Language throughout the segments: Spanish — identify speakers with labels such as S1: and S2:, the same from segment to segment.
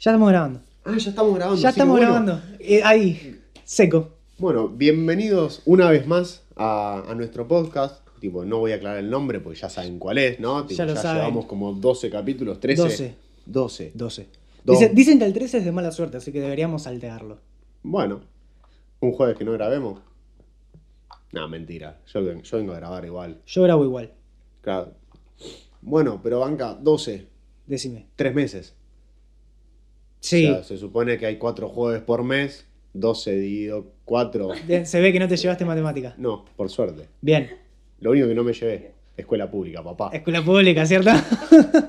S1: Ya estamos grabando.
S2: Ah, ya estamos
S1: Ya
S2: grabando. así que
S1: estamos
S2: bueno.
S1: grabando. Eh, ahí, seco.
S2: Bueno, bienvenidos una vez más a, a nuestro podcast. Tipo, no voy a aclarar el nombre porque ya saben cuál es, ¿no? Tipo,
S1: Ya lo saben.
S2: llevamos como 12 capítulos, 13.
S1: 12.
S2: 12.
S1: 12.
S2: Do-
S1: Dicen, dicen que el 13 es de mala suerte, así que deberíamos saltearlo.
S2: Bueno, un jueves que no grabemos. No, mentira. Yo, ven- yo vengo a grabar igual.
S1: Yo grabo igual.
S2: Claro. Bueno, pero banca, 12.
S1: Decime.
S2: 3 meses.
S1: Sí.
S2: O sea, se supone que hay 4 jueves por mes. 12 dividido 4.
S1: De- Se ve que no te llevaste matemática.
S2: No, por suerte.
S1: Bien.
S2: Lo único que no me llevé, escuela pública, papá.
S1: Escuela pública, ¿cierto?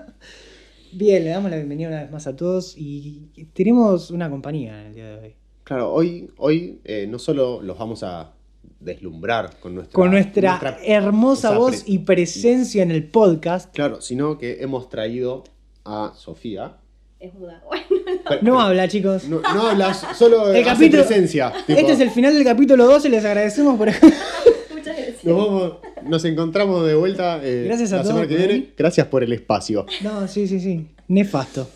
S1: Bien, le damos la bienvenida una vez más a todos y tenemos una compañía en el día de hoy.
S2: Claro, hoy, hoy eh, no solo los vamos a deslumbrar con nuestra,
S1: Con nuestra, e-, hermosa
S2: esa
S1: voz
S2: pre-
S1: y presencia en el podcast.
S2: Claro, sino que hemos traído a Sofía.
S3: Es muda. Bueno,
S2: Pero-
S1: No habla, chicos.
S2: no, no hablas, solo
S1: El
S2: el
S1: capítulo-
S2: presencia. tipo,
S1: Este es el final del capítulo 12, les agradecemos por...
S3: muchas gracias.
S2: nos, vamos- nos encontramos de vuelta eh,
S1: Gracias a
S2: la
S1: todos
S2: semana que
S1: por
S2: viene.
S1: venir.
S2: Gracias por el espacio.
S1: No, sí, sí, sí. Nefasto.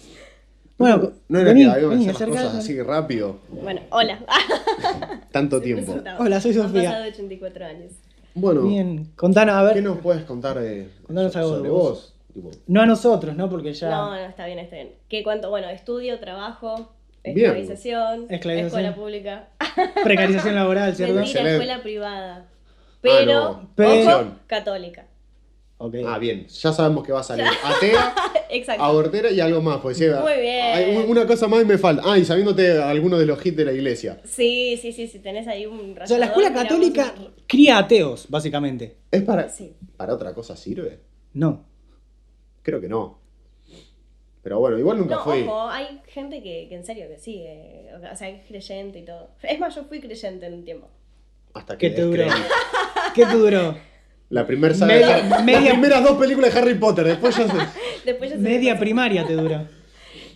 S1: Bueno,
S2: no era
S1: vení,
S2: que habíamos
S1: vení,
S2: que hacer las
S1: acercá-
S2: cosas así rápido,
S3: Bueno, hola. Ah,
S2: tanto tiempo.
S1: Hola, soy
S3: Han
S1: Sofía.
S3: pasado 84 años.
S2: Bueno,
S1: Bien, contanos, a
S2: ¿qué
S1: ver,
S2: nos puedes contar de,
S1: Contanos algo de
S2: sobre
S1: vos.
S2: vos? Tipo,
S1: no a nosotros, ¿no? Porque ya...
S3: No, no, está bien, está bien. ¿Qué cuánto? Bueno, estudio, trabajo,
S2: Bien.
S3: escolarización,
S1: Escolarización.
S3: escuela pública.
S1: Precarización laboral, ¿cierto?
S3: Mentira,
S2: Excelente. Ah,
S3: escuela privada. Pero,
S2: no.
S1: Pero-
S3: ojo, católica.
S1: Ok.
S2: ah, bien, ya sabemos que va a salir atea.
S3: Exacto.
S2: abortera y algo más, pues lleva.
S3: Muy bien.
S2: Hay un- una cosa más y me falta. Ah, y sabiéndote algunos de los hits de la iglesia.
S3: Sí, sí, sí, sí, tenés ahí un
S1: o sea, la escuela
S3: rastrador,
S1: católica
S3: miramos
S1: cría ateos, básicamente.
S2: ¿Es para,
S3: un- Sí.
S2: para otra cosa sirve?
S1: No.
S2: Creo que no. Pero bueno, igual nunca
S3: No,
S2: fui.
S3: ojo, hay gente que, que en serio que sí, eh, o sea, es creyente y todo. Es más, yo fui creyente en un tiempo.
S2: Hasta que
S1: ¿Qué te duró?
S2: descreí.
S1: ¿Qué te duró?
S2: La primera saga.
S1: Media-
S2: la-
S1: media-
S2: Las primeras dos películas de Harry Potter. Después ya se.
S3: Después yo
S1: Media primaria te duró.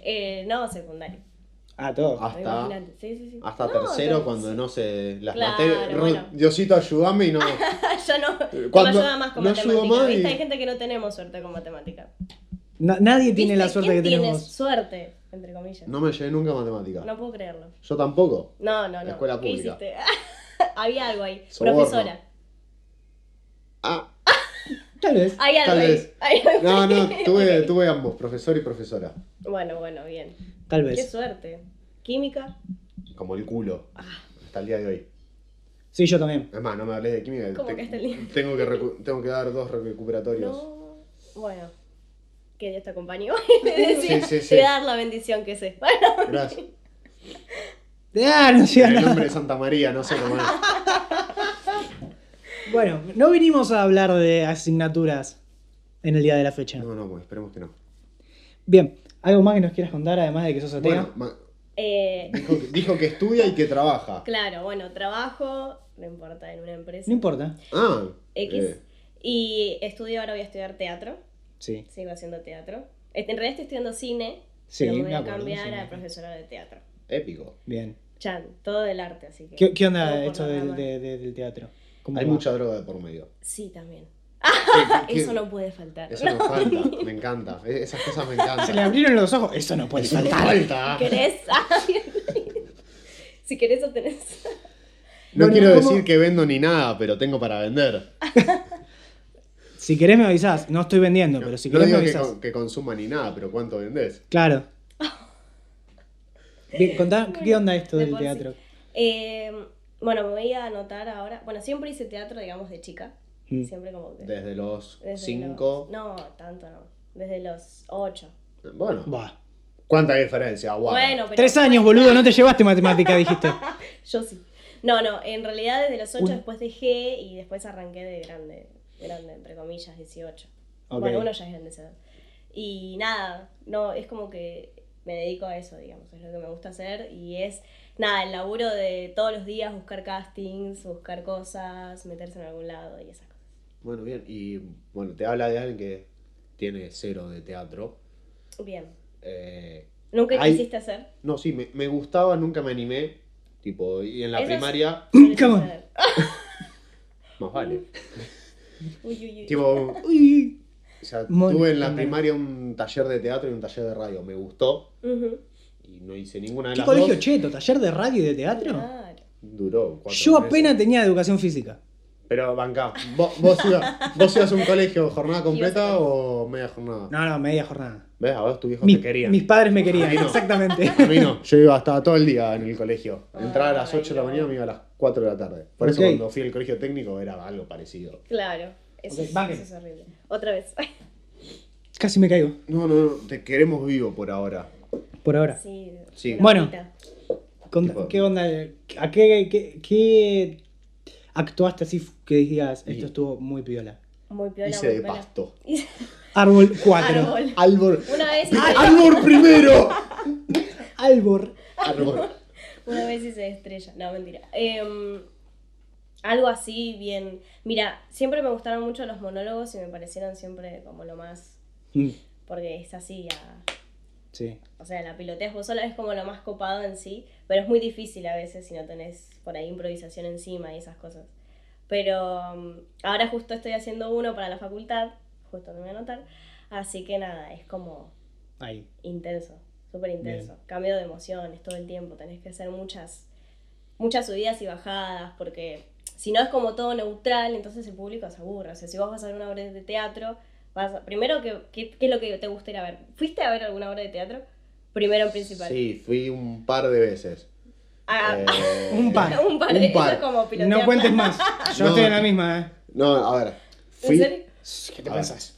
S3: Eh, no, secundario.
S1: Ah, todo.
S2: Ah. Hasta-
S3: Imagínate, sí, sí, sí.
S2: Hasta
S3: No,
S2: tercero,
S3: yo-
S2: cuando no se. Las
S3: Claro,
S2: materias- Ro-
S3: bueno.
S2: Diosito, ayúdame y no.
S3: yo no.
S2: Cuando
S3: Cuando ayuda más con
S2: no ayudo
S3: matemática.
S2: más
S3: ¿Viste?
S2: y-
S3: Hay gente que no tenemos suerte con matemática.
S1: Na- nadie tiene
S3: ¿Viste?
S1: la suerte que
S3: ¿Quién
S1: tenemos.
S3: Tienes suerte, entre comillas. No.
S2: No me llevé nunca a matemática.
S3: puedo creerlo.
S2: Yo tampoco.
S3: No, no, no.
S2: La escuela
S3: ¿Qué
S2: pública.
S3: hiciste? Había algo ahí.
S2: Soborno.
S3: Profesora.
S2: Ah,
S1: Tal vez.
S3: Hay algo
S2: Tal
S3: ahí.
S2: vez.
S3: Hay algo
S2: no, no,
S3: ahí.
S2: tuve,
S3: Ok.
S2: tuve ambos, profesor y profesora.
S3: Bueno, bueno, bien.
S1: Tal
S3: Qué
S1: vez.
S3: suerte. Química.
S2: Como el culo.
S3: Ah.
S2: Hasta el día de hoy.
S1: Sí, yo también.
S2: Es más, no me hables de química.
S3: ¿Cómo que hasta el día?
S2: tengo, que recu- tengo que dar dos recuperatorios.
S3: No. Bueno. Que Dios te acompañó.
S2: Sí, sí, sí.
S3: Te va a dar la bendición que sé.
S2: Gracias.
S1: Ah, no llega
S2: En el
S1: nada.
S2: nombre de Santa María, no sé cómo es.
S1: Bueno, no vinimos a hablar de asignaturas en el día de la fecha.
S2: No, no, pues esperemos que no.
S1: Bien, ¿algo más que nos quieras contar además de que sos atea?
S2: Bueno, ma-
S3: Eh,
S2: dijo, que, dijo que estudia y que trabaja.
S3: Claro, bueno, trabajo, no importa, en una empresa.
S1: no importa.
S2: Ah,
S3: X.
S2: eh,
S3: Y estudio, ahora voy a estudiar teatro.
S1: Sí.
S3: Sigo haciendo teatro. Este, En realidad estoy estudiando cine.
S1: Sí,
S3: pero me voy
S1: me
S3: a
S1: acuerdo,
S3: cambiar
S1: sí, me
S3: a
S1: acuerdo.
S3: profesora de teatro.
S2: épico.
S1: Bien.
S3: Chan, todo del arte, así que.
S1: ¿Qué, qué
S3: todo
S1: onda
S3: por
S1: esto
S3: la
S1: del,
S3: rama.
S1: de- de- del teatro? ¿Cómo
S2: Hay
S1: va?
S2: mucha droga de por medio.
S3: Sí, también.
S2: ¿Qué- qué-
S3: Eso no puede faltar.
S2: Eso no falta, me encanta. E- Esas cosas me
S1: Se le
S2: encantan.
S1: abrieron los ojos. Eso no puede
S2: Eso no
S1: faltar.
S2: falta.
S3: ¿Querés?
S1: Ah.
S3: si querés, o tenés.
S2: No
S1: Bueno,
S2: quiero
S1: ¿cómo?
S2: decir que vendo ni nada, pero tengo para vender.
S1: Si querés me avisás. No estoy vendiendo, pero si
S2: no
S1: querés me
S2: digo que,
S1: avisás.
S2: con- que consuma ni nada, pero ¿cuánto vendés?
S1: Claro. Bien, contá, ¿qué
S3: Bueno,
S1: onda esto
S3: de
S1: del
S3: por sí.
S1: teatro?
S3: Eh, bueno, me voy a anotar ahora. Bueno, siempre hice teatro, digamos, de chica.
S1: Mm.
S3: Siempre como que.
S2: Desde los
S3: desde
S2: 5.
S3: los- No, tanto no. Desde los 8.
S2: Bueno,
S1: Buah.
S2: ¿cuánta diferencia? Guau.
S3: Bueno, pero.
S1: Tres años, boludo, no te llevaste matemática, dijiste.
S3: Yo sí. No, no, en realidad desde los 8
S1: Uy.
S3: después dejé y después arranqué de grande. Grande, entre comillas, 18.
S1: Ok.
S3: Bueno, uno ya es grande esa edad. Y nada, no, es como que me dedico a eso, digamos, es lo que me gusta hacer y es. Nada, el laburo de todos los días, buscar castings, buscar cosas, meterse en algún lado y esas cosas.
S2: Bueno, bien. Y bueno, te habla de alguien que tiene cero de teatro.
S3: Bien.
S2: Eh,
S3: ¿Nunca
S2: Hay-
S3: quisiste hacer?
S2: no, sí, me, me gustaba, nunca me animé. Tipo, y en la
S3: Eso es-
S2: primaria,
S1: Come on.
S3: Hacer. Ah,
S2: más vale.
S3: Uy, uy, uy.
S2: tipo,
S1: Uy.
S2: o sea,
S1: Mónica,
S2: tuve en la
S1: también.
S2: primaria un taller de teatro y un taller de radio. Me gustó.
S3: Ujú.
S2: y no hice ninguna de
S1: ¿Qué
S2: las
S1: colegio
S2: dos.
S1: cheto? ¿Taller de radio y de teatro?
S3: Claro.
S2: Duró cuatro
S1: Yo
S2: meses.
S1: apenas tenía educación física.
S2: Pero banca, vos, vos, ibas, vos ibas a un colegio jornada completa o media jornada.
S1: No, no, media jornada.
S2: ¿Ves? A vos tus viejos
S1: Mi-
S2: te querían.
S1: mis padres me
S2: A
S1: querían,
S2: mí no.
S1: exactamente.
S2: A mí no, yo iba hasta todo el día en el colegio. Entraba a las
S3: Ay,
S2: 8 de la
S3: no.
S2: mañana, me iba a las 4 de la tarde. Por eso
S1: Ok.
S2: cuando fui al colegio técnico era algo parecido.
S3: Claro. Eso,
S1: Ok,
S3: es,
S1: banquen.
S3: eso es horrible. Otra vez.
S1: Casi me caigo,
S2: No, no, no, te queremos vivo por ahora.
S1: por ahora.
S3: Sí.
S2: Sí.
S3: una
S1: Bueno.
S3: horita.
S1: Con-
S2: Tipo-
S1: ¿Qué onda? ¿A qué, qué- qué actuaste así que digas,
S2: Y-
S1: esto estuvo muy piola?
S3: Muy piola.
S2: Hice
S3: muy
S2: de
S3: piola.
S2: pasto.
S3: Hice-
S1: Árbol 4.
S3: Árbol.
S2: Albor.
S3: Una vez,
S2: Ah, ¡Albor primero!
S1: Árbol.
S2: Albor.
S3: una vez hice estrella. No, mentira. Em, algo así bien. Mira, siempre me gustaron mucho los monólogos y me parecieron siempre como lo más.
S1: Mm,
S3: Porque es así a-
S1: Sí.
S3: O sea, la piloteas vos sola es como lo más copado en sí, pero es muy difícil a veces si no tenés por ahí improvisación encima y esas cosas. Pero um, ahora justo estoy haciendo uno para la facultad, justo me voy a anotar, así que nada, es como
S1: Ahí.
S3: intenso, súper intenso. Cambio de emociones todo el tiempo, tenés que hacer muchas, muchas subidas y bajadas, porque si no es como todo neutral, entonces el público se aburre. O sea, si vos vas a ver una obra de teatro, vas a- primero, ¿qué, qué, qué es lo que te gusta ir a ver? ¿Fuiste a ver alguna obra de teatro? Primero en principal.
S2: Sí, fui un par de veces.
S3: Ah,
S2: Eh,
S1: Un par.
S3: un par,
S2: un
S3: eso
S2: par.
S3: es como pilotear.
S1: No cuentes más. Yo
S2: No.
S1: estoy en la misma, ¿eh?
S2: No, a ver.
S3: ¿En
S2: Fui...
S3: serio?
S1: ¿Qué te
S2: A ver.
S1: pensás?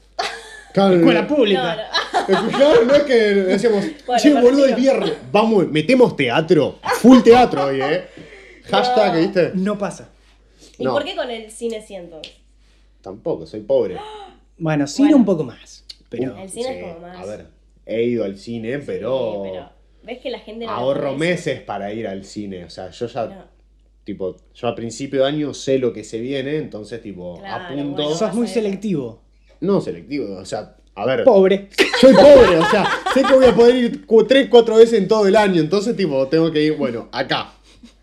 S2: Claro,
S1: Escuela
S2: no,
S1: pública.
S3: No, Ah, no.
S2: claro, no es que decíamos,
S3: Bueno,
S2: che, boludo, el
S3: perfecto.
S2: viernes. Vamos, metemos teatro. Full teatro hoy, eh. Hashtag,
S3: No.
S2: ¿viste?
S1: No pasa.
S3: ¿Y
S2: No.
S3: por qué con el cine sí entonces?
S2: Tampoco, soy pobre.
S1: Bueno, sí, era
S3: Bueno.
S1: un poco más. Pero.
S3: El cine es como más.
S2: A ver, he ido al cine, pero,
S3: Sí, pero ves que la gente no
S2: ahorro
S3: agradece.
S2: meses para ir al cine. O sea, yo ya,
S3: No.
S2: tipo, yo a principio de año sé lo que se viene, entonces, tipo,
S3: Claro,
S2: apunto.
S3: bueno.
S1: sos muy
S3: pasa eso.
S1: selectivo.
S2: No selectivo, o sea, a ver.
S1: Pobre.
S2: Soy pobre, o sea, sé que voy a poder ir 3, 4 veces en todo el año, entonces, tipo, tengo que ir, bueno, acá.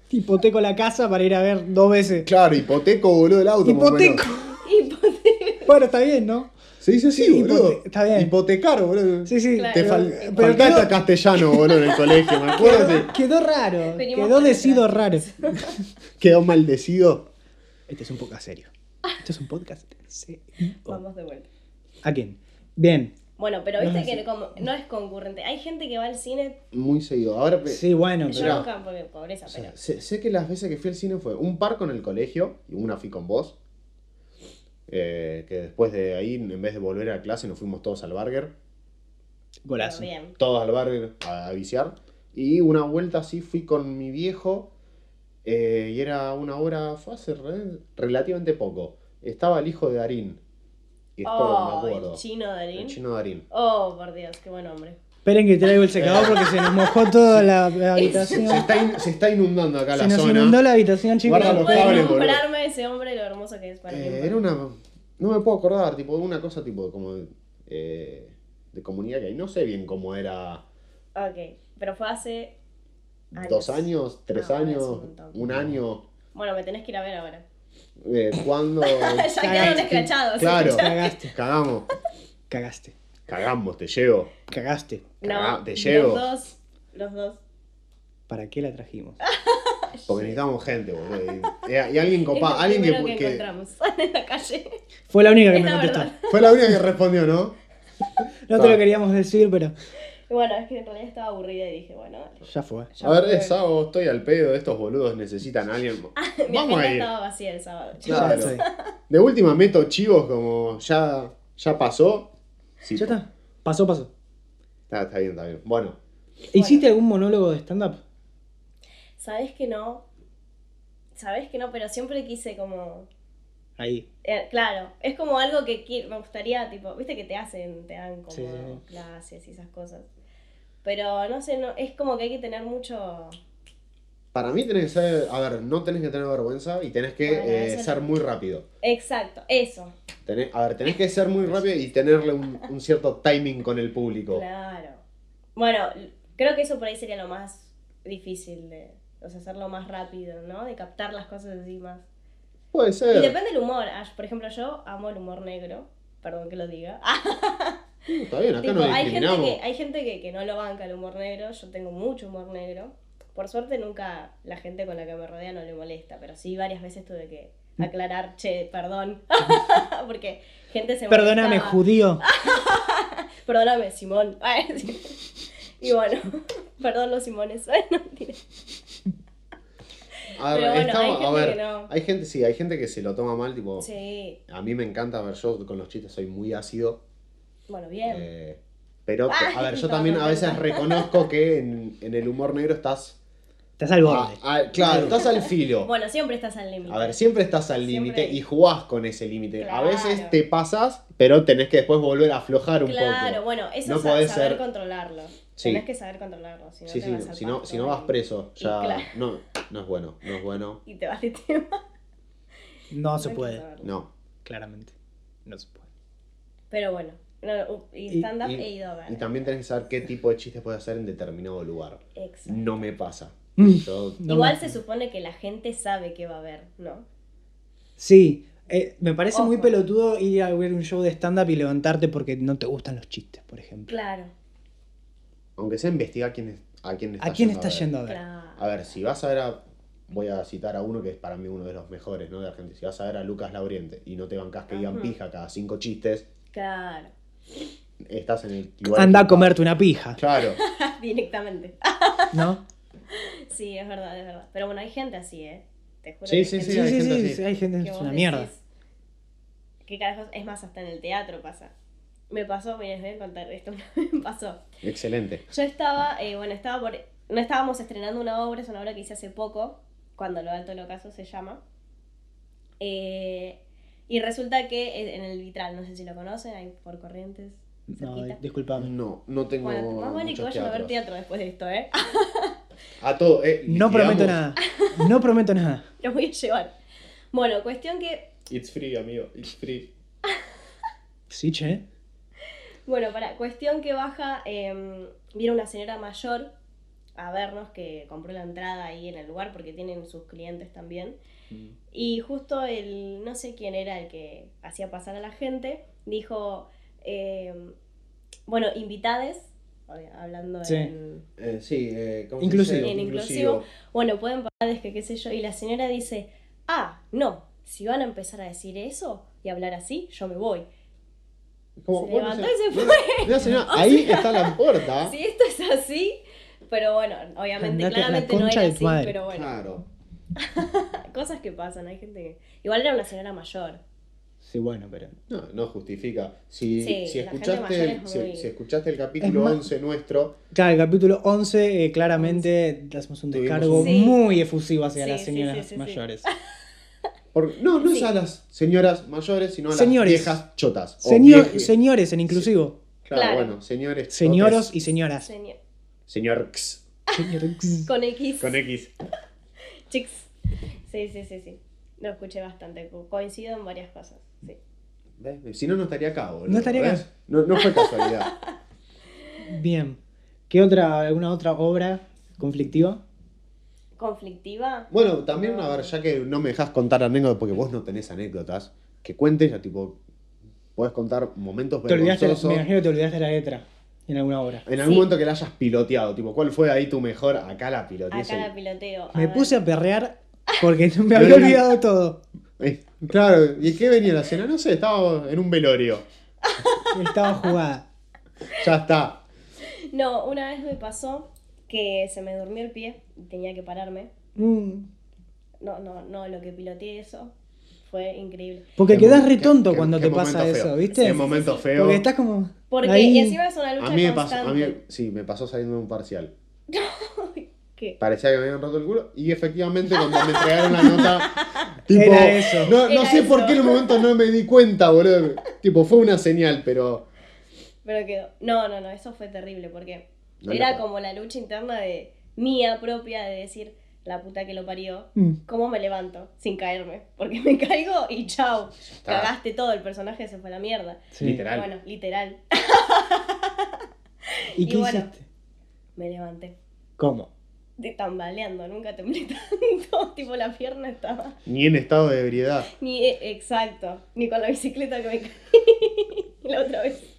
S1: Hipoteco la casa para ir a ver dos veces.
S2: Claro, hipoteco, boludo, el auto. más o menos.
S1: Hipoteco.
S3: Y pues, ponte-
S1: Bueno, está bien, ¿no?
S2: Se dice así,
S1: Sí,
S2: boludo.
S1: hipote- está bien.
S2: Hipotecar, boludo.
S1: Sí, sí.
S3: Claro.
S2: Te
S1: pero-
S2: fal-
S1: pero
S2: faltaste
S1: quedó-
S2: a castellano, boludo, en el colegio, me acuerdo. sí.
S1: Quedó raro,
S3: Venimos
S1: quedó
S3: con
S1: decido
S3: el
S1: raro.
S2: Quedó maldecido.
S1: Este es un podcast serio. Este es un podcast serio.
S3: Vamos de vuelta.
S1: ¿A quién? Bien.
S3: Bueno, pero
S1: No
S3: viste
S1: es
S3: que como- no es concurrente. Hay gente que va al cine,
S2: Muy seguido. Ahora pe-
S1: Sí, bueno,
S3: yo
S1: pero
S2: Mirá.
S3: nunca porque pobreza,
S2: o sea,
S3: pero
S2: sé, sé que las veces que fui al cine fue un par con el colegio y una fui con vos. Eh, que después de ahí, en vez de volver a clase, nos fuimos todos al burger.
S1: golazo.
S3: pero bien.
S2: Todos al burger a, a viciar. Y una vuelta así fui con mi viejo. eh, y era una hora, fue hace re- relativamente poco. Estaba el hijo de Darín. Y es todo,
S3: Oh,
S2: me acuerdo.
S3: el chino
S2: El
S3: Darín.
S2: chino Darín.
S3: Oh, por Dios, qué buen hombre.
S1: Esperen que traigo el secador porque se nos mojó toda la, la habitación.
S2: Se está, in- se está inundando acá
S1: Se
S2: la
S1: nos
S2: zona.
S1: inundó la habitación, chicos.
S2: Guarda
S3: No
S2: Ah, los
S3: puedo
S2: cables, boludo.
S3: nombrarme ese hombre lo hermoso que es para
S2: Eh,
S3: mí.
S2: era una. No me puedo acordar, tipo, una cosa tipo como. eh, de comunidad que hay. No sé bien cómo era.
S3: Ah, Ok, pero fue hace. Años.
S2: Dos años, tres
S3: No,
S2: años,
S3: es un montón.
S2: un año.
S3: Bueno, me tenés que ir a ver ahora.
S2: Eh, ¿Cuándo?
S3: ya quedaron escrachados.
S2: claro.
S1: Cagaste.
S2: Cagamos.
S1: Cagaste.
S2: Cagamos, te llevo.
S1: Cagaste.
S3: No,
S2: Cagá, te llevo.
S3: Los dos. Los dos.
S1: ¿Para qué la trajimos?
S2: Porque necesitamos gente, boludo. Y, y- y alguien
S3: Es lo
S2: copado. Alguien que,
S3: primero que,
S2: que-
S3: encontramos en la calle.
S1: Fue la única que
S3: Es
S1: me
S3: la
S1: contestó.
S3: verdad.
S2: Fue la única que respondió, ¿no?
S1: No te lo
S2: Ah.
S1: queríamos decir, pero
S3: Y Bueno, es que en realidad estaba aburrida y dije, bueno, dale.
S1: ya fue.
S3: Ya
S2: A ver,
S3: fue. Ah,
S2: es sábado, estoy al pedo. Estos boludos necesitan a alguien.
S3: Mi
S2: Vamos
S3: agenda
S2: a ir.
S3: estaba vacía el sábado.
S1: Ya
S2: Claro.
S1: fue.
S2: De última meto chivos como ya, ya pasó. Sí,
S1: Ya está. Pasó, pasó.
S2: Está, está bien, está bien. Bueno,
S1: ¿Hiciste algún monólogo de stand-up?
S3: Sabes que no. Sabes que no, pero siempre quise como.
S1: Ahí.
S3: eh, claro, es como algo que qui- me gustaría, tipo, viste que te hacen, te dan como
S1: Sí, sí, sí.
S3: clases y esas cosas. Pero no sé, no, es como que hay que tener mucho.
S2: para mí tenés que ser, a ver, no tenés que tener vergüenza y tenés que
S3: Bueno,
S2: eh,
S3: eso es-
S2: ser muy rápido.
S3: Exacto, eso.
S2: Tenés- a ver, tenés que ser muy rápido y tenerle un, un cierto timing con el público.
S3: Claro. Bueno, l- creo que eso por ahí sería lo más difícil de. O sea, hacerlo más rápido, ¿no? De captar las cosas así más.
S2: Puede
S3: Y
S2: ser.
S3: depende del humor. Ah, Por ejemplo, yo amo el humor negro. Perdón que lo diga.
S2: Está bien, acá
S3: Tipo,
S2: no
S3: hay gente,
S2: discriminamos.
S3: que, hay gente que, que no lo banca el humor negro, yo tengo mucho humor negro. Por suerte nunca la gente con la que me rodea no le molesta, pero sí varias veces tuve que aclarar, che, perdón, porque gente se
S1: Perdóname,
S3: molestaba. Ah.
S1: judío.
S3: Perdóname, Simón. Ay, sí. y bueno, perdón los Simones. Ay, no, mentira.
S2: A ver,
S3: Pero bueno,
S2: estaba-
S3: hay gente
S2: a ver,
S3: que no.
S2: hay gente, sí, hay gente que se lo toma mal, tipo,
S3: Sí,
S2: a mí me encanta ver, yo con los chistes soy muy ácido,
S3: bueno, bien.
S2: eh, pero,
S3: Ay,
S2: a ver, yo
S3: no,
S2: también
S3: no,
S2: a
S3: no.
S2: veces reconozco que en, en el humor negro estás,
S1: Estás al
S2: ah,
S1: borde.
S2: ah, claro, estás al filo.
S3: bueno, siempre estás al límite.
S2: A ver, siempre estás al
S3: Siempre.
S2: límite y jugás con ese límite. A
S3: Claro.
S2: veces te pasas, pero tenés que después volver a aflojar un
S3: Claro,
S2: poco.
S3: bueno, eso
S2: No
S3: es sa-
S2: podés
S3: saber
S2: ser-
S3: controlarlo.
S2: Sí.
S3: Tenés que saber controlarlo, si no
S2: Sí,
S3: te
S2: sí,
S3: vas al
S2: si no,
S3: pasto
S2: si no vas
S3: y-
S2: preso,
S3: y
S2: ya
S3: claro.
S2: no, no es bueno, no es bueno,
S3: Y te vas de tema.
S1: No se
S3: Hay que
S1: puede,
S3: saberlo.
S2: no.
S1: claramente. No se puede.
S3: Pero bueno, no, u- y
S1: Y-
S3: stand-up e
S2: y-
S3: he ido a ver.
S2: Y también tenés que saber qué tipo de chistes puedes hacer en determinado lugar.
S3: Exacto.
S2: No me pasa.
S1: Mm.
S2: Yo-
S1: No
S3: Igual
S1: me-
S3: se supone que la gente sabe que va a ver, ¿no?
S1: Sí, eh, me parece muy
S3: Ojo.
S1: pelotudo ir a ver un show de stand-up y levantarte porque no te gustan los chistes, por ejemplo.
S3: Claro,
S2: aunque sea investigar quién es, a quién está
S1: ¿A quién estás yendo a ver?
S3: claro.
S2: A ver, si vas a ver a. Voy a citar a uno que es para mí uno de los mejores, ¿no? De Argentina. Si vas a ver a Lucas Lauriente y no te bancas que digan
S3: Ajá.
S2: pija cada cinco chistes,
S3: Claro.
S2: estás en el.
S1: Anda a comerte una pija,
S2: Claro.
S3: Directamente.
S1: ¿no?
S3: Sí, es verdad, es verdad. Pero bueno, hay gente así, ¿eh? Te juro.
S2: Sí,
S3: que hay
S2: sí,
S1: Sí,
S3: gente
S1: sí,
S2: hay
S1: sí,
S2: gente así.
S1: sí, hay gente
S3: que
S1: es
S3: vos
S1: una
S3: decís,
S1: mierda.
S3: ¿Qué carajos? Es más, hasta en el teatro pasa. Me pasó, miren, les voy a contar esto. una vez Me pasó.
S2: Excelente.
S3: Yo estaba, eh, bueno, estaba por. No estábamos estrenando una obra, es una obra que hice hace poco, cuando lo alto lo caso se llama. Eh, y resulta que eh, en- en el vitral, no sé si lo conocen, ahí por corrientes.
S1: No,
S3: cerquita.
S1: disculpame.
S2: No, no tengo.
S3: Bueno, más bueno que
S2: muchos
S3: vayan a ver
S2: teatros.
S3: teatro después de esto, ¿eh?
S2: A todo, eh,
S1: No
S2: liquidamos.
S1: prometo nada. No prometo nada.
S3: Los voy a llevar. Bueno, cuestión que.
S2: It's free, amigo. It's free.
S1: Sí, che.
S3: Bueno, para. Cuestión que baja. eh, viene una señora mayor a vernos que compró la entrada ahí en el lugar porque tienen sus clientes también.
S2: Mm.
S3: Y justo el, no sé quién era el que hacía pasar a la gente, dijo, eh, bueno, invitades, obvia- hablando
S1: Sí.
S3: en...
S2: Eh, sí, eh, ¿cómo
S1: Inclusivo.
S2: se dice?
S3: En inclusivo. Bueno, pueden pagar desde que qué sé yo. Y la señora dice, ah, no, si van a empezar a decir eso y hablar así, yo me voy.
S2: Como,
S3: Se
S2: bueno,
S3: levantó
S2: o sea,
S3: y se
S2: mira, mira, señora, ahí está la puerta.
S3: Si esto es así, pero bueno,
S1: Andate
S3: obviamente,
S1: a la
S3: claramente no
S1: concha
S3: era
S1: de tu
S3: así,
S1: madre.
S3: pero bueno,
S2: Claro.
S3: cosas que pasan, hay gente que... Igual era una señora mayor.
S1: Sí, bueno, pero.
S2: No, no justifica. Si,
S3: Sí,
S2: si
S3: la gente mayor
S2: escuchaste,
S3: es
S2: si,
S3: muy-
S2: si escuchaste el capítulo
S1: Es más-
S2: 11 nuestro,
S1: Claro, el capítulo 11, eh, claramente hacemos un
S2: Tuvimos
S1: descargo
S3: un- Sí.
S1: muy efusivo hacia
S3: Sí,
S1: las
S3: sí,
S1: señoras
S3: sí, sí, sí.
S1: mayores.
S2: por- no, no es
S3: Sí.
S2: a las señoras mayores, sino a las
S1: Señores.
S2: viejas chotas. o
S1: Señor-
S2: viejes.
S1: señores, en inclusivo.
S2: Claro,
S3: Claro.
S2: bueno, señores.
S1: Señoros y
S2: chotes.
S1: señoras.
S3: Señor-
S2: Señorx.
S1: Señorx.
S3: Con X.
S2: Con X.
S3: Chicks. Sí, sí, sí, sí. Lo escuché bastante. co- Coincido en varias cosas. Sí.
S2: ¿Ves? Si no, no estaría acá, boludo.
S1: No estaría acá.
S2: ¿Ves? No, no fue casualidad.
S1: Bien. ¿Qué otra, alguna otra obra conflictiva?
S3: Conflictiva.
S2: bueno, también, a ver, ya que no me dejas contar anécdotas, porque vos no tenés anécdotas, que cuentes, ya tipo, puedes contar momentos
S1: Te olvidaste,
S2: vergonzosos.
S1: me imagino que te olvidaste la letra en alguna obra.
S2: En algún
S3: Sí.
S2: momento que la hayas piloteado, tipo, ¿cuál fue ahí tu mejor? Acá la piloteé.
S3: Acá la
S2: sí.
S3: piloteo. Ah,
S1: Me
S3: ver.
S1: puse a perrear porque me había olvidado todo.
S2: Eh, Claro, ¿y qué venía la cena? No sé, estaba en un velorio.
S1: Estaba jugada.
S2: Ya está.
S3: No, una vez me pasó que se me durmió el pie y tenía que pararme.
S1: Mm.
S3: No, no, no, lo que piloteé eso fue increíble.
S1: Porque
S2: Qué
S1: quedas
S2: mo-
S1: re
S2: qué-
S1: tonto
S2: qué-
S1: cuando
S2: qué
S1: te pasa
S2: momento
S1: eso,
S2: feo.
S1: ¿viste?
S2: Es momento feo.
S1: Porque estás como.
S3: Porque
S1: ahí.
S3: y encima es una lucha
S2: A mí me pasó,
S3: constante.
S2: a mí, sí, me pasó saliendo de un parcial.
S3: ¿Qué?
S2: Parecía que me habían roto el culo y efectivamente cuando me entregaron la nota, tipo,
S1: Era eso.
S2: no, no
S3: Era
S2: sé por
S3: eso.
S2: qué en el momento no me di cuenta, boludo. Tipo, fue una señal, pero
S3: Pero quedó. No, no, no, eso fue terrible porque
S2: No le
S3: era
S2: puedo.
S3: como la lucha interna de mía propia de decir la puta que lo parió.
S1: Mm.
S3: ¿Cómo me levanto sin caerme? Porque me caigo y chao.
S2: está.
S3: Cagaste todo, el personaje se fue a la mierda.
S1: Sí.
S2: literal.
S3: Bueno, literal.
S1: ¿Y
S3: y
S1: qué
S3: bueno.
S1: hiciste?
S3: Me levanté.
S1: ¿Cómo?
S3: De tambaleando, nunca temblé tanto. tipo la pierna estaba. eh,
S2: Ni en estado de ebriedad.
S3: Ni exacto. Ni con la bicicleta que me caí la otra vez.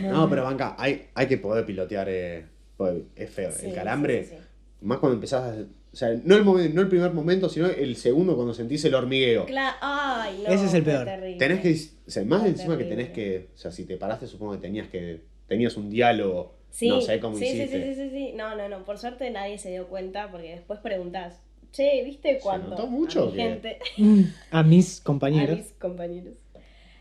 S2: No, pero banca, hay, hay que poder pilotear. eh, poder- es feo.
S3: Sí,
S2: el calambre,
S3: sí, sí, sí.
S2: más cuando empezás a. O sea, no el, momen- no el primer momento, sino el segundo cuando sentís el hormigueo.
S3: Cla- ay, no,
S1: Ese es el
S3: qué
S1: peor.
S3: terrible.
S2: Tenés que. O sea, más
S3: Qué
S2: encima que tenés
S3: terrible.
S2: que. O sea, si te paraste, supongo que tenías que. Tenías un diálogo.
S3: Sí,
S2: no sé cómo
S3: sí, sí,
S2: hiciste.
S3: sí, sí, sí, sí. No, no, no. Por suerte nadie se dio cuenta porque después preguntás, che, ¿viste cuánto?
S2: notó mucho
S3: A mi
S2: o qué?
S3: gente,
S1: Mm. A mis
S3: a
S1: compañeros.
S3: mis compañeros.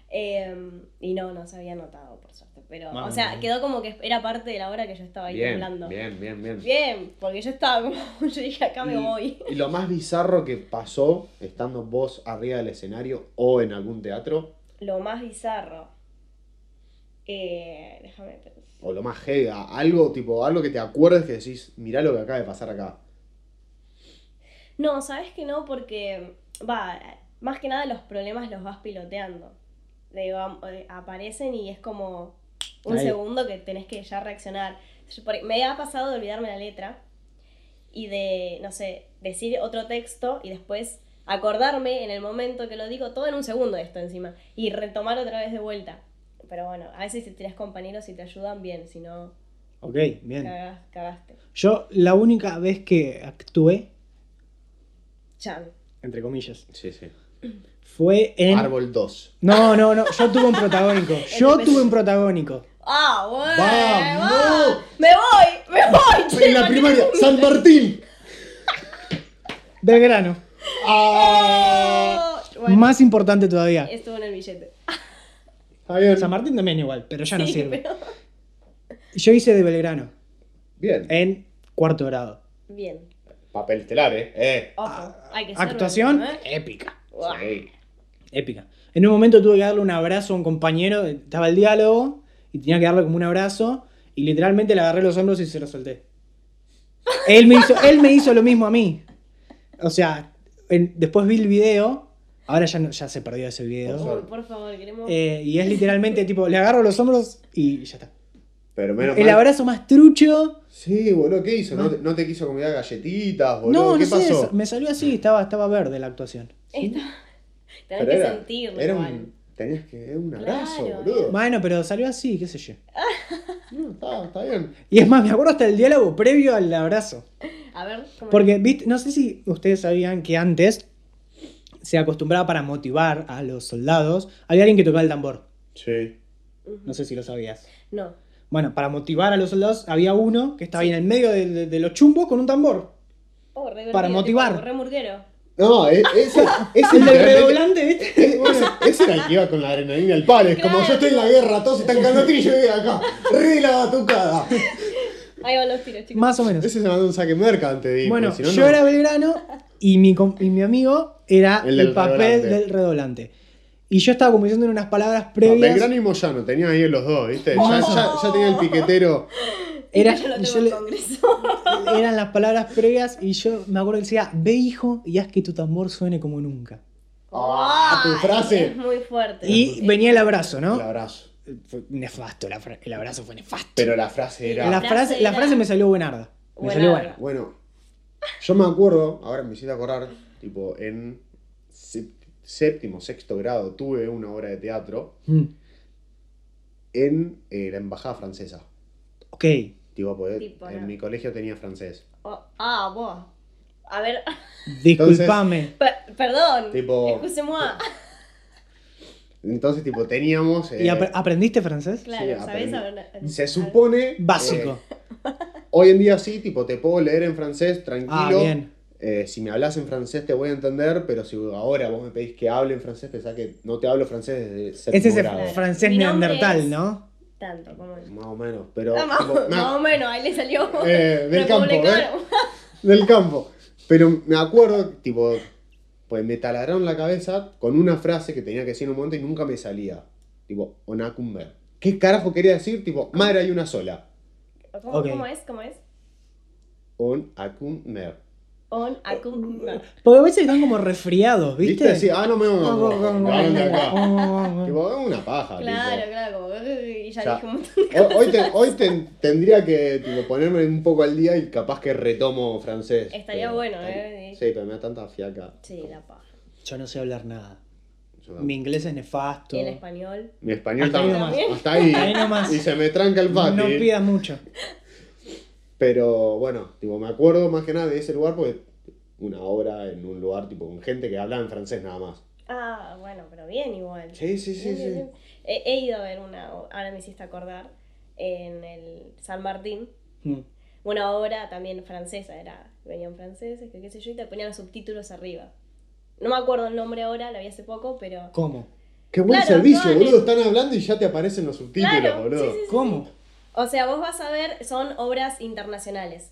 S3: Eh, y no, no se había notado, por suerte. Pero,
S1: Mamma
S3: o sea,
S1: mía.
S3: quedó como que era parte de la hora que yo estaba ahí
S2: Ah, Bien,
S3: temblando.
S2: bien, bien, bien.
S3: Bien, porque yo estaba como, yo dije, acá me
S2: Y-
S3: voy.
S2: Y lo más bizarro que pasó estando vos arriba del escenario o en algún teatro,
S3: Lo más bizarro. Eh, déjame pensar.
S2: o lo más heavy, a- algo tipo, algo que te acuerdes que decís, mirá lo que acaba de pasar acá.
S3: No, sabes que no, porque va, más que nada los problemas los vas piloteando. Digo, am- eh, aparecen y es como un
S1: Ahí.
S3: segundo que tenés que ya reaccionar. Yo por- Me ha pasado de olvidarme la letra y de, no sé, decir otro texto y después acordarme en el momento que lo digo, todo en un segundo esto encima, y retomar otra vez de vuelta. Pero bueno, a veces si tenés compañeros y te ayudan, bien, si no,
S1: Ok, bien.
S3: cagás- cagaste.
S1: Yo la única vez que actué,
S3: Chan.
S1: entre comillas,
S2: Sí, sí.
S1: fue en...
S2: Árbol 2.
S1: No, no, no, yo tuve un protagónico. Yo tuve un protagónico.
S3: ¡Ah, bueno!
S2: ¡Vamos!
S3: ¡Vamos! ¡Me voy! ¡Me voy! che,
S2: En la
S3: ¿por qué
S2: primaria,
S3: no me-
S2: San Martín.
S1: Belgrano.
S2: Ah.
S3: Bueno, Eh,
S1: Más importante todavía.
S3: estuvo en el billete. Eh.
S2: Está bien.
S1: San Martín también igual, pero ya no
S3: Sí,
S1: sirve.
S3: pero-
S1: Yo hice de Belgrano
S2: Bien.
S1: en cuarto grado.
S3: Bien.
S2: Papel estelar, eh. eh.
S3: Ojo, hay que ser
S1: Ah, Actuación
S3: bueno, ¿eh?
S1: épica.
S3: Guau.
S2: Sí.
S1: Épica. En un momento tuve que darle un abrazo a un compañero, estaba el diálogo y tenía que darle como un abrazo y literalmente le agarré los hombros y se los solté. Él me hizo, él me hizo lo mismo a mí. O sea, en- después vi el video, ahora ya, no- ya se perdió ese video.
S3: Uy, por favor, queremos.
S1: eh, y es literalmente tipo, le agarro los hombros y ya está.
S2: Pero menos
S1: El
S2: mal.
S1: abrazo más trucho.
S2: Sí, boludo, ¿qué hizo? ¿No te, no te quiso comer galletitas, boludo?
S1: No,
S2: ¿Qué
S1: no sé,
S2: pasó?
S1: me salió así, estaba, estaba verde la actuación.
S3: Esta-
S2: Pero
S3: Tenés que
S2: era-
S3: sentirlo,
S2: era
S3: igual.
S2: un, Tenías que era un abrazo,
S3: Claro,
S2: boludo.
S1: Bueno, pero salió así, qué sé yo.
S2: No, está, está bien.
S1: Y es más, me acuerdo hasta el diálogo previo al abrazo.
S3: A ver, ¿cómo
S1: Porque, viste, no sé si ustedes sabían que antes se acostumbraba para motivar a los soldados. Había alguien que tocaba el tambor.
S2: Sí.
S1: No sé si lo sabías.
S3: No.
S1: Bueno, para motivar a los soldados había uno que estaba ahí en el medio de, de- de los chumbos con un tambor.
S3: Oh, re
S1: Para
S3: divertido,
S1: motivar.
S3: tipo, Re murguero.
S2: No, e- ese, ese
S1: El del
S2: literalmente-
S1: redoblante, ¿viste?
S2: E- Ese, ese era el que iba con la adrenalina al palo. Es como
S3: Claro.
S2: yo estoy en la guerra, todos están cantando y yo voy acá. Re la batucada.
S3: Ahí van los tiros, chicos.
S1: Más o menos.
S2: Ese se mandó un saque merca antes de ir.
S1: Bueno,
S2: porque si no,
S1: yo
S2: no.
S1: era Belgrano y mi, com- y mi amigo era
S2: El
S1: el,
S2: del
S1: papel
S2: redoblante.
S1: del redoblante. Y yo estaba como diciendo unas palabras
S2: No,
S1: previas.
S2: Belgrano y Moyano, tenían ahí los dos, ¿viste? Ya,
S1: Oh.
S2: ya, ya tenía el piquetero.
S1: Era-
S3: yo lo
S1: yo
S3: tengo en
S1: le-
S3: congreso.
S1: eran las palabras previas y yo me acuerdo que decía, ve hijo y haz que tu tambor suene como nunca.
S2: Ah, tu
S3: Ay,
S2: frase.
S3: Es muy fuerte.
S1: Y venía el abrazo,
S2: El
S1: ¿no?
S2: abrazo.
S1: Fue nefasto, el abra- el abrazo fue nefasto.
S2: Pero la frase era.
S1: La
S3: frase
S1: frase, la
S3: era-
S1: frase me salió buenarda. Me salió
S3: Buenarda.
S1: buena.
S2: Bueno, yo me acuerdo, ahora me hiciste acordar, tipo, en sé- séptimo, sexto grado tuve una obra de teatro
S1: Mm,
S2: en eh, la embajada francesa.
S1: Ok.
S2: Tipo, porque
S3: Tipo,
S2: en
S3: no.
S2: mi colegio tenía francés.
S3: Oh, ah, vos. A ver,
S1: Disculpame.
S3: per- perdón. ah,
S2: Tipo-
S3: Excusez-moi. Claro,
S2: Entonces, tipo, teníamos. eh,
S1: ¿Y apre- ah, aprendiste francés?
S2: sí,
S3: ¿sabés?
S2: aprendí.
S3: A ver,
S2: Se supone.
S1: Básico.
S2: eh, hoy en día sí, tipo, te puedo leer en francés, tranquilo.
S1: Ah, bien.
S2: Eh, si me hablas en francés te voy a entender, pero si ahora vos me pedís que hable en francés, pensá que no te hablo francés desde
S1: Ese
S2: séptimo
S1: es el
S2: grado.
S1: francés
S3: Mi nombre
S1: neandertal,
S3: es-
S1: ¿no?
S3: Tanto como yo.
S2: Más o menos, pero.
S3: Ah, más,
S2: tipo, me-
S3: más o menos, ahí le salió.
S2: Eh, del campo,
S3: republicano.
S2: Del campo. Pero me acuerdo, tipo, pues me taladraron la cabeza con una frase que tenía que decir en un momento y nunca me salía. Tipo, onacumber. ¿Qué carajo quería decir? Tipo, madre hay una sola.
S3: ¿Cómo,
S1: Ok.
S3: cómo es? ¿Cómo es?
S2: Onacumber.
S3: On a cum-
S2: Ah,
S3: no.
S1: Porque a veces están como resfriados,
S2: ¿Viste?
S1: ¿viste?
S2: Sí, ah, no me voy
S1: Oh, oh, oh,
S2: acá.
S1: oh, oh, oh.
S2: Tipo, es una paja.
S3: Claro,
S2: tipo.
S3: claro, como. Y ya
S2: O sea,
S3: dije un montón.
S2: Hoy, hoy te- hoy te- tendría que tipo, ponerme un poco al día y capaz que retomo francés.
S3: Estaría
S2: pero-
S3: bueno, ¿eh?
S2: Sí, pero me da tanta fiaca.
S3: Sí, la paja.
S1: Yo no sé hablar nada.
S2: Yo tampoco.
S1: Mi inglés es nefasto.
S3: Y en español.
S2: Mi español
S1: Hasta
S2: también.
S1: ahí
S3: nomás.
S2: Hasta ahí.
S1: Ahí nomás.
S2: Y se me tranca el pati.
S1: No pidas mucho.
S2: Pero bueno, tipo, me acuerdo más que nada de ese lugar porque una obra en un lugar tipo con gente que hablaba en francés nada más.
S3: Ah, bueno, pero bien igual.
S2: Sí, sí, sí,
S3: Bien, bien,
S2: sí.
S3: bien. He, he ido a ver una, ahora me hiciste acordar, en el San Martín,
S1: Mm.
S3: una obra también francesa, era, venían franceses, que qué sé yo, y te ponían los subtítulos arriba. No me acuerdo el nombre ahora, la vi hace poco, pero...
S1: ¿Cómo?
S2: Qué buen
S3: Claro,
S2: servicio,
S3: no,
S2: boludo.
S3: es-
S2: Están hablando y ya te aparecen los subtítulos, boludo.
S3: sí, sí, sí.
S1: ¿Cómo?
S3: O sea, vos vas a ver, son obras internacionales.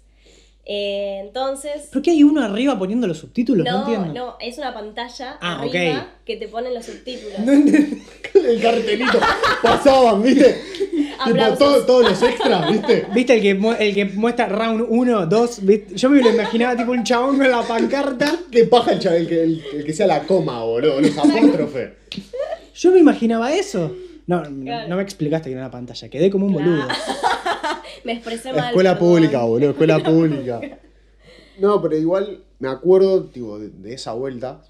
S3: Eh, entonces...
S1: ¿Por qué hay uno arriba poniendo los subtítulos? No,
S3: No,
S1: entiendo.
S3: no, es una pantalla
S1: Ah,
S3: arriba
S1: ok.
S3: que te ponen los subtítulos.
S1: No entiendo.
S2: El cartelito. Pasaban, ¿viste? tipo,
S3: Aplausos.
S2: todo- todos los extras, ¿viste?
S1: ¿Viste el que, mu- el que muestra round 1, 2? Yo me lo imaginaba tipo un chabón con la pancarta.
S2: Qué paja el, chaval que, el, el que sea la coma, boludo. Los apóstrofes.
S1: Yo me imaginaba eso. No, no,
S3: Claro.
S1: no me explicaste que era una pantalla. Quedé como un
S3: Claro.
S1: boludo.
S3: Me expresé mal.
S2: Escuela
S3: perdón.
S2: pública, boludo, escuela pública. No, pero igual me acuerdo tipo, de, de esa vuelta,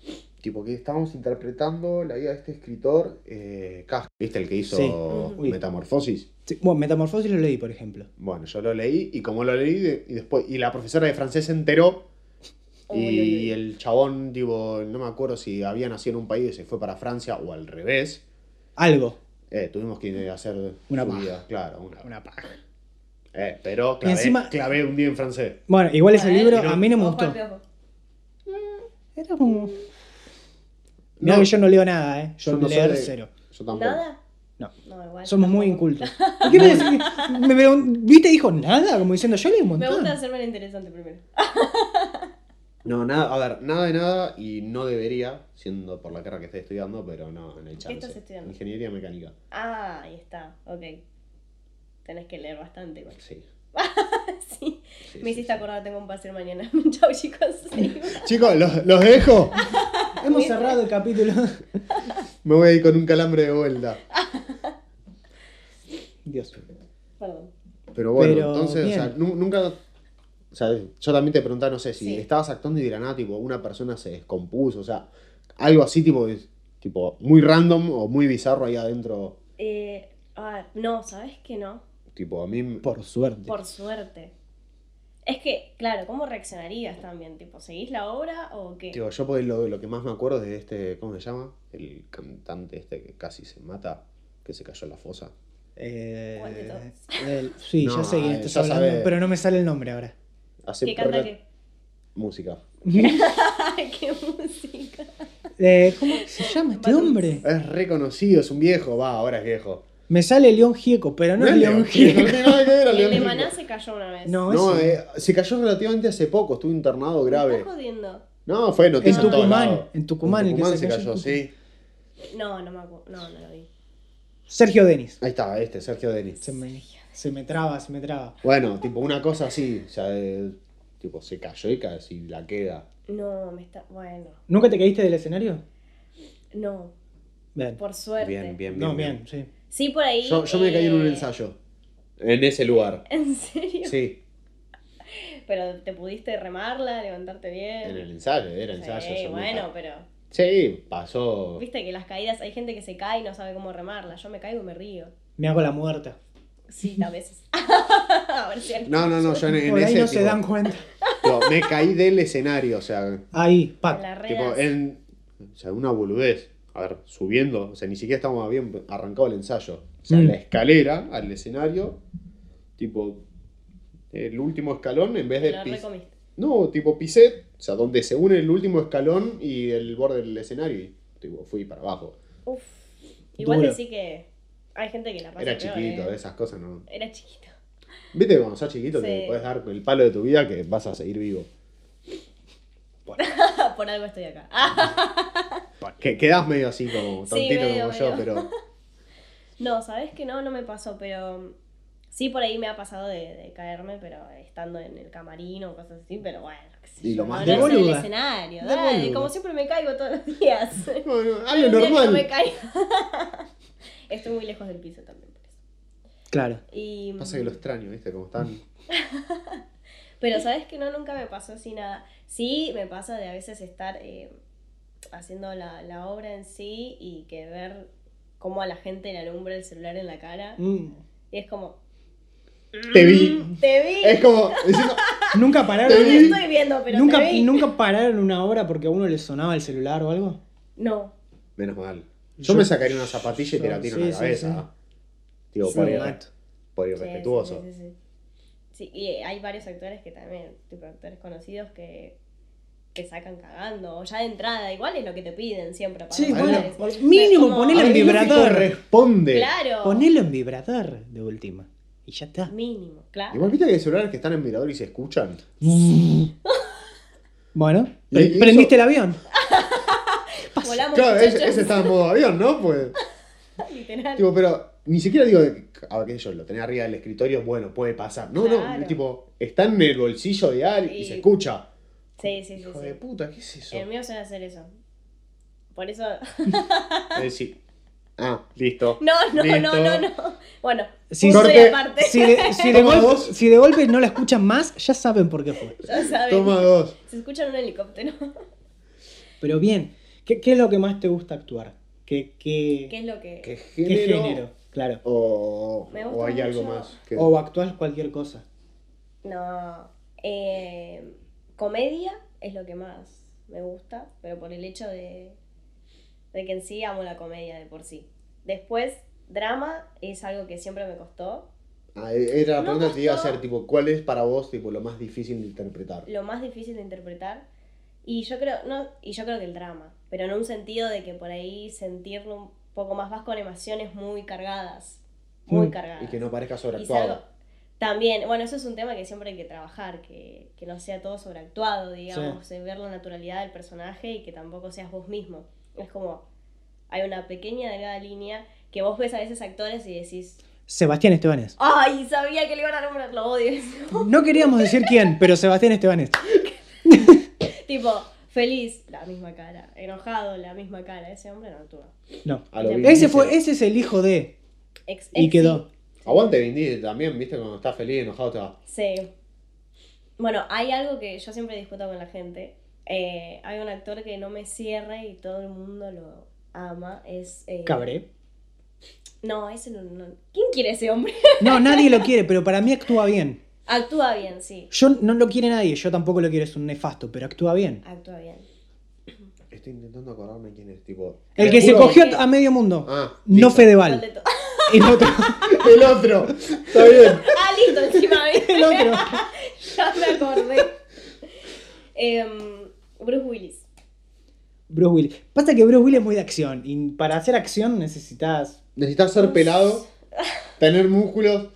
S2: tipo que estábamos interpretando la vida de este escritor, eh, Kafka. ¿viste el que hizo
S1: Sí. Uy.
S2: Metamorfosis?
S1: Sí, bueno, Metamorfosis lo leí, por ejemplo.
S2: Bueno, yo lo leí y como lo leí, de- y después y la profesora de francés se enteró
S3: Uy,
S2: y
S3: uy, uy.
S2: el chabón, tipo, no me acuerdo si había nacido en un país y se fue para Francia o al revés.
S1: Algo.
S2: Eh, tuvimos que hacer
S1: Una
S2: su
S1: paja.
S2: vida, claro, una,
S1: Una paja.
S2: Eh, pero clavé,
S1: encima-
S2: clavé un día en francés.
S1: Bueno, igual ese
S3: Bueno, eh,
S1: libro
S2: pero-
S1: a mí no me
S3: Ojo
S1: gustó.
S3: al piojo.
S1: Era como. Mirá
S2: No.
S1: que yo no leo nada, ¿eh? Yo,
S2: Yo no
S1: leer
S2: soy de-
S1: cero.
S2: Yo tampoco.
S3: ¿Nada?
S1: No.
S3: No, igual.
S1: Somos muy
S3: tampoco.
S1: incultos. ¿Por qué me decís que- me pregun- ¿Viste? Dijo nada, como diciendo, yo leí un
S3: Me
S1: montón.
S3: gusta hacerme lo interesante primero.
S2: No, nada, a ver, nada de nada y no debería, siendo por la carrera que estoy estudiando, pero no, no hay chance.
S3: estás estudiando?
S2: Ingeniería mecánica.
S3: Ah, ahí está. Ok. Tenés que leer bastante igual.
S2: Sí.
S3: Sí.
S2: sí,
S3: Me
S2: sí, sí.
S3: hiciste acordar, tengo un paseo mañana. Chau, chicos.
S2: Chicos, los, los dejo.
S1: Hemos cerrado el capítulo.
S2: Me voy a ir con un calambre de vuelta.
S1: Dios.
S3: Perdón.
S2: Pero bueno,
S1: Pero,
S2: entonces, o sea,
S1: bien.
S2: nu- nunca. O sea, yo también te preguntaba, no sé, si
S3: Sí.
S2: estabas actuando y de la nada, tipo, una persona se descompuso, o sea, algo así, tipo, es- tipo, muy random o muy bizarro ahí adentro.
S3: Eh, ah, no, ¿sabes qué no?
S2: Tipo, a mí.
S1: Por suerte.
S3: Por suerte. Es que, claro, ¿cómo reaccionarías también? Tipo, ¿seguís la obra o qué?
S2: Digo, yo pues lo, lo que más me acuerdo es de este, ¿cómo se llama? El cantante este que casi se mata, que se cayó en la fosa.
S1: Eh,
S3: ¿Cuál de todos?
S1: el- sí,
S2: No,
S1: ya sé quién estás
S2: ya
S1: hablando,
S2: sabe.
S1: pero no me sale el nombre ahora.
S2: Hace
S3: ¿Qué canta
S2: re-
S3: qué?
S2: música.
S3: Ay, qué música.
S1: Eh, ¿Cómo se llama este
S3: Batons.
S1: hombre?
S2: Es reconocido, es un viejo, va, ahora es viejo.
S1: Me sale León Gieco, pero no, es León Gieco.
S2: no tiene nada que ver a
S3: El
S2: León
S3: de
S2: Gieco.
S3: Maná se cayó una vez.
S1: No,
S2: No,
S1: ese.
S2: eh, se cayó relativamente hace poco, estuvo internado
S3: Me
S2: grave.
S3: estás jodiendo.
S2: No, fue noticia
S3: En
S2: todos
S1: Tucumán,
S2: lados.
S1: en Tucumán, el que se
S2: se
S1: cayó
S2: cayó,
S1: en
S2: sí.
S3: No, no me acuerdo. No, no lo vi.
S1: Sergio Denis.
S2: Ahí está, este, Sergio Denis.
S1: Se me, se me traba, se me traba.
S2: Bueno, tipo, una cosa así, o sea, eh, tipo, se cayó y casi la queda.
S3: No, me está. Bueno.
S1: ¿Nunca te caíste del escenario?
S3: No,
S1: Bien.
S3: por suerte.
S2: Bien, bien, bien.
S1: no, bien, sí.
S3: Sí, por ahí.
S2: Yo, yo me caí en un
S3: eh,
S2: ensayo. En ese lugar.
S3: ¿En serio?
S2: Sí.
S3: Pero te pudiste remarla, levantarte bien.
S2: En el ensayo, era ensayo.
S3: Sí,
S2: yo me
S3: bueno,
S2: ca-
S3: pero.
S2: Sí, pasó.
S3: Viste que las caídas, hay gente que se cae y no sabe cómo remarla. Yo me caigo y me río.
S1: Me hago la muerta.
S3: Sí, a veces. a ver si alguien-
S2: No, no, no, yo en, en
S1: Por ahí
S2: ese
S1: no se
S2: tipo,
S1: dan cuenta.
S2: tipo, me caí del escenario, o sea,
S1: Ahí,
S3: en
S1: Pat.
S3: la red.
S2: tipo, en o sea, una boludez. A ver, subiendo, o sea, ni siquiera estábamos bien arrancado el ensayo. O sea,
S1: Mm.
S2: la escalera al escenario, tipo, el último escalón en vez de
S3: Lo
S2: pis-
S3: recomiste.
S2: No, tipo pisé, o sea, donde se une el último escalón y el borde del escenario y tipo, fui para abajo.
S3: Uf. Igual
S1: Duro.
S3: decí que hay gente que la pasa
S2: Era
S3: peor,
S2: chiquito,
S3: ¿eh?
S2: esas cosas no.
S3: Era chiquito.
S2: Viste que cuando sos chiquito te
S3: Sí.
S2: puedes dar el palo de tu vida que vas a seguir vivo.
S3: Por algo estoy acá.
S2: Que quedás medio así como
S3: Sí,
S2: tontito
S3: medio,
S2: como yo,
S3: medio.
S2: pero.
S3: No, sabes que no, no me pasó, pero mm, sí por ahí me ha pasado de, de caerme, pero estando en el camarín o cosas así, pero bueno, qué sé
S2: Y lo
S3: yo,
S2: más
S3: no,
S2: de
S3: no es en el
S1: boluda.
S3: escenario,
S2: De
S3: dale,
S2: boluda.
S3: como siempre me caigo todos los días.
S2: Bueno,
S3: Un
S2: algo
S3: día que no me
S2: normal.
S3: caigo. Estoy muy lejos del piso también, por eso.
S1: Claro.
S3: Y, mm,
S2: Pasa que lo extraño, viste, como están.
S3: Pero sabes que no, nunca me pasó así nada. Sí, me pasa de a veces estar eh, haciendo la, la obra en sí y que ver cómo a la gente le alumbra el celular en la cara.
S1: Mm.
S3: Y es como, "Mm,
S2: Te vi.
S3: te vi.
S2: Es como diciendo,
S1: Nunca
S3: No
S1: pararon.
S3: te estoy viendo, pero
S1: nunca,
S3: te vi.
S1: nunca pararon una hora porque a uno le sonaba el celular o algo.
S3: No.
S2: menos mal.
S1: Yo-
S2: Yo me sacaría una zapatilla y te la
S1: yo-
S2: tiro
S1: sí,
S2: en la
S1: sí,
S2: cabeza. Digo,
S3: Sí.
S2: por, ir-
S1: Exacto.
S2: por
S3: Sí, sí,
S2: irrespetuoso.
S3: Sí, sí, sí. Sí, y hay varios actores que también, tipo actores conocidos que te sacan cagando, o ya de entrada, igual es lo que te piden siempre para
S1: Sí,
S3: los
S1: bueno,
S3: lugares.
S1: por- mínimo,
S3: Es como-
S1: ponele-
S2: A ver,
S1: El
S2: el gráfico
S1: vibrador.
S2: responde.
S3: Claro.
S1: Ponelo en vibrador de última. Y ya está.
S3: Mínimo, claro.
S2: Igual viste que hay celulares que están en vibrador y se escuchan.
S1: Bueno,
S2: Y-
S1: pre-
S2: y eso-
S1: prendiste el avión.
S3: Volamos
S2: Claro,
S3: muchachos,
S2: ese, ese estaba en modo avión, ¿no? Pues.
S3: literal.
S2: Tipo, pero ni siquiera digo, de- a ver, qué sé yo, lo tenés arriba del escritorio, bueno, puede pasar. No,
S3: Claro.
S2: no, tipo, está en el bolsillo de alguien y,
S3: Y-
S2: se escucha.
S3: Sí, sí, sí.
S2: Hijo
S3: sí. Eh,
S2: de puta, ¿qué es eso?
S3: El mío suele hacer eso. Por eso.
S2: Eh, sí. Ah, listo.
S3: No, no,
S2: Listo.
S3: no, no, no. Bueno,
S1: Sí,
S3: sí, punto y
S2: corte.
S3: aparte.
S1: Si de, si de
S2: Toma
S1: golpe-
S2: dos.
S1: si de golpe no la escuchan más, ya saben por qué fue.
S3: Ya saben.
S2: Toma dos.
S3: Se escucha en un helicóptero.
S1: Pero bien, ¿qué, qué es lo que más te gusta actuar? ¿Qué, qué,
S3: ¿Qué es lo que.?
S2: ¿Qué
S1: qué
S2: género?
S1: género? Claro.
S2: O,
S3: Me
S2: o
S3: gusta
S2: hay algo
S3: mucho.
S2: más. que-
S1: O actuar cualquier cosa.
S3: No. eh, comedia es lo que más me gusta, pero por el hecho de, de que en sí amo la comedia de por sí. Después, drama es algo que siempre me costó.
S2: Ah, era la
S3: No
S2: pregunta que te iba a
S3: costó.
S2: hacer, tipo, ¿cuál es para vos tipo, lo más difícil de interpretar?
S3: lo más difícil de interpretar. Y yo creo, no, y yo creo que el drama, pero en un sentido de que por ahí sentirlo un poco más vas con emociones muy cargadas. Muy
S1: Mm,
S3: cargadas.
S2: Y que no parezca
S3: Y es algo-
S2: sobreactuado.
S3: También, bueno, eso es un tema que siempre hay que trabajar, que, que no sea todo sobreactuado, digamos, de ver la naturalidad del personaje y que tampoco seas vos mismo. Es como, hay una pequeña delgada línea que vos ves a veces actores y decís,
S1: Sebastián Estebanes.
S3: ¡ay! Sabía que le iban a nombrar, lo odio.
S1: No queríamos decir quién, pero Sebastián Estebanes.
S3: Tipo, feliz, la misma cara. Enojado, la misma cara. Ese hombre no actúa.
S1: No.
S2: A lo
S3: Ese
S2: Vin
S1: Ese
S2: Diesel.
S1: fue, e- ese es el hijo de.
S3: Ex-
S1: Y
S3: ex-
S1: quedó.
S2: Aguante Vin Diesel también, viste, cuando está feliz, enojado, está...
S3: Sí. Bueno, hay algo que yo siempre discuto con la gente. Eh, hay un actor que no me cierra y todo el mundo lo ama. Es. eh,
S1: Cabré.
S3: No, ese no, no- ¿Quién quiere ese hombre?
S1: No, nadie lo quiere, pero para mí actúa bien.
S3: Actúa bien, sí.
S1: Yo no lo quiere nadie, yo tampoco lo quiero, es un nefasto, pero actúa bien.
S3: Actúa bien.
S2: Estoy intentando acordarme quién es, tipo...
S1: El
S2: te
S1: que se
S2: juro-
S1: cogió a medio mundo.
S2: Ah,
S1: no
S2: listo.
S3: ¿Cuál de
S1: Fedeval.
S3: to-
S1: El otro.
S2: El otro. Está bien.
S3: ah, listo, encima.
S1: El otro.
S3: ya me acordé. Em, Bruce Willis.
S1: Bruce Willis. Pasa que Bruce Willis es muy de acción. Y para hacer acción necesitas.
S2: Necesitas ser pelado, tener músculos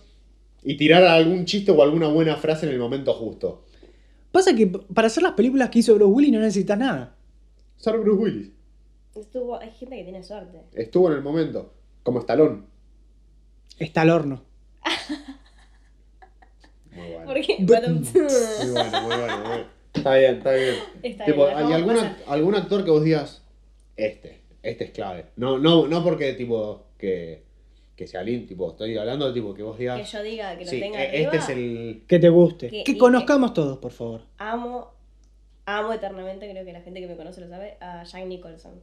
S2: y tirar algún chiste o alguna buena frase en el momento justo.
S1: Pasa que p- para hacer las películas que hizo Bruce Willis no necesitas nada.
S2: Ser Bruce Willis.
S3: Estuvo, hay gente que tiene suerte.
S2: Estuvo en el momento. Como estalón.
S1: Está al horno.
S2: Muy bueno.
S3: Porque
S1: Bu-
S2: Muy bueno, muy bueno, muy bueno. Está bien, está bien.
S3: Está
S2: Tipo,
S3: bien, la
S2: ¿hay
S3: dejamos
S2: algún,
S3: pasar.
S2: act- algún actor que vos digas, este, este es clave? No, no, no porque, tipo, que, que sea lindo, tipo, estoy hablando, tipo, que vos
S3: que
S2: digas,
S3: yo diga que lo
S2: sí,
S3: tenga
S2: e-
S3: arriba,
S2: este es el...
S1: Que te guste.
S3: Que- y
S1: que
S3: que-
S1: conozcamos todos, por favor.
S3: amo, amo eternamente, creo que la gente que me conoce lo sabe, a Jack Nicholson.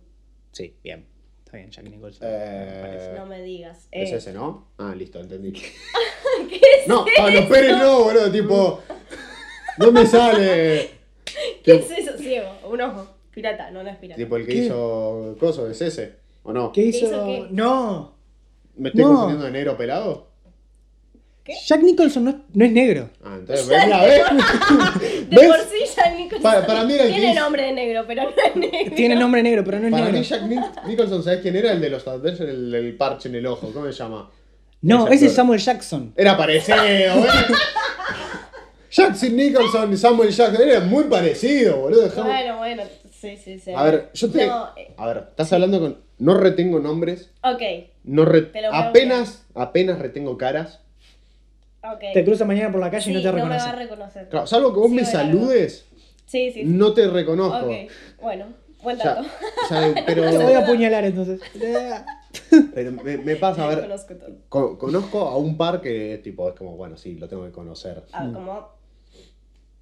S1: Sí, bien. Está bien, Jack Nicholson.
S2: Eh,
S3: no me digas.
S2: es
S3: eh,
S2: ese, ¿no? Ah, listo, entendí.
S3: ¿Qué es,
S2: No, Pablo Pérez no, boludo, tipo, no me sale.
S3: qué es
S2: Tipo,
S3: eso? Ciego, un ojo. Pirata, no, no es pirata.
S2: tipo, el que
S1: ¿Qué?
S2: hizo Coso, es ese, ¿o no?
S1: ¿Qué
S3: hizo
S1: hizo?
S3: qué?
S1: No.
S2: ¿Me estoy
S1: No.
S2: confundiendo de negro pelado?
S3: ¿Qué?
S1: Jack Nicholson no es, no es negro.
S2: Ah, entonces, ¿ves? La ves.
S3: de
S2: ¿ves?
S3: por sí Jack Nicholson
S2: Para- para mí era el
S3: tiene
S2: que-
S3: nombre de negro, pero no es negro.
S1: Tiene nombre negro, pero no es
S2: Para
S1: negro.
S2: mí Jack Nic- Nicholson, ¿sabes quién era? El de los Avengers, el, el parche en el ojo, ¿cómo se llama?
S1: No, ese
S2: Ese
S1: es
S2: actor.
S1: Samuel Jackson.
S2: Era parecido, güey. Jackson Nicholson y Samuel Jackson eran muy parecidos, boludo. dejamos-
S3: Bueno, bueno, sí, sí, sí.
S2: A ver, yo te...
S3: No, eh,
S2: A ver, estás hablando con... No retengo nombres,
S3: ok,
S2: no re-
S3: Te lo voy a
S2: apenas, apenas retengo caras.
S3: ok.
S1: Te cruza mañana por la calle
S3: Eh, Sí,
S1: y no te
S3: me va a
S1: reconoce.
S3: reconocer.
S2: Claro, salvo que vos
S3: Sí,
S2: me
S3: voy a la
S2: saludes,
S3: Sí, sí, sí.
S2: no te reconozco.
S3: Ok, bueno, buen
S2: O sea,
S3: dato.
S2: o sea, pero,
S1: Te voy a apuñalar entonces.
S2: pero me, me pasa, a ver,
S3: Conozco todo.
S2: co- conozco a un par que tipo, es como, bueno, sí, lo tengo que conocer.
S3: Ah, como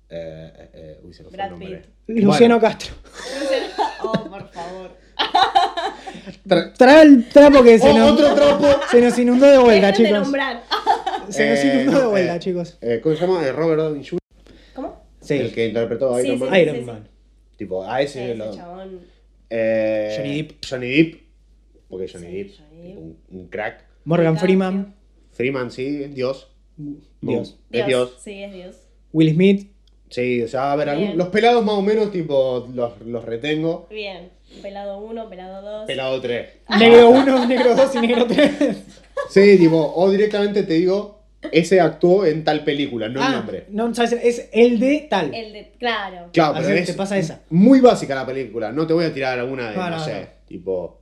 S2: Eh, eh, eh, uy, se me fue
S3: Brad
S2: el nombre.
S3: Pitt.
S1: Luciano
S2: Bueno,
S1: Castro.
S3: Luciano- Oh, por favor.
S2: Tra-
S1: Trae el trapo que se,
S2: ¡Oh,
S1: nos,
S2: otro trapo!
S1: se nos inundó de vuelta,
S3: Dejen de
S1: chicos.
S3: nombrar. Ah,
S1: Se nos
S2: Eh,
S1: inundó
S2: no,
S1: de vuelta,
S2: eh,
S1: chicos.
S2: Eh, ¿Cómo se llama? Eh, Robert Downey Jr.,
S3: ¿Cómo?
S1: Sí.
S2: el que interpretó a
S3: Sí,
S2: Iron
S3: sí,
S2: Man.
S3: sí.
S1: Iron Man.
S2: Tipo, a ese,
S3: Ese
S2: lo-
S3: chabón.
S2: Eh,
S1: Johnny Depp.
S2: Johnny Depp. Porque Johnny
S3: Sí,
S2: Depp,
S3: Johnny
S2: tipo,
S3: Depp.
S2: Un, un crack.
S1: Morgan
S3: DiCaprio.
S1: Freeman.
S2: Freeman, sí, es Dios.
S1: Dios.
S2: Es Dios.
S3: Sí, es Dios.
S1: Will Smith.
S2: Sí, o sea, a ver, algún-
S3: Bien.
S2: los pelados más o menos, tipo, los, los retengo.
S3: Bien. Pelado 1, pelado 2.
S2: Pelado 3.
S3: Ah.
S1: Negro 1, negro 2 y negro 3.
S2: Sí, tipo, o directamente te digo, ese actuó en tal película, no el
S3: Ah.
S2: nombre.
S1: Ah, No, ¿sabes? es el de tal.
S3: El de. Claro.
S2: Claro, pero
S1: Así
S2: es
S1: te pasa esa.
S2: muy básica la película. No te voy a tirar alguna de,
S1: No,
S2: no,
S1: no,
S2: sé,
S1: no.
S2: tipo,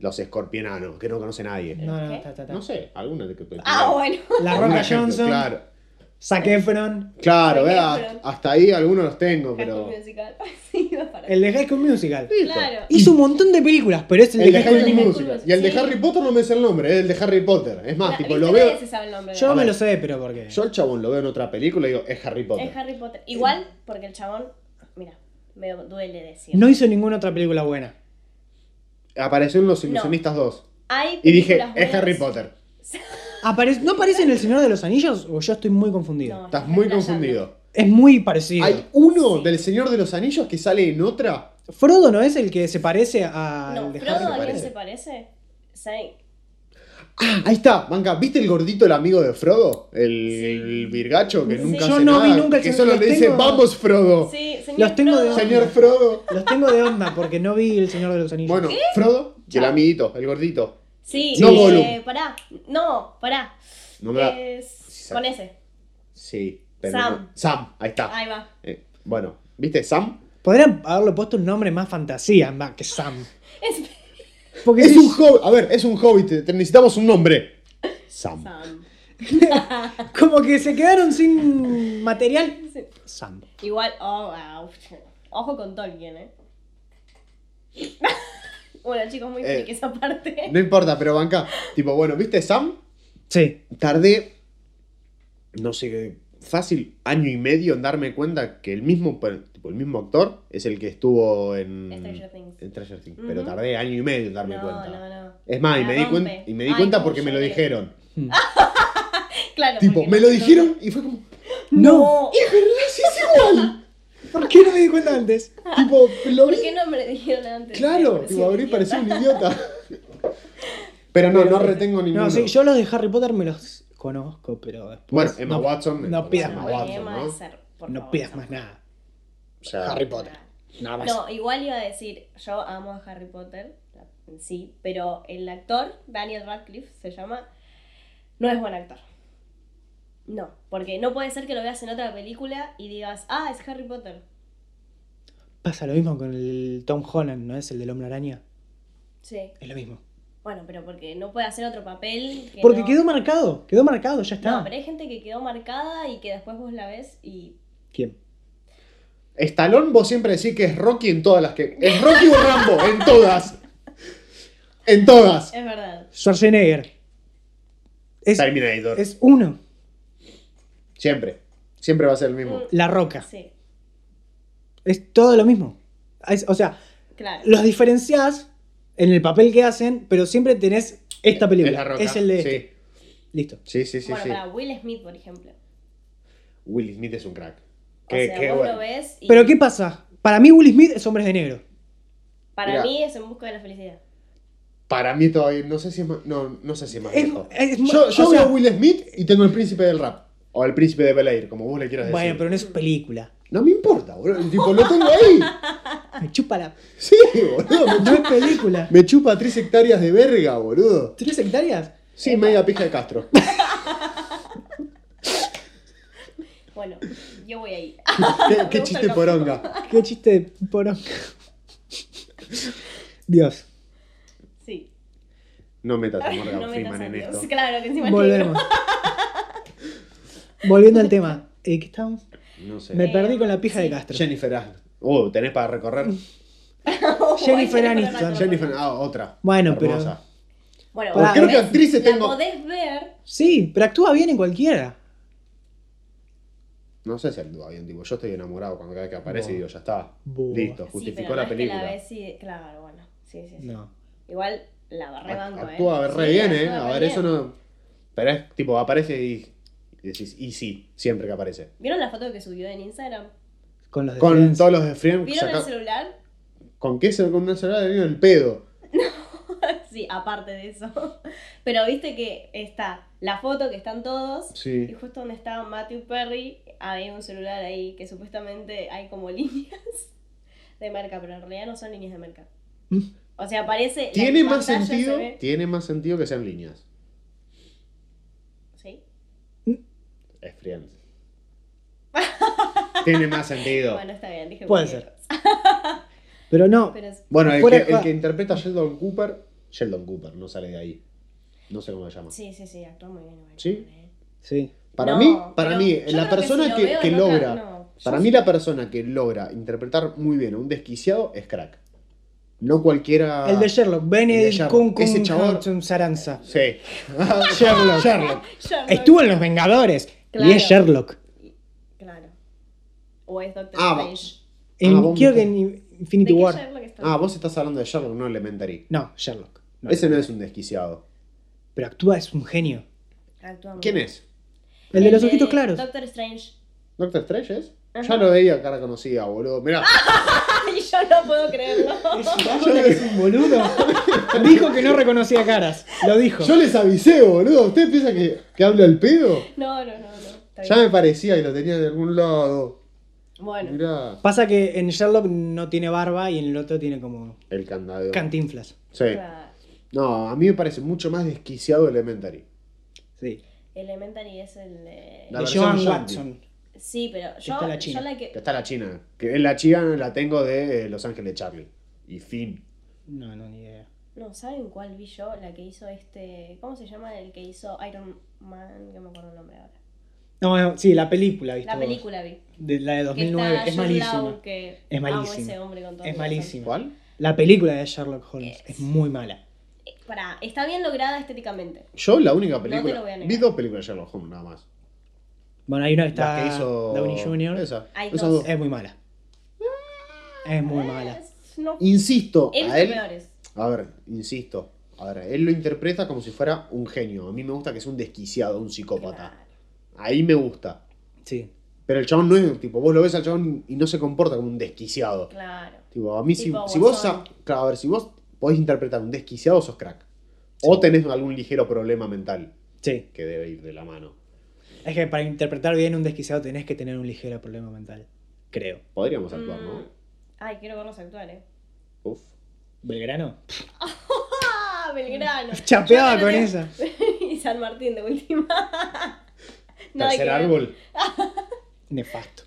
S2: los escorpionanos, que no conoce nadie. No,
S1: No, no,
S3: ¿Qué?
S1: ta, ta, ta.
S2: sé, alguna de que te
S3: Ah, bueno.
S1: La
S2: Algún
S1: Roca
S2: ejemplo,
S1: Johnson.
S2: Claro,
S1: Zac Efron.
S2: claro,
S3: Por
S2: vea,
S3: ejemplo.
S2: hasta ahí algunos los tengo,
S3: High School
S2: pero.
S3: Musical. Sí, va para.
S1: El de High School Musical.
S2: Listo.
S3: Claro.
S1: Hizo un montón de películas, pero es el,
S2: El de
S1: High
S2: Harry
S1: School
S2: Potter
S1: Musical.
S2: Musical. Y el de
S3: Sí.
S2: Harry Potter no me sé el nombre, es el de Harry Potter. Es más,
S3: La-
S2: Ah, tipo,
S3: ¿viste?
S2: lo
S3: Nadie
S2: veo.
S3: se sabe el nombre. de
S1: Yo
S3: él.
S1: me lo sé, pero ¿por qué?
S2: Yo el chabón lo veo en otra película y digo, es Harry Potter.
S3: Es Harry Potter. Igual, porque el chabón. Mira, me duele decir.
S1: No hizo ninguna otra película buena.
S2: Apareció en Los Ilusionistas 2.
S3: Hay
S2: Y dije, es
S3: películas buenas.
S2: Harry Potter.
S1: Apare- ¿No aparece en El Señor de los Anillos o yo estoy muy confundido?
S3: No,
S2: Estás
S3: está
S2: muy
S3: explayando.
S2: confundido.
S1: Es muy parecido.
S2: Hay uno
S3: Sí.
S2: del Señor de los Anillos que sale en otra.
S1: Frodo no es el que se parece al
S3: No,
S1: Ah, de
S3: Frodo,
S1: Harry
S3: ¿a quién
S1: Potter.
S3: se parece? ¿Saben?
S2: Ah, ahí está, banca. ¿Viste el gordito, el amigo de Frodo? El virgacho que
S1: Sí.
S2: nunca
S1: Yo
S2: hace
S1: no
S2: nada,
S1: vi nunca el
S2: Que
S1: Señor
S2: solo
S1: de
S2: le
S1: los
S2: dice,
S1: Tengo.
S2: vamos, Frodo.
S3: Sí, señor.
S1: Los tengo de
S3: Frodo.
S1: onda.
S2: Señor Frodo.
S1: Los tengo de onda porque no vi El Señor de los Anillos.
S2: Bueno, Frodo y el
S3: Chao.
S2: amiguito, el gordito.
S3: Sí,
S2: No
S3: eh,
S2: Gollum.
S3: pará. No, pará.
S2: No me da-
S1: Eh,
S3: Es-
S2: Sam.
S3: Con ese.
S2: Sí, pero.
S3: Sam.
S2: no- Sam, ahí está.
S3: Ahí va.
S2: Eh, bueno, ¿viste? Sam
S1: Podrían haberle puesto un nombre más fantasía más que Sam.
S3: Es
S1: Porque
S2: es
S1: si-
S2: un hobbit. A ver, es un hobbit. te- Necesitamos un nombre. Sam.
S3: Sam.
S1: como que se quedaron sin material.
S3: Sí.
S1: Sam.
S3: Igual, oh, ah, uf. ojo con Tolkien, eh. bueno, chicos, muy
S2: Eh,
S3: friki esa parte.
S2: No importa, pero banca. Tipo, bueno, ¿viste Sam?
S1: Sí.
S2: Tardé. No sé qué. Fácil, año y medio en darme cuenta que el mismo, per- tipo, el mismo actor es el que estuvo en.
S3: Stranger Things.
S2: en Stranger Things,
S3: Ujú.
S2: Pero tardé año y medio en darme
S3: No,
S2: cuenta.
S3: no, no.
S2: Es más, y
S3: La
S2: me, di cuen-
S3: rompe.
S2: y me di
S3: Ay,
S2: cuenta
S3: cómo
S2: porque me lo
S3: lloré.
S2: dijeron.
S3: Mm.
S1: Ah,
S3: Claro.
S2: Tipo,
S3: porque
S2: me lo
S3: no-
S2: dijeron y fue como.
S1: No.
S3: No.
S2: ¡Sí, es igual!
S1: ¿Por qué no me di cuenta antes?
S3: Ah.
S2: tipo, lo vi.
S3: ¿Por qué no me lo dijeron antes?
S2: Claro,
S3: Me
S2: tipo, abrí
S3: pareció
S2: parecía un idiota. Pero no, no retengo ninguno.
S1: No, sí, yo los de Harry Potter me los conozco, pero después.
S2: Bueno, Emma
S1: no,
S2: Watson.
S1: No pidas
S2: Emma
S1: más.
S3: Bueno,
S2: Watson,
S3: Emma
S2: ¿no?
S3: de ser, por
S1: No
S3: favor,
S1: pidas
S3: esa
S1: más nada.
S2: O sea,
S1: Harry Potter. Nada más.
S3: No, igual iba a decir, yo amo a Harry Potter, en sí, pero el actor, Daniel Radcliffe se llama, no es buen actor. No, porque no puede ser que lo veas en otra película y digas, ah, es Harry Potter.
S1: Pasa lo mismo con el Tom Holland, ¿no es el del Hombre Araña?
S3: Sí.
S1: Es lo mismo.
S3: Bueno, pero porque no puede hacer otro papel. que
S1: Porque
S3: no-
S1: quedó marcado, quedó marcado, ya está.
S3: No, pero hay gente que quedó marcada y que después vos la ves y...
S1: ¿Quién?
S2: Estalón, vos siempre decís que es Rocky en todas las que. Es Rocky o Rambo, en todas. En todas.
S3: Es verdad.
S1: Schwarzenegger. Es,
S2: Terminator.
S1: es uno.
S2: Siempre. Siempre va a ser el
S3: Mm.
S2: mismo.
S1: La Roca.
S3: Sí,
S1: Es todo lo mismo. Es- o sea,
S3: claro.
S1: los diferencias en el papel que hacen, pero siempre tenés esta película.
S2: Es la roca.
S1: el de
S2: Sí.
S1: este. Listo.
S2: Sí, sí, sí.
S3: bueno,
S2: sí.
S3: para Will Smith, por ejemplo.
S2: Will Smith es un crack.
S3: O
S2: Qué,
S3: sea,
S2: qué
S3: vos
S2: bueno.
S3: lo ves y...
S1: Pero ¿qué pasa? Para mí Will Smith es Hombres de Negro.
S3: Para
S2: Mirá.
S3: mí es En Busca de la Felicidad.
S2: Para mí todavía. No sé si es más. No, no sé si es más
S1: Es-
S2: viejo.
S1: es-
S2: yo yo
S1: o
S2: veo
S1: sea-
S2: a Will Smith y tengo el príncipe del rap. O el príncipe de Bel Air, como vos le quieras decir.
S1: Bueno, pero no es película.
S2: No me importa, boludo. Tipo, lo tengo ahí.
S1: Me chupa la...
S2: Sí, boludo. Me
S1: No es película.
S2: Me chupa 3 hectáreas de verga, boludo.
S1: ¿Tres hectáreas?
S2: Sí, media pija de Castro.
S3: Bueno, yo voy ahí.
S2: Qué,
S3: gusta
S2: qué
S3: el
S2: chiste
S3: Castro.
S2: poronga.
S1: Qué chiste de poronga. Dios.
S3: Sí.
S2: No metas a Morgan
S3: No me
S2: Freeman en
S3: Dios.
S2: esto.
S3: Claro, que encima es negro.
S1: Volvemos. Volviendo al tema. Eh, ¿Qué estábamos?
S2: No sé.
S1: Me perdí con la pija de Castro.
S2: Jennifer Aniston. Uh, tenés para recorrer.
S3: Bueno,
S1: Jennifer Aniston.
S3: Aniston.
S2: Jennifer, ah, otra.
S1: Bueno, pero-
S2: Hermosa.
S3: Bueno,
S1: Porque
S3: la
S1: creo
S2: que
S3: podés-
S2: actrices tengo-
S3: La podés ver.
S1: Sí, pero actúa bien en cualquiera.
S2: No sé si actúa bien, tipo, yo estoy enamorado cuando cada vez que aparece
S1: Buah.
S2: digo, ya está.
S1: Buah.
S2: Listo,
S3: Sí,
S2: justificó
S3: pero no
S2: la
S3: es que
S2: película.
S3: la ves y- Claro, bueno. Sí, sí, sí.
S1: No.
S3: Igual la rebanco, ¿eh?
S2: actúa re
S3: Sí,
S2: bien, eh.
S3: actúa
S2: A
S3: re
S2: ver,
S3: bien.
S2: eso no. Pero es tipo, aparece y, y decís, y sí, siempre que aparece.
S3: ¿Vieron la foto que subió en Instagram?
S1: Con los de
S2: Con
S1: Friends.
S2: todos los de Friends,
S3: ¿Vieron el
S2: saca-
S3: celular?
S2: ¿con qué se con una celular le vino el pedo?
S3: Sí, aparte de eso. Pero viste que está la foto que están todos. Y
S2: Sí.
S3: justo donde estaba Matthew Perry, había un celular ahí que supuestamente hay como líneas de marca, pero en realidad no son líneas de marca.
S1: Mm.
S3: O sea, parece. la
S2: Tiene más
S3: pantalla se
S2: sentido,
S3: ve-
S2: tiene más sentido que sean líneas.
S3: Sí.
S2: Es Friends. tiene más sentido.
S3: Bueno, está bien, dije.
S1: Puede
S3: cualquier
S1: ser.
S3: cosa.
S1: Pero no,
S3: Pero es-
S2: Bueno, el,
S1: Fuera
S2: que,
S1: de-
S2: el que interpreta a Sheldon Cooper, Sheldon Cooper, no sale de ahí. No sé cómo se llama.
S3: Sí, sí, sí, actúa muy bien. igual,
S2: ¿Sí?
S3: ¿eh?
S1: sí.
S2: Para
S3: No,
S2: mí, para
S3: pero
S2: mí,
S3: yo creo
S2: la
S3: que si
S2: persona
S3: lo
S2: que,
S3: veo
S2: que
S3: en otra-
S2: logra,
S3: no.
S2: para mí la persona que logra interpretar muy bien a un desquiciado es crack. No cualquiera.
S1: El de Sherlock,
S2: El de
S1: Benedict
S2: Sherlock.
S1: Kun Kun
S2: Ese chabón-
S1: Hudson Saranza.
S2: Sí.
S1: Sherlock.
S2: Sherlock.
S3: Sherlock.
S1: Estuvo en Los Vengadores y
S3: Claro.
S1: es Sherlock.
S3: Claro. O es Doctor
S2: Ah, va.
S3: Strange.
S1: En,
S2: Ah, vos
S1: creo
S2: me-
S1: que en Infinity
S3: ¿De qué
S1: War.
S3: Sherlock está?
S2: Ah, vos estás hablando de Sherlock, no Elementary.
S1: No, Sherlock. No,
S2: Ese no es un desquiciado.
S1: Pero actúa, es un genio.
S3: Actúa muy
S2: ¿Quién
S3: bien.
S2: es?
S1: El de los ojitos claros.
S3: Doctor Strange.
S2: ¿Doctor Strange es?
S3: Ajá. Ah.
S2: Ya lo veía cara conocida, boludo. Mirá.
S3: Ay, yo no puedo creerlo.
S1: Vaya que es un boludo. Dijo que no reconocía caras. Lo dijo.
S2: Yo les avisé, boludo. ¿Usted piensa que, que hablo al pedo?
S3: No, no, no, no. está
S2: Ya
S3: bien.
S2: me parecía que lo tenía de algún lado.
S3: Bueno.
S2: Mirá.
S1: Pasa que en Sherlock no tiene barba y en el otro tiene como
S2: El candado.
S1: cantinflas.
S2: sí.
S3: Claro.
S2: No, a mí me parece mucho más desquiciado Elementary.
S1: Sí.
S3: Elementary es el. eh,
S2: La
S1: de
S2: versión
S1: Joan
S2: Shanti.
S1: Watson.
S3: Sí, pero yo.
S1: está la
S3: yo
S1: china.
S3: la
S2: Que
S3: que.
S2: está la china. Que es la china la tengo de eh, Los Ángeles Charlie. Y fin.
S1: No, no, ni idea.
S3: No, ¿saben cuál vi yo? La que hizo este. ¿Cómo se llama? El que hizo Iron Man. No me acuerdo el nombre ahora.
S1: No, no, sí, la película, ¿viste?
S3: La
S1: vos?
S3: película vi.
S1: De, la de
S3: Que
S1: 2009.
S3: está
S1: Es
S3: Jude
S1: malísima.
S3: Law, que
S1: Es
S3: Amo
S1: malísima.
S3: ese hombre con todo
S1: Es
S3: mi corazón.
S1: malísima.
S2: ¿Cuál?
S1: La película de Sherlock Holmes es muy mala.
S3: Eh, Pará, está bien lograda estéticamente.
S2: Yo la única
S3: te
S2: película.
S3: lo voy a negar.
S2: vi dos películas de Sherlock Holmes nada más.
S1: Bueno, hay una que
S2: La
S1: está
S2: que hizo.
S1: Downey Jr.
S2: Esa.
S3: Hay
S2: Esas
S3: dos.
S2: dos.
S1: Es muy mala. Es muy mala.
S3: Es- No.
S2: Insisto,
S3: He visto
S2: a él.
S3: peores.
S2: A ver, insisto. A ver, él lo interpreta como si fuera un genio. A mí me gusta que sea un desquiciado, un psicópata.
S3: Claro.
S2: Ahí me gusta.
S1: Sí.
S2: Pero el chabón no es tipo, vos lo ves al chabón y no se comporta como un desquiciado.
S3: Claro.
S2: Tipo, a mí si,
S3: Tipo
S2: si vos,
S3: Guasón.
S2: sa- claro, a ver, si vos podés interpretar un desquiciado, sos crack. O tenés algún ligero problema mental
S1: Sí.
S2: que debe ir de la mano.
S1: Es que para interpretar bien un desquiciado tenés que tener un ligero problema mental. Creo.
S2: Podríamos actuar,
S3: Mm.
S2: ¿no?
S3: Ay, quiero verlos actuar, eh.
S2: Uf.
S1: ¿Belgrano?
S3: ¡Ah, Belgrano!
S1: Chapeaba
S3: Yo
S1: con
S3: creo-
S1: esa.
S3: y San Martín de última. Nada
S2: Tercer
S3: que ver.
S2: árbol.
S1: Nefasto.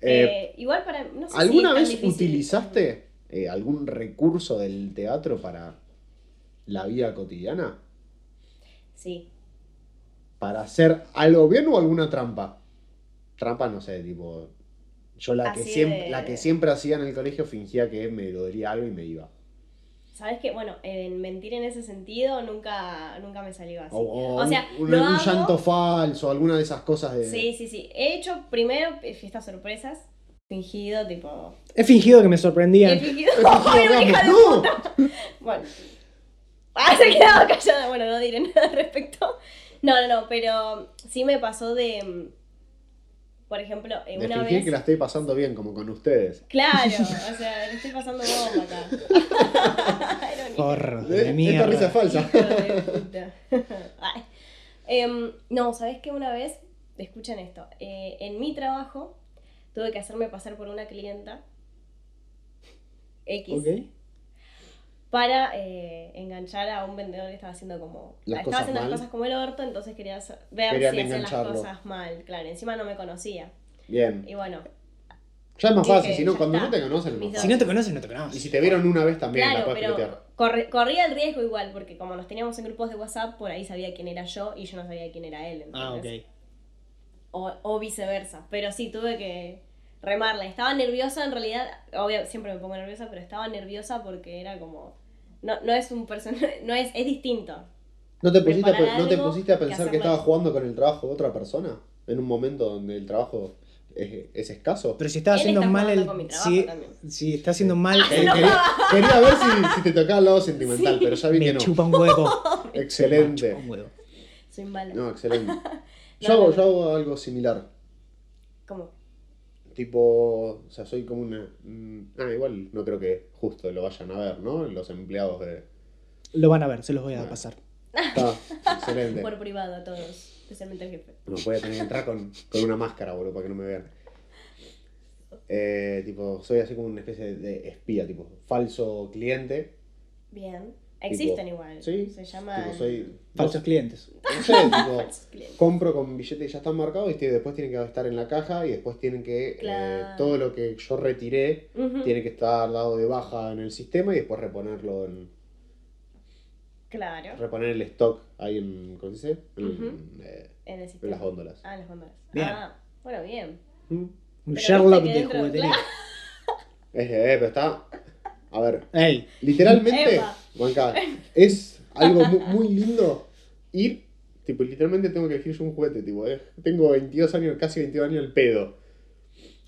S2: Eh,
S3: Eh, igual para. No sé si
S2: ¿Alguna
S3: es tan
S2: vez
S3: difícil.
S2: utilizaste eh, algún recurso del teatro para la vida cotidiana?
S3: Sí.
S2: ¿Para hacer algo bien o alguna trampa? Trampa, no sé, tipo. Yo la que,
S3: Así
S2: siempre,
S3: de-
S2: la que siempre hacía en el colegio fingía que me dolía algo y me iba.
S3: ¿Sabes qué? Bueno, en mentir en ese sentido nunca, nunca me salió así.
S2: O, o
S3: o sea,
S2: un, un-
S3: lo
S2: un
S3: hago-
S2: llanto falso, alguna de esas cosas de.
S3: Sí, sí, sí. He hecho primero eh, fiestas sorpresas. Fingido, tipo.
S1: He fingido que me
S3: He
S1: sorprendían.
S3: fingido.
S2: Eso sí,
S3: ¡Ay, una
S2: hagamos.
S3: hija de
S2: ¡No!
S3: puta! Bueno. Ah, se quedaba callada. Bueno, no diré nada al respecto. No, no, no, pero sí me pasó de. mm, Por ejemplo, eh,
S2: de
S3: una
S2: fingir
S3: vez.
S2: que la estoy pasando bien, como con ustedes.
S3: Claro, o sea, le estoy pasando bomba acá. Ironía.
S1: Porro
S2: Eh,
S1: de
S2: Esta risa
S1: mierda.
S2: es falsa.
S3: Hijo de puta. Ay. Em, no, ¿sabes qué? Una vez, escuchen esto, eh, en mi trabajo tuve que hacerme pasar por una clienta X
S1: Ok.
S3: para eh, enganchar a un vendedor que estaba haciendo como
S2: Las
S3: estaba
S2: cosas
S3: haciendo
S2: mal.
S3: las cosas como el orto, entonces quería sa- ver
S2: Querían
S3: si hacía las
S2: engancharlo.
S3: cosas mal, claro, encima no me conocía.
S2: Bien.
S3: Y bueno,
S2: Ya es más
S3: Dije,
S2: fácil, si no,
S3: ya
S2: cuando
S3: está.
S2: no te conocen es más
S3: Mis dos.
S1: Si
S2: fácil.
S1: no te conoces, no te
S2: Y si
S1: conoces.
S2: te vieron una vez también, la
S3: claro,
S2: puedes
S3: pero
S2: pilotear.
S3: corre- corría el riesgo igual porque como nos teníamos en grupos de WhatsApp, por ahí sabía quién era yo y yo no sabía quién era él,
S1: Ah, ok.
S3: ¿entendés? o, o viceversa. Pero sí, tuve que remarla. Estaba nerviosa, en realidad, obvio, siempre me pongo nerviosa, pero estaba nerviosa porque era como. No, no es un personaje, no es, es distinto.
S2: ¿No te pusiste, a,
S3: preparar
S2: pe- no te
S3: algo
S2: pusiste a
S3: que
S2: pensar que
S3: hacerlo.
S2: estabas jugando con el trabajo de otra persona? en un momento donde el trabajo es, es escaso.
S1: Pero si está haciendo
S3: está
S1: mal
S3: jugando
S1: el.
S3: con mi trabajo
S1: Si,
S3: también.
S1: si está haciendo mal.
S2: Eh, quería, quería ver si, si te tocaba el lado sentimental, pero ya vi que
S1: me
S2: no.
S1: chupa un huevo. Me
S2: Excelente.
S1: chupa un huevo.
S3: Soy mala.
S2: No, excelente. Yo,
S3: No,
S2: hago,
S3: no, no.
S2: yo hago algo similar.
S3: ¿Cómo?
S2: Tipo, o sea, soy como una... mm, Ah, igual, no creo que justo lo vayan a ver, ¿no? Los empleados de...
S1: Lo van a ver, se los voy a
S2: Bueno.
S1: pasar.
S2: Está, excelente.
S3: Por privado a todos, especialmente al jefe.
S2: No, voy a tener que entrar con, con una máscara, boludo, para que no me vean. Eh, tipo, soy así como una especie de espía, tipo, falso cliente.
S3: Bien. Existen igual.
S2: Sí,
S3: Se llaman
S2: tipo, soy...
S1: Falsos clientes.
S2: No sé, tipo,
S3: falsos clientes.
S2: compro con billetes que ya están marcados y te- después tienen que estar en la caja y después tienen que... eh,
S3: Claro.
S2: todo lo que yo retiré
S3: Ujú.
S2: tiene que estar dado de baja en el sistema y después reponerlo en...
S3: Claro.
S2: reponer el stock ahí en, ¿cómo se dice? En,
S3: Ujú.
S2: eh,
S3: En el
S2: en
S3: sistema.
S2: las góndolas.
S3: Ah, en las góndolas.
S1: Bien.
S3: Ah, bueno, bien.
S2: Mm.
S1: Un
S3: Pero
S1: Sherlock
S3: viste
S1: de
S3: que dentro-
S1: juguetería.
S3: Claro.
S2: Eh, eh, pero está. A ver,
S1: Ey,
S2: literalmente,
S3: Epa.
S2: banca, es algo mu- muy, lindo ir. Tipo, literalmente tengo que elegir yo un juguete, tipo, eh. Tengo 22 años, casi 22 años al pedo.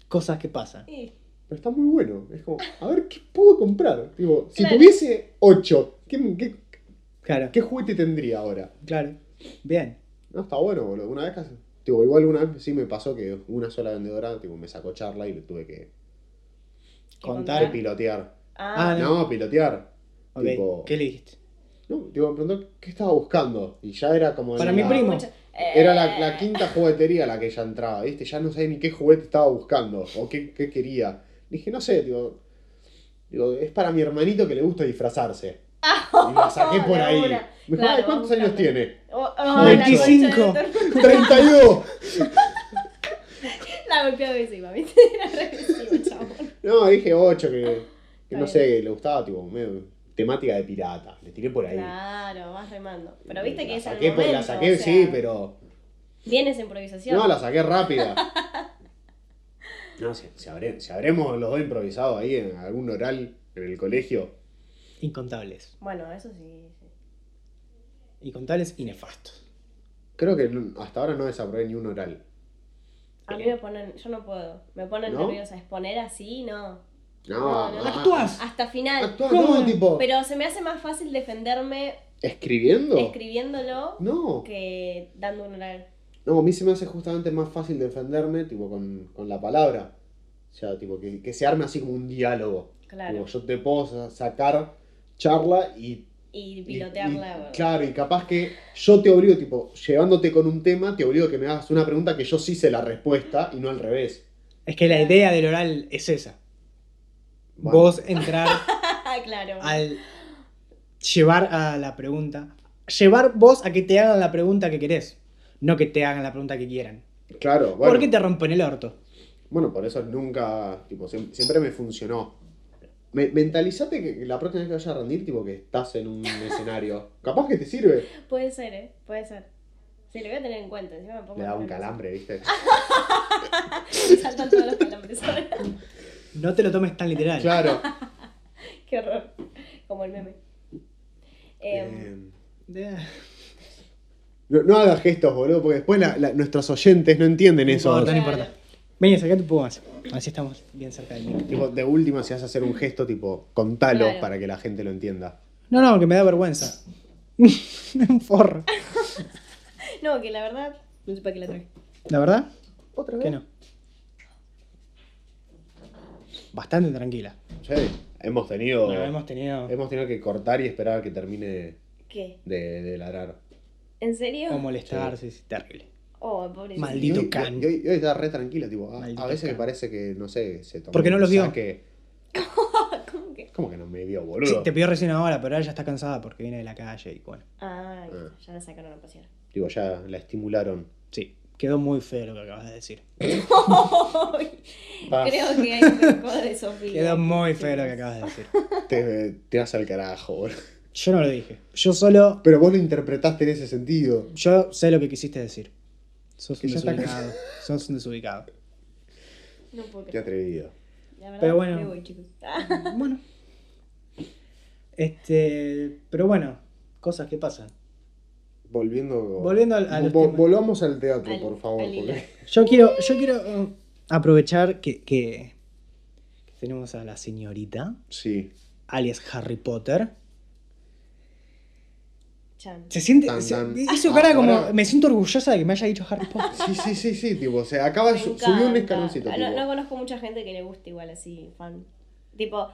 S1: cosas que pasan.
S3: Y
S2: Pero está muy bueno. Es como, a ver, ¿qué puedo comprar? Tipo, si
S3: Claro.
S2: tuviese 8, ¿qué, qué,
S1: Claro,
S2: qué juguete tendría ahora?
S1: claro. Bien.
S2: No, está bueno, boludo. Una vez casi. Tipo, igual una vez sí me pasó que una sola vendedora, tipo, me sacó charla y le tuve que
S1: Contar.
S2: pilotear.
S1: Ah,
S3: Ah,
S1: no.
S2: No, pilotear.
S1: Ok,
S2: Tipo-
S1: ¿qué le dijiste?
S2: No, tipo, me preguntó qué estaba buscando. Y ya era como.
S1: Para
S2: la-
S1: mi primo.
S3: mucho.
S2: Era la, la
S3: Eh,
S2: quinta juguetería la que ya entraba, ¿viste? Ya no sabía ni qué juguete estaba buscando o qué, qué quería. Dije, no sé, digo, digo, es para mi hermanito que le gusta disfrazarse. Y la saqué por
S3: de
S2: ahí.
S3: una.
S2: Me dijo,
S3: Claro,
S2: "Ay, ¿cuántos
S3: va
S2: años
S3: buscando".
S2: tiene?
S3: Oh, oh, la
S1: 25.
S3: concha de tu-
S2: ¡32!
S3: La golpeaba encima, ¿viste? Era regresivo, chabón.
S2: No, dije 8, que, que no
S3: bien.
S2: sé, que le gustaba, tipo, medio temática de pirata. Le tiré por ahí.
S3: Claro, vas remando. Pero viste
S2: La
S3: que es al
S2: saqué por-
S3: momento,
S2: La saqué,
S3: o sea,
S2: sí, pero.
S3: Viene esa improvisación.
S2: No, la saqué rápida. No, si, si habré- si habremos los dos improvisado ahí en algún oral en el colegio.
S1: Incontables.
S3: Bueno, eso sí. sí.
S1: Incontables y nefastos.
S2: Creo que no- hasta ahora no desaprobé ni un oral.
S3: A mí me ponen, yo no puedo. Me ponen
S2: ¿No?
S3: nerviosa. Exponer así, no.
S2: No,
S3: No,
S2: no,
S3: no,
S1: Actúas.
S3: Hasta final.
S2: Actúa,
S1: ¿Cómo?
S2: no, tipo.
S3: Pero se me hace más fácil defenderme
S2: ¿Escribiendo?
S3: escribiéndolo
S2: No.
S3: que dando un oral.
S2: No, a mí se me hace justamente más fácil defenderme, tipo, con, con la palabra. O sea, tipo, que, que se arme así como un diálogo.
S3: Claro.
S2: Tipo, yo te puedo sa- sacar charla y
S3: Y
S2: Y-
S3: pilotearla.
S2: y-
S3: bueno.
S2: claro, y capaz que yo te obligo, tipo, llevándote con un tema, te obligo a que me hagas una pregunta que yo sí sé la respuesta y no al revés.
S1: Es que la idea del oral es esa.
S2: Bueno.
S1: Vos entrar
S3: Ah, claro.
S1: al llevar a la pregunta. Llevar vos a que te hagan la pregunta que querés. No que te hagan la pregunta que quieran.
S2: Claro, bueno.
S1: ¿Por qué te rompen el orto?
S2: Bueno, por eso nunca, tipo, siem- siempre, me funcionó. Me- mentalizate que la próxima vez que vayas a rendir, tipo, que estás en un escenario. Capaz que te sirve.
S3: Puede ser, ¿eh? Puede ser. Sí, lo voy a tener en cuenta. Encima me pongo
S2: Le da un
S3: nerviosa.
S2: calambre, ¿viste?
S3: Saltan todos los calambres ahora.
S1: No te lo tomes tan literal.
S2: Claro.
S3: Qué horror. Como el meme. Em,
S2: Eh,
S1: Eh,
S2: no, no hagas gestos, boludo, porque después la- la- nuestros oyentes no entienden
S1: No
S2: eso.
S1: importa, no
S3: Claro.
S1: importa. Vení, sacá tu poco más. Así estamos bien cerca del micro.
S2: Tipo, de última, si vas a hacer un gesto, tipo, contalo
S3: Claro.
S2: para que la gente lo entienda.
S1: No, no, que me da vergüenza. Un forro.
S3: No, que la verdad, no sé para qué la traje.
S1: ¿La verdad?
S2: ¿Otra
S1: Que no. Bastante tranquila.
S2: Che, hemos tenido.
S1: Bueno, hemos tenido
S2: hemos tenido que cortar y esperar a que termine
S3: ¿Qué?
S2: de, de ladrar.
S3: ¿En serio?
S1: o molestarse, es terrible.
S3: Oh, pobrecito.
S1: Mal.
S2: Y
S1: Maldito
S2: hoy,
S1: can.
S2: y hoy- y hoy está re tranquilo, tipo. A,
S1: Maldito
S2: a veces me
S1: can.
S2: parece que, no sé, se tomó
S1: ¿Por qué no
S2: un
S1: los vio?
S2: saque.
S3: ¿Cómo que?
S2: ¿Cómo que no me vio,
S1: Sí,
S2: boludo?
S1: te pidió recién ahora, pero ahora ya está cansada porque viene de la calle y bueno.
S3: Ah,
S2: Ah.
S3: ya la sacaron a pasear.
S2: Digo, ya la estimularon.
S1: Sí, quedó muy feo lo que acabas de decir.
S2: Pa,
S3: Creo que hay un poco de Sofía.
S1: Quedó muy feo lo que acabas de decir.
S2: te, te vas al carajo, boludo.
S1: Yo no lo dije. Yo solo.
S2: Pero vos lo interpretaste en ese sentido.
S1: Yo sé lo que quisiste decir. Sos
S2: Que
S1: un
S2: ya está
S1: desubicado. Sos un desubicado.
S3: No puedo
S2: Qué
S3: creer.
S2: atrevido.
S3: La verdad,
S1: Pero bueno.
S3: me voy, chicos. Ah,
S1: Bueno. Este. Pero bueno, cosas que pasan.
S2: Volviendo,
S1: Volviendo al- a los
S2: Vo-
S1: temas.
S2: volvamos al teatro,
S3: Al-
S2: por favor.
S3: al hilo.
S2: porque-
S1: Yo quiero, yo quiero eh, aprovechar que, que- que tenemos a la señorita,
S2: Sí.
S1: alias Harry Potter.
S3: Chan.
S1: Se siente.
S2: Tan,
S1: se-
S2: tan.
S1: hizo cara
S2: Ahora-
S1: como. Me siento orgullosa de que me haya dicho Harry Potter.
S2: Sí, sí, sí, sí, tipo, o sea, acaba
S3: Me
S2: de su- subió un
S3: encanta.
S2: escaloncito,
S3: Ah,
S2: tipo.
S3: No, no conozco mucha gente que le guste igual así, fan. Tipo,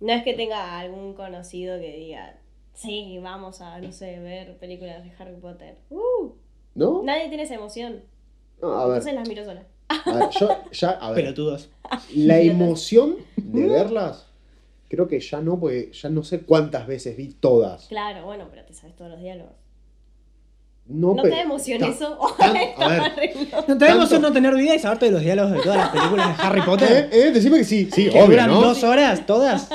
S3: no es que tenga algún conocido que diga, sí, vamos a, no sé, ver películas de Harry Potter. Uh,
S2: ¿No?
S3: nadie tiene esa emoción.
S2: No, a ver,
S3: Entonces las miro sola.
S2: a ver, yo ya, a ver,
S1: Pelotudos.
S2: la emoción de verlas, creo que ya no, porque ya no sé cuántas veces vi todas.
S3: Claro, bueno, pero te sabes todos los diálogos.
S2: No,
S3: ¿No,
S2: pero-
S3: te emociona
S2: ta-
S3: eso?
S2: tan- a ver,
S3: Estaba re loca.
S1: No
S2: Tanto-
S1: tenemos no tener vida y saberte de los diálogos de todas las películas de Harry
S2: ¿Eh?
S1: Potter.
S2: ¿Eh? Decime que sí, sí,
S1: que
S2: obvio,
S1: duran
S2: ¿no?
S1: dos horas todas.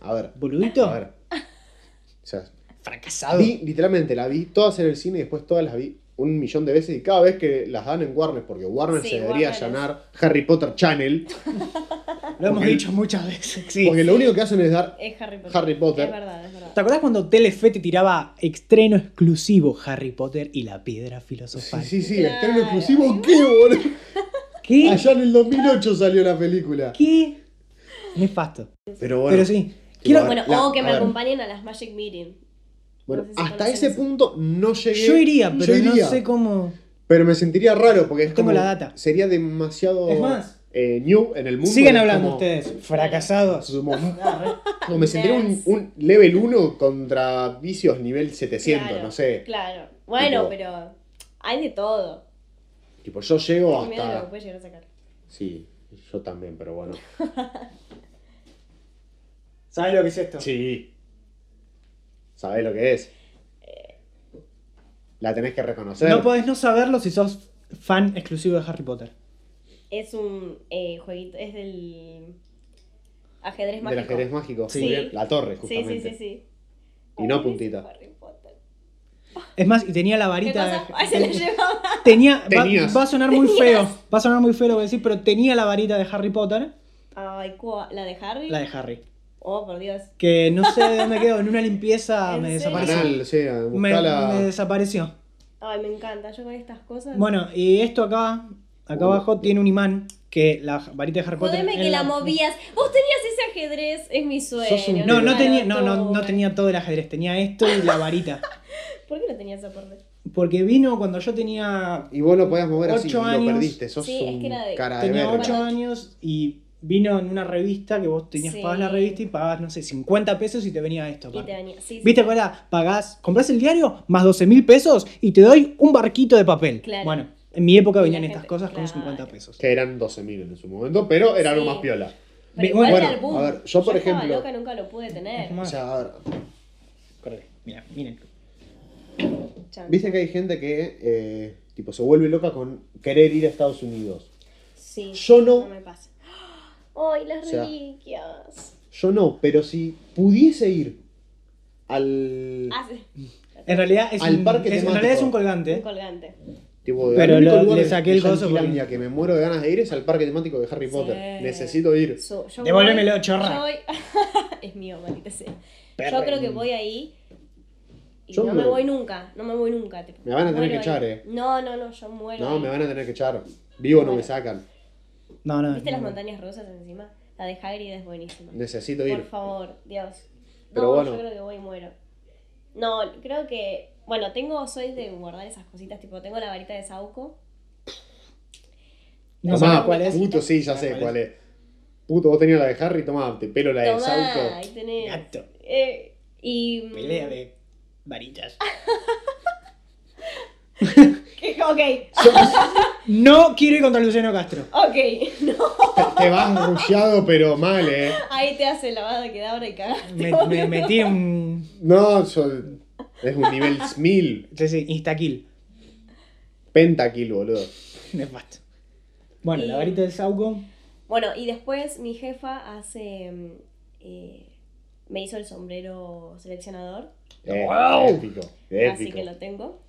S2: A ver,
S1: Boludito.
S2: a ver. O sea,
S1: Fracasado.
S2: vi, literalmente, la vi todas en el cine y después todas las vi un millón de veces y cada vez que las dan en Warner, porque Warner
S3: Sí,
S2: se debería
S3: Warner es-
S2: llamar Harry Potter Channel,
S1: Lo hemos
S2: Porque-
S1: dicho muchas veces. sí.
S2: porque lo único que hacen es dar
S3: Es Harry Potter.
S2: Harry Potter.
S3: Es verdad, es verdad.
S1: ¿Te acordás cuando Telefe te tiraba estreno exclusivo Harry Potter y la piedra
S2: Sí,
S1: filosofal?
S2: sí, Ah, sí,
S3: Claro.
S2: estreno exclusivo, ¿qué, boludo?
S1: ¿Qué?
S2: Allá en el 2008 salió la película.
S1: ¿Qué? Nefasto.
S2: Pero bueno,
S1: Pero sí. Quiero,
S2: a ver,
S3: Bueno,
S2: la-
S3: o que
S2: a
S3: me
S2: ver.
S3: acompañen a las Magic Meeting.
S2: bueno,
S3: No sé si
S2: hasta
S3: conocen
S2: ese
S3: eso.
S2: punto no llegué.
S1: yo iría, pero
S2: Yo iría,
S1: no sé cómo.
S2: Pero me sentiría raro porque es
S1: No tengo
S2: como.
S1: la data.
S2: Sería demasiado.
S1: Es más.
S2: eh, new en el mundo.
S1: Sigan
S2: es
S1: hablando
S2: como-
S1: ustedes. Fracasados.
S2: como- como me sentiría un, un level 1 contra vicios nivel 700,
S3: Claro,
S2: no sé.
S3: Claro. Bueno,
S2: Tipo-
S3: pero hay de todo.
S2: Tipo, yo llego
S3: Tengo miedo de lo que
S2: hasta.
S3: puede llegar a sacar.
S2: Sí, yo también, pero bueno.
S1: ¿Sabes lo que es esto?
S2: Sí. ¿Sabés lo que es?
S3: Eh.
S2: La tenés que reconocer.
S1: No podés no saberlo si sos fan exclusivo de Harry Potter.
S3: Es un eh, jueguito, es del ajedrez
S2: Del
S3: mágico.
S2: ajedrez mágico.
S3: Sí.
S2: Muy bien. La torre,
S3: sí,
S2: justamente.
S3: sí, sí, sí.
S2: Y no
S3: Ay,
S2: puntita.
S3: es Harry Potter.
S1: Es más, y tenía la
S3: ¿Qué
S1: varita.
S3: cosa? Ay, se la llevaba.
S1: Tenía, va,
S2: Tenías.
S1: va a sonar muy feo. Va a sonar muy feo lo que voy a decir, pero tenía la varita de Harry Potter,
S3: Ay, ¿cuál? ¿La de Harry?
S1: la de Harry.
S3: Oh, por Dios.
S1: Que no sé de dónde quedó, en una limpieza
S3: ¿En
S1: me
S3: serio?
S1: desapareció.
S2: Banal, o sea,
S1: Me,
S2: buscala.
S1: me desapareció.
S3: Ay, me encanta. Yo con estas cosas.
S1: Bueno, y esto acá, acá abajo tiene un imán que la varita de Harry Potter.
S3: Jodeme que
S1: en
S3: la movías. Vos tenías ese ajedrez, es mi sueño.
S2: Sos un
S1: No, no
S2: Claro,
S1: tenía, no, no,
S3: todo.
S1: no tenía todo el ajedrez, tenía esto y la varita.
S3: ¿Por qué no tenías aporte?
S1: Porque vino cuando yo tenía,
S2: Y vos lo podías mover así,
S1: Ocho
S2: lo
S1: años.
S2: perdiste, sos
S3: Sí, es
S2: un
S3: que era de-
S2: cara de
S1: tenía
S2: Ah, verga.
S1: 8 años y vino en una revista que vos tenías,
S3: Sí.
S1: pagás la revista y pagabas, no sé, 50 pesos y te venía esto.
S3: Y
S1: aparte.
S3: te venía. Sí, sí.
S1: ¿Viste cuál era? Pagás, compras el diario más 12 mil pesos y te doy un barquito de papel.
S3: Claro.
S1: Bueno, en mi época
S3: Y la
S1: venían
S3: gente-
S1: estas cosas con
S3: claro.
S1: 50 pesos.
S2: Que eran 12.000 en su momento, pero era algo
S3: Sí.
S2: más piola.
S3: Pero
S1: Bueno,
S3: igual era el boom.
S2: a ver, yo, por
S3: estaba
S2: ejemplo-
S3: loca, nunca lo pude tener.
S1: Es más,
S2: O sea, a ver,
S1: corté. Mirá, miren.
S3: Chan.
S2: viste que hay gente que eh, tipo se vuelve loca con querer ir a Estados Unidos.
S3: Sí.
S2: Yo no-
S3: No me pasa. Ay, las
S2: O sea-
S3: reliquias.
S2: Yo no, pero si pudiese ir al
S3: Ah, sí.
S1: En realidad es,
S2: Al
S1: un,
S2: parque
S1: es- en
S2: temático.
S1: realidad es un colgante.
S3: Un colgante.
S2: tipo de
S1: Pero
S2: al único
S1: lo-
S2: lugar
S1: le
S2: de-
S1: saqué
S2: de
S1: el gozo porque-
S2: Yanquilandia que me muero de ganas de ir es al parque temático de Harry
S3: Sí.
S2: Potter. Necesito ir.
S3: So, yo
S1: Devuélvemelo,
S3: voy-
S1: chorra.
S3: yo voy- es mío, maldita sea.
S1: Perra.
S3: Yo creo que voy ahí. Y
S2: Yo
S3: no
S2: me-
S3: me voy nunca. No me voy nunca. tipo,
S2: Me van a tener
S3: muero
S2: que
S3: ahí.
S2: echar, eh.
S3: No, no, no, yo muero.
S2: No,
S3: ahí.
S2: me van a tener que echar. Vivo no me sacan.
S1: No, no.
S3: ¿Viste
S1: no.
S3: las montañas rusas encima? La de Hagrid es buenísima.
S2: Necesito
S3: Por
S2: ir.
S3: favor, Dios.
S2: Pero
S3: no,
S2: bueno.
S3: yo creo que voy y muero. No, creo que. Bueno, tengo, soy de guardar esas cositas, tipo, tengo la varita de Sauco.
S1: No
S2: Tomá,
S1: sabes cuál es.
S2: Puto, sí, ya sé
S1: ¿Cuál
S2: cuál es. Puto, vos tenías la de Harry, tomá, te pelo la de
S3: Tomá, ahí
S2: Sauco.
S3: tenés.
S1: Gato.
S3: Eh, y. mm,
S1: Pelea de varitas.
S3: que- Ok,
S1: No quiero ir contra Luciano Castro.
S3: ok. No,
S2: Te vas rusheado, pero mal, eh.
S3: ahí te hace lavada que da ahora y cagaste.
S1: Me,
S3: boludo.
S1: me metí un.
S2: No, yo- es un nivel 1000.
S1: Sí, sí, instakill.
S2: Pentakill, boludo.
S1: Nefasto. Bueno,
S3: Y-
S1: la varita del Sauco.
S3: Bueno, y después mi jefa hace. mm, eh, me hizo el sombrero seleccionador.
S2: Eh,
S1: Wow.
S2: Épico,
S3: Así
S2: épico.
S3: que lo tengo.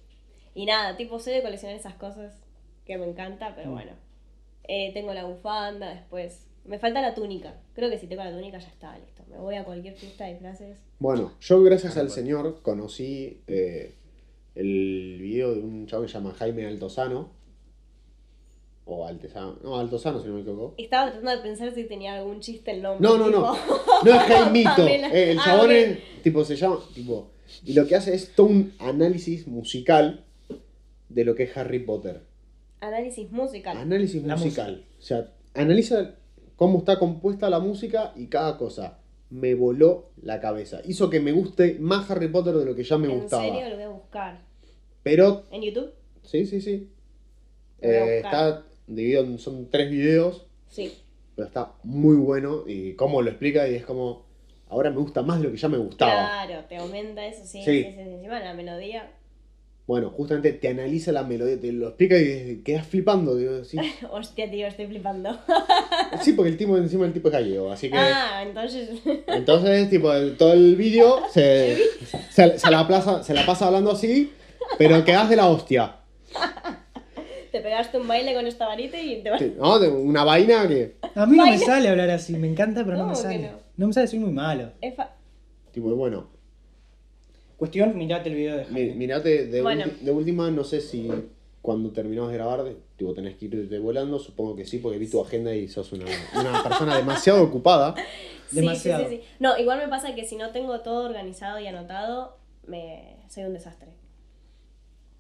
S3: Y nada, tipo, soy de coleccionar esas cosas que me encanta, pero
S1: Mm.
S3: bueno. Eh, tengo la bufanda después. Me falta la túnica. Creo que si tengo la túnica ya está, listo. Me voy a cualquier fiesta de disfraces.
S2: Bueno, yo gracias al señor conocí eh, el video de un chavo que se llama Jaime Altozano. O Altesano. No, Altozano, si no me equivoco.
S3: Estaba tratando de pensar si tenía algún chiste el nombre.
S2: No, no, no.
S3: tipo.
S2: No es Jaimito.
S3: Pamela.
S2: Eh, el
S3: Ah,
S2: chabón
S3: ok.
S2: es- tipo, se llama. Tipo, y lo que hace es todo un análisis musical de lo que es Harry Potter.
S3: Análisis musical.
S2: Análisis
S1: La
S2: musical. O sea, analiza cómo está compuesta la música y cada cosa. Me voló la cabeza. Hizo que me guste más Harry Potter de lo que ya me
S3: en
S2: gustaba.
S3: serio lo voy a buscar.
S2: Pero
S3: ¿En YouTube?
S2: Sí, sí, sí.
S3: Lo voy a
S2: Eh,
S3: buscar.
S2: está dividido en, son tres videos,
S3: Sí.
S2: pero está muy bueno y cómo lo explica y es como, ahora me gusta más de lo que ya me gustaba.
S3: Claro, te aumenta eso, sí.
S2: Sí.
S3: sí, sí, sí. Encima la melodía.
S2: Bueno, justamente te analiza la melodía, te lo explica y quedas flipando. digo, sí.
S3: Hostia, tío, estoy flipando.
S2: Sí, porque el tipo encima el tipo es gallego, así que...
S3: Ah, entonces.
S2: Entonces, tipo, el- todo el vídeo se, se, se la plaza, se la pasa hablando así, pero quedas de la hostia.
S3: Te pegaste un baile con esta varita y te vas.
S2: Sí, ¿no? De Una vaina que...
S1: A mí no me sale hablar así, me encanta, pero no me
S3: ¿Cómo que
S1: sale.
S3: no?
S1: No me sale, soy muy malo.
S3: Es fa-
S2: Tipo, bueno,
S1: Cuestión, mirate el video de
S2: Mi-
S1: Jaime.
S2: Mirate, de,
S3: Bueno.
S2: ulti- de última, no sé si cuando terminamos de grabar, de- tipo, tenés que irte volando, supongo que sí, porque vi tu agenda y sos una, una persona demasiado ocupada.
S3: Sí,
S1: Demasiado.
S3: Sí, sí, sí. No, igual me pasa que si no tengo todo organizado y anotado, me soy un desastre.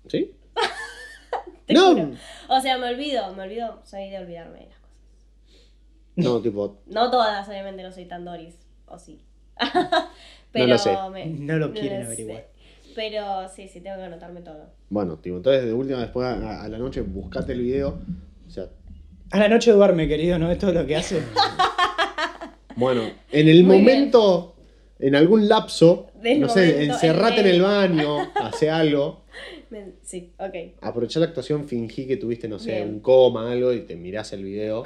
S2: ¿Sí?
S3: Te juro.
S2: no,
S3: O sea, me olvido, me olvido, soy de olvidarme de las cosas.
S2: no, tipo,
S3: No todas, obviamente no soy tan Doris, o sí.
S2: No
S3: Pero
S2: lo sé.
S3: me-
S1: No lo quieren
S3: sé.
S1: averiguar.
S3: Pero sí, sí, tengo que anotarme todo.
S2: bueno, tipo, entonces de última, después a, a la noche, buscate el video. O sea,
S1: A la noche duerme, querido, ¿no? Esto es lo que hace.
S2: bueno, en el
S3: Muy
S2: momento, en algún lapso,
S3: Del
S2: no sé,
S3: momento,
S2: encerrate en
S3: en
S2: el
S3: el-
S2: baño, hace algo.
S3: Me- Sí, ok,
S2: Aprovechá la actuación, fingí que tuviste, no sé,
S3: Bien.
S2: un coma, algo, y te mirás el video.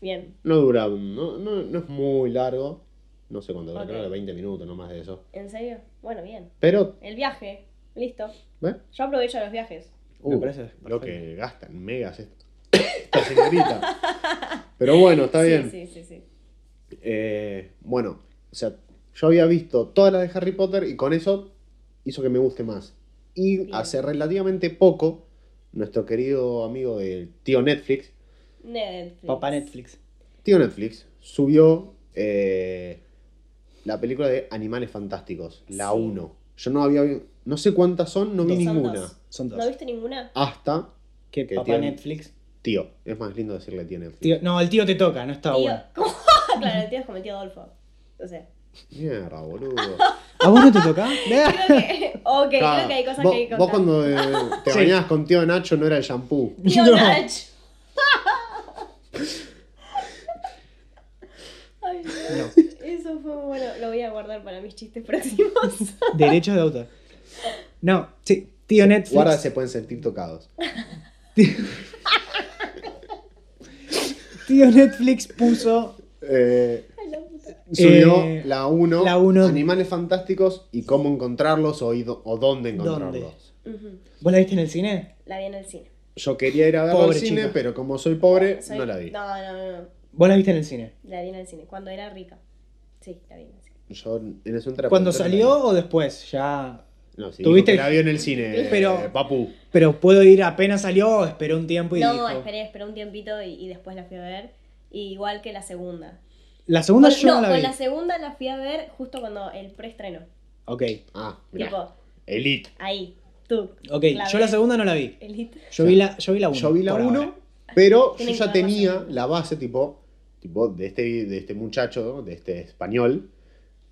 S3: bien.
S2: No dura, no, no, no es muy largo. No sé cuánto dura,
S3: Ok.
S2: creo que 20 minutos, no más de eso.
S3: ¿En serio? Bueno, bien.
S2: Pero,
S3: El viaje, listo.
S2: ¿ves? Uh,
S3: Yo aprovecho los viajes.
S1: Me parece
S2: lo
S1: perfecto.
S2: que gastan megas est- esta señorita. Pero bueno, está
S3: sí,
S2: bien.
S3: Sí, sí, sí.
S2: Eh, bueno, o sea, yo había visto todas las de Harry Potter y con eso hizo que me guste más. Y
S3: Bien.
S2: hace relativamente poco, nuestro querido amigo del tío Netflix,
S3: Netflix.
S1: Papá Netflix.
S2: tío Netflix, subió eh, la película de Animales Fantásticos, la
S3: Sí.
S2: 1. Yo no había vi- no sé cuántas son, no vi
S3: Son
S2: ninguna.
S3: dos.
S1: Son dos.
S3: ¿No viste ninguna?
S2: Hasta
S1: Que
S2: que
S1: papá
S2: tiene-
S1: Netflix.
S2: tío, es más lindo decirle tío Netflix.
S1: Tío- no, el tío te toca, no
S2: Ah,
S1: está
S3: Tío-
S1: bueno.
S3: ¿Cómo? claro, el tío es como el tío Adolfo. O sea,
S2: Mierda, boludo.
S1: ¿A vos no te toca?
S3: creo que. Ok,
S2: Ah,
S3: creo que hay cosas
S2: vos,
S3: que hay que
S2: vos
S3: contar.
S2: cuando eh, te
S1: Sí.
S2: bañabas con tío Nacho no era el shampoo.
S3: Tío
S1: No.
S3: Nacho. Ay, no. Eso fue muy bueno. Lo voy a guardar para mis chistes próximos.
S1: Derechos de autor. No, sí, tío Netflix.
S2: Guarda, se pueden sentir tocados.
S1: Tío Netflix puso.
S2: Eh,
S3: Ay, la puta.
S2: subió
S1: Eh,
S2: la 1,
S1: la uno.
S2: Animales Fantásticos y cómo encontrarlos o, y do- o dónde encontrarlos.
S3: Ujú.
S1: ¿Vos la viste en el cine?
S3: La vi en el cine.
S2: Yo quería ir a verlo
S1: Pobre
S2: al cine,
S1: chica.
S2: pero como soy pobre,
S3: Soy-
S2: no la vi.
S3: No, no, no, no.
S1: ¿Vos la viste en el cine?
S3: La vi en el cine. Cuando era rica. Sí, la vi en el cine.
S2: Yo en ese momento era
S1: ¿Cuando
S2: pobre,
S1: salió
S2: no la
S1: o después? Ya.
S2: vi. No, sí,
S1: ¿Tuviste
S2: dijo
S1: el-
S2: que la vio en el cine,
S1: Pero-
S2: eh, papu.
S1: Pero puedo ir apenas salió o esperó un tiempo y
S3: no,
S1: dijo.
S3: esperé, esperé un tiempito y, y después la fui a ver. Y igual que la segunda.
S1: La segunda
S3: Con-
S1: yo no,
S3: no,
S1: la
S3: con
S1: vi.
S3: la segunda la fui a ver justo cuando el preestreno.
S1: Ok,
S2: Ah, mirá.
S3: Tipo,
S2: Elite.
S3: ahí, tú.
S1: ok.
S3: La
S1: yo
S3: vi.
S1: la segunda no la vi.
S3: Elite.
S1: Yo vi la, yo vi la uno.
S2: Yo vi la
S1: por
S2: 1,
S1: ahora.
S2: pero yo
S3: Tienen
S2: ya
S3: que ver la
S2: tenía
S3: segunda.
S2: la base, tipo, tipo de, este, de este muchacho, de este español.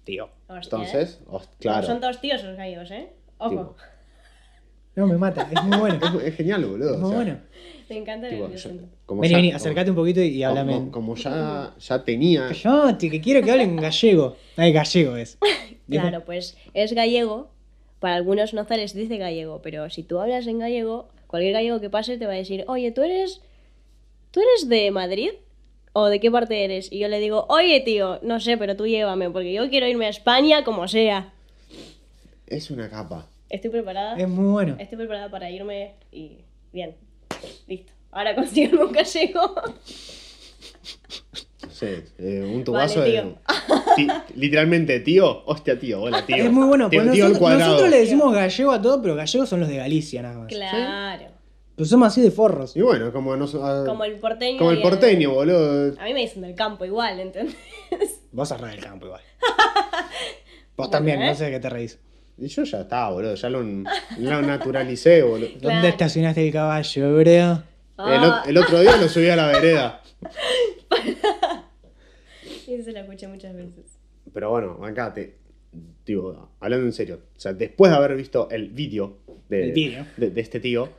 S1: Tío.
S3: Hostia, ¿eh?
S2: Entonces, host-
S3: Son
S2: claro.
S3: todos tíos los gallegos, ¿eh? Ojo.
S1: No, me mata, es muy bueno.
S2: Es, es genial, boludo.
S1: Es
S2: o
S1: muy
S2: sea,
S1: Ah, bueno.
S3: Me encanta
S2: tipo,
S3: el
S2: yo-
S3: acento.
S2: como
S1: Vení,
S2: ya-
S1: vení,
S2: como-
S1: acercate un poquito y, y háblame.
S2: Como, como ya, ya tenía.
S1: Callate, que quiero que hablen gallego. Ay, gallego es.
S3: Claro, pues es gallego. Para algunos no se les dice gallego, pero si tú hablas en gallego, cualquier gallego que pase te va a decir, oye, ¿tú eres, ¿tú eres de Madrid? ¿O de qué parte eres? Y yo le digo, oye, tío, no sé, pero tú llévame, porque yo quiero irme a España como sea.
S2: Es una capa.
S3: Estoy preparada.
S2: Em-
S1: Es muy bueno.
S3: Estoy preparada para irme y bien. Listo. Ahora consigo un gallego.
S2: No sé, eh, un
S3: Vale,
S2: tubazo de-
S3: tío.
S2: ti- literalmente, tío. Hostia, tío. Hola, tío.
S1: Es muy bueno,
S2: Tío,
S1: porque
S2: tío al
S1: nosotros,
S2: cuadrado.
S1: nosotros le decimos gallego a todo, pero gallegos son los de Galicia nada más.
S3: Claro.
S1: Pero somos así de forros.
S2: Y bueno, como, nos- ah,
S3: Como el porteño.
S2: como el
S3: y
S2: porteño, boludo.
S3: A mí me dicen del campo igual, ¿entendés?
S1: Vos cerrás el campo igual. Vos
S3: Bueno,
S1: también,
S3: ¿eh?
S1: no sé de qué te reís.
S2: Y yo ya estaba, boludo. Ya lo, lo naturalicé, boludo.
S1: ¿Dónde
S3: Claro.
S1: estacionaste el caballo, bro?
S2: El, o-
S3: Ah,
S2: el otro día lo subí a la vereda.
S3: y se lo escuché muchas veces.
S2: Pero bueno, acá te. Digo, hablando en serio. O sea, después de haber visto el vídeo de,
S1: El vídeo.
S2: de, de este tío,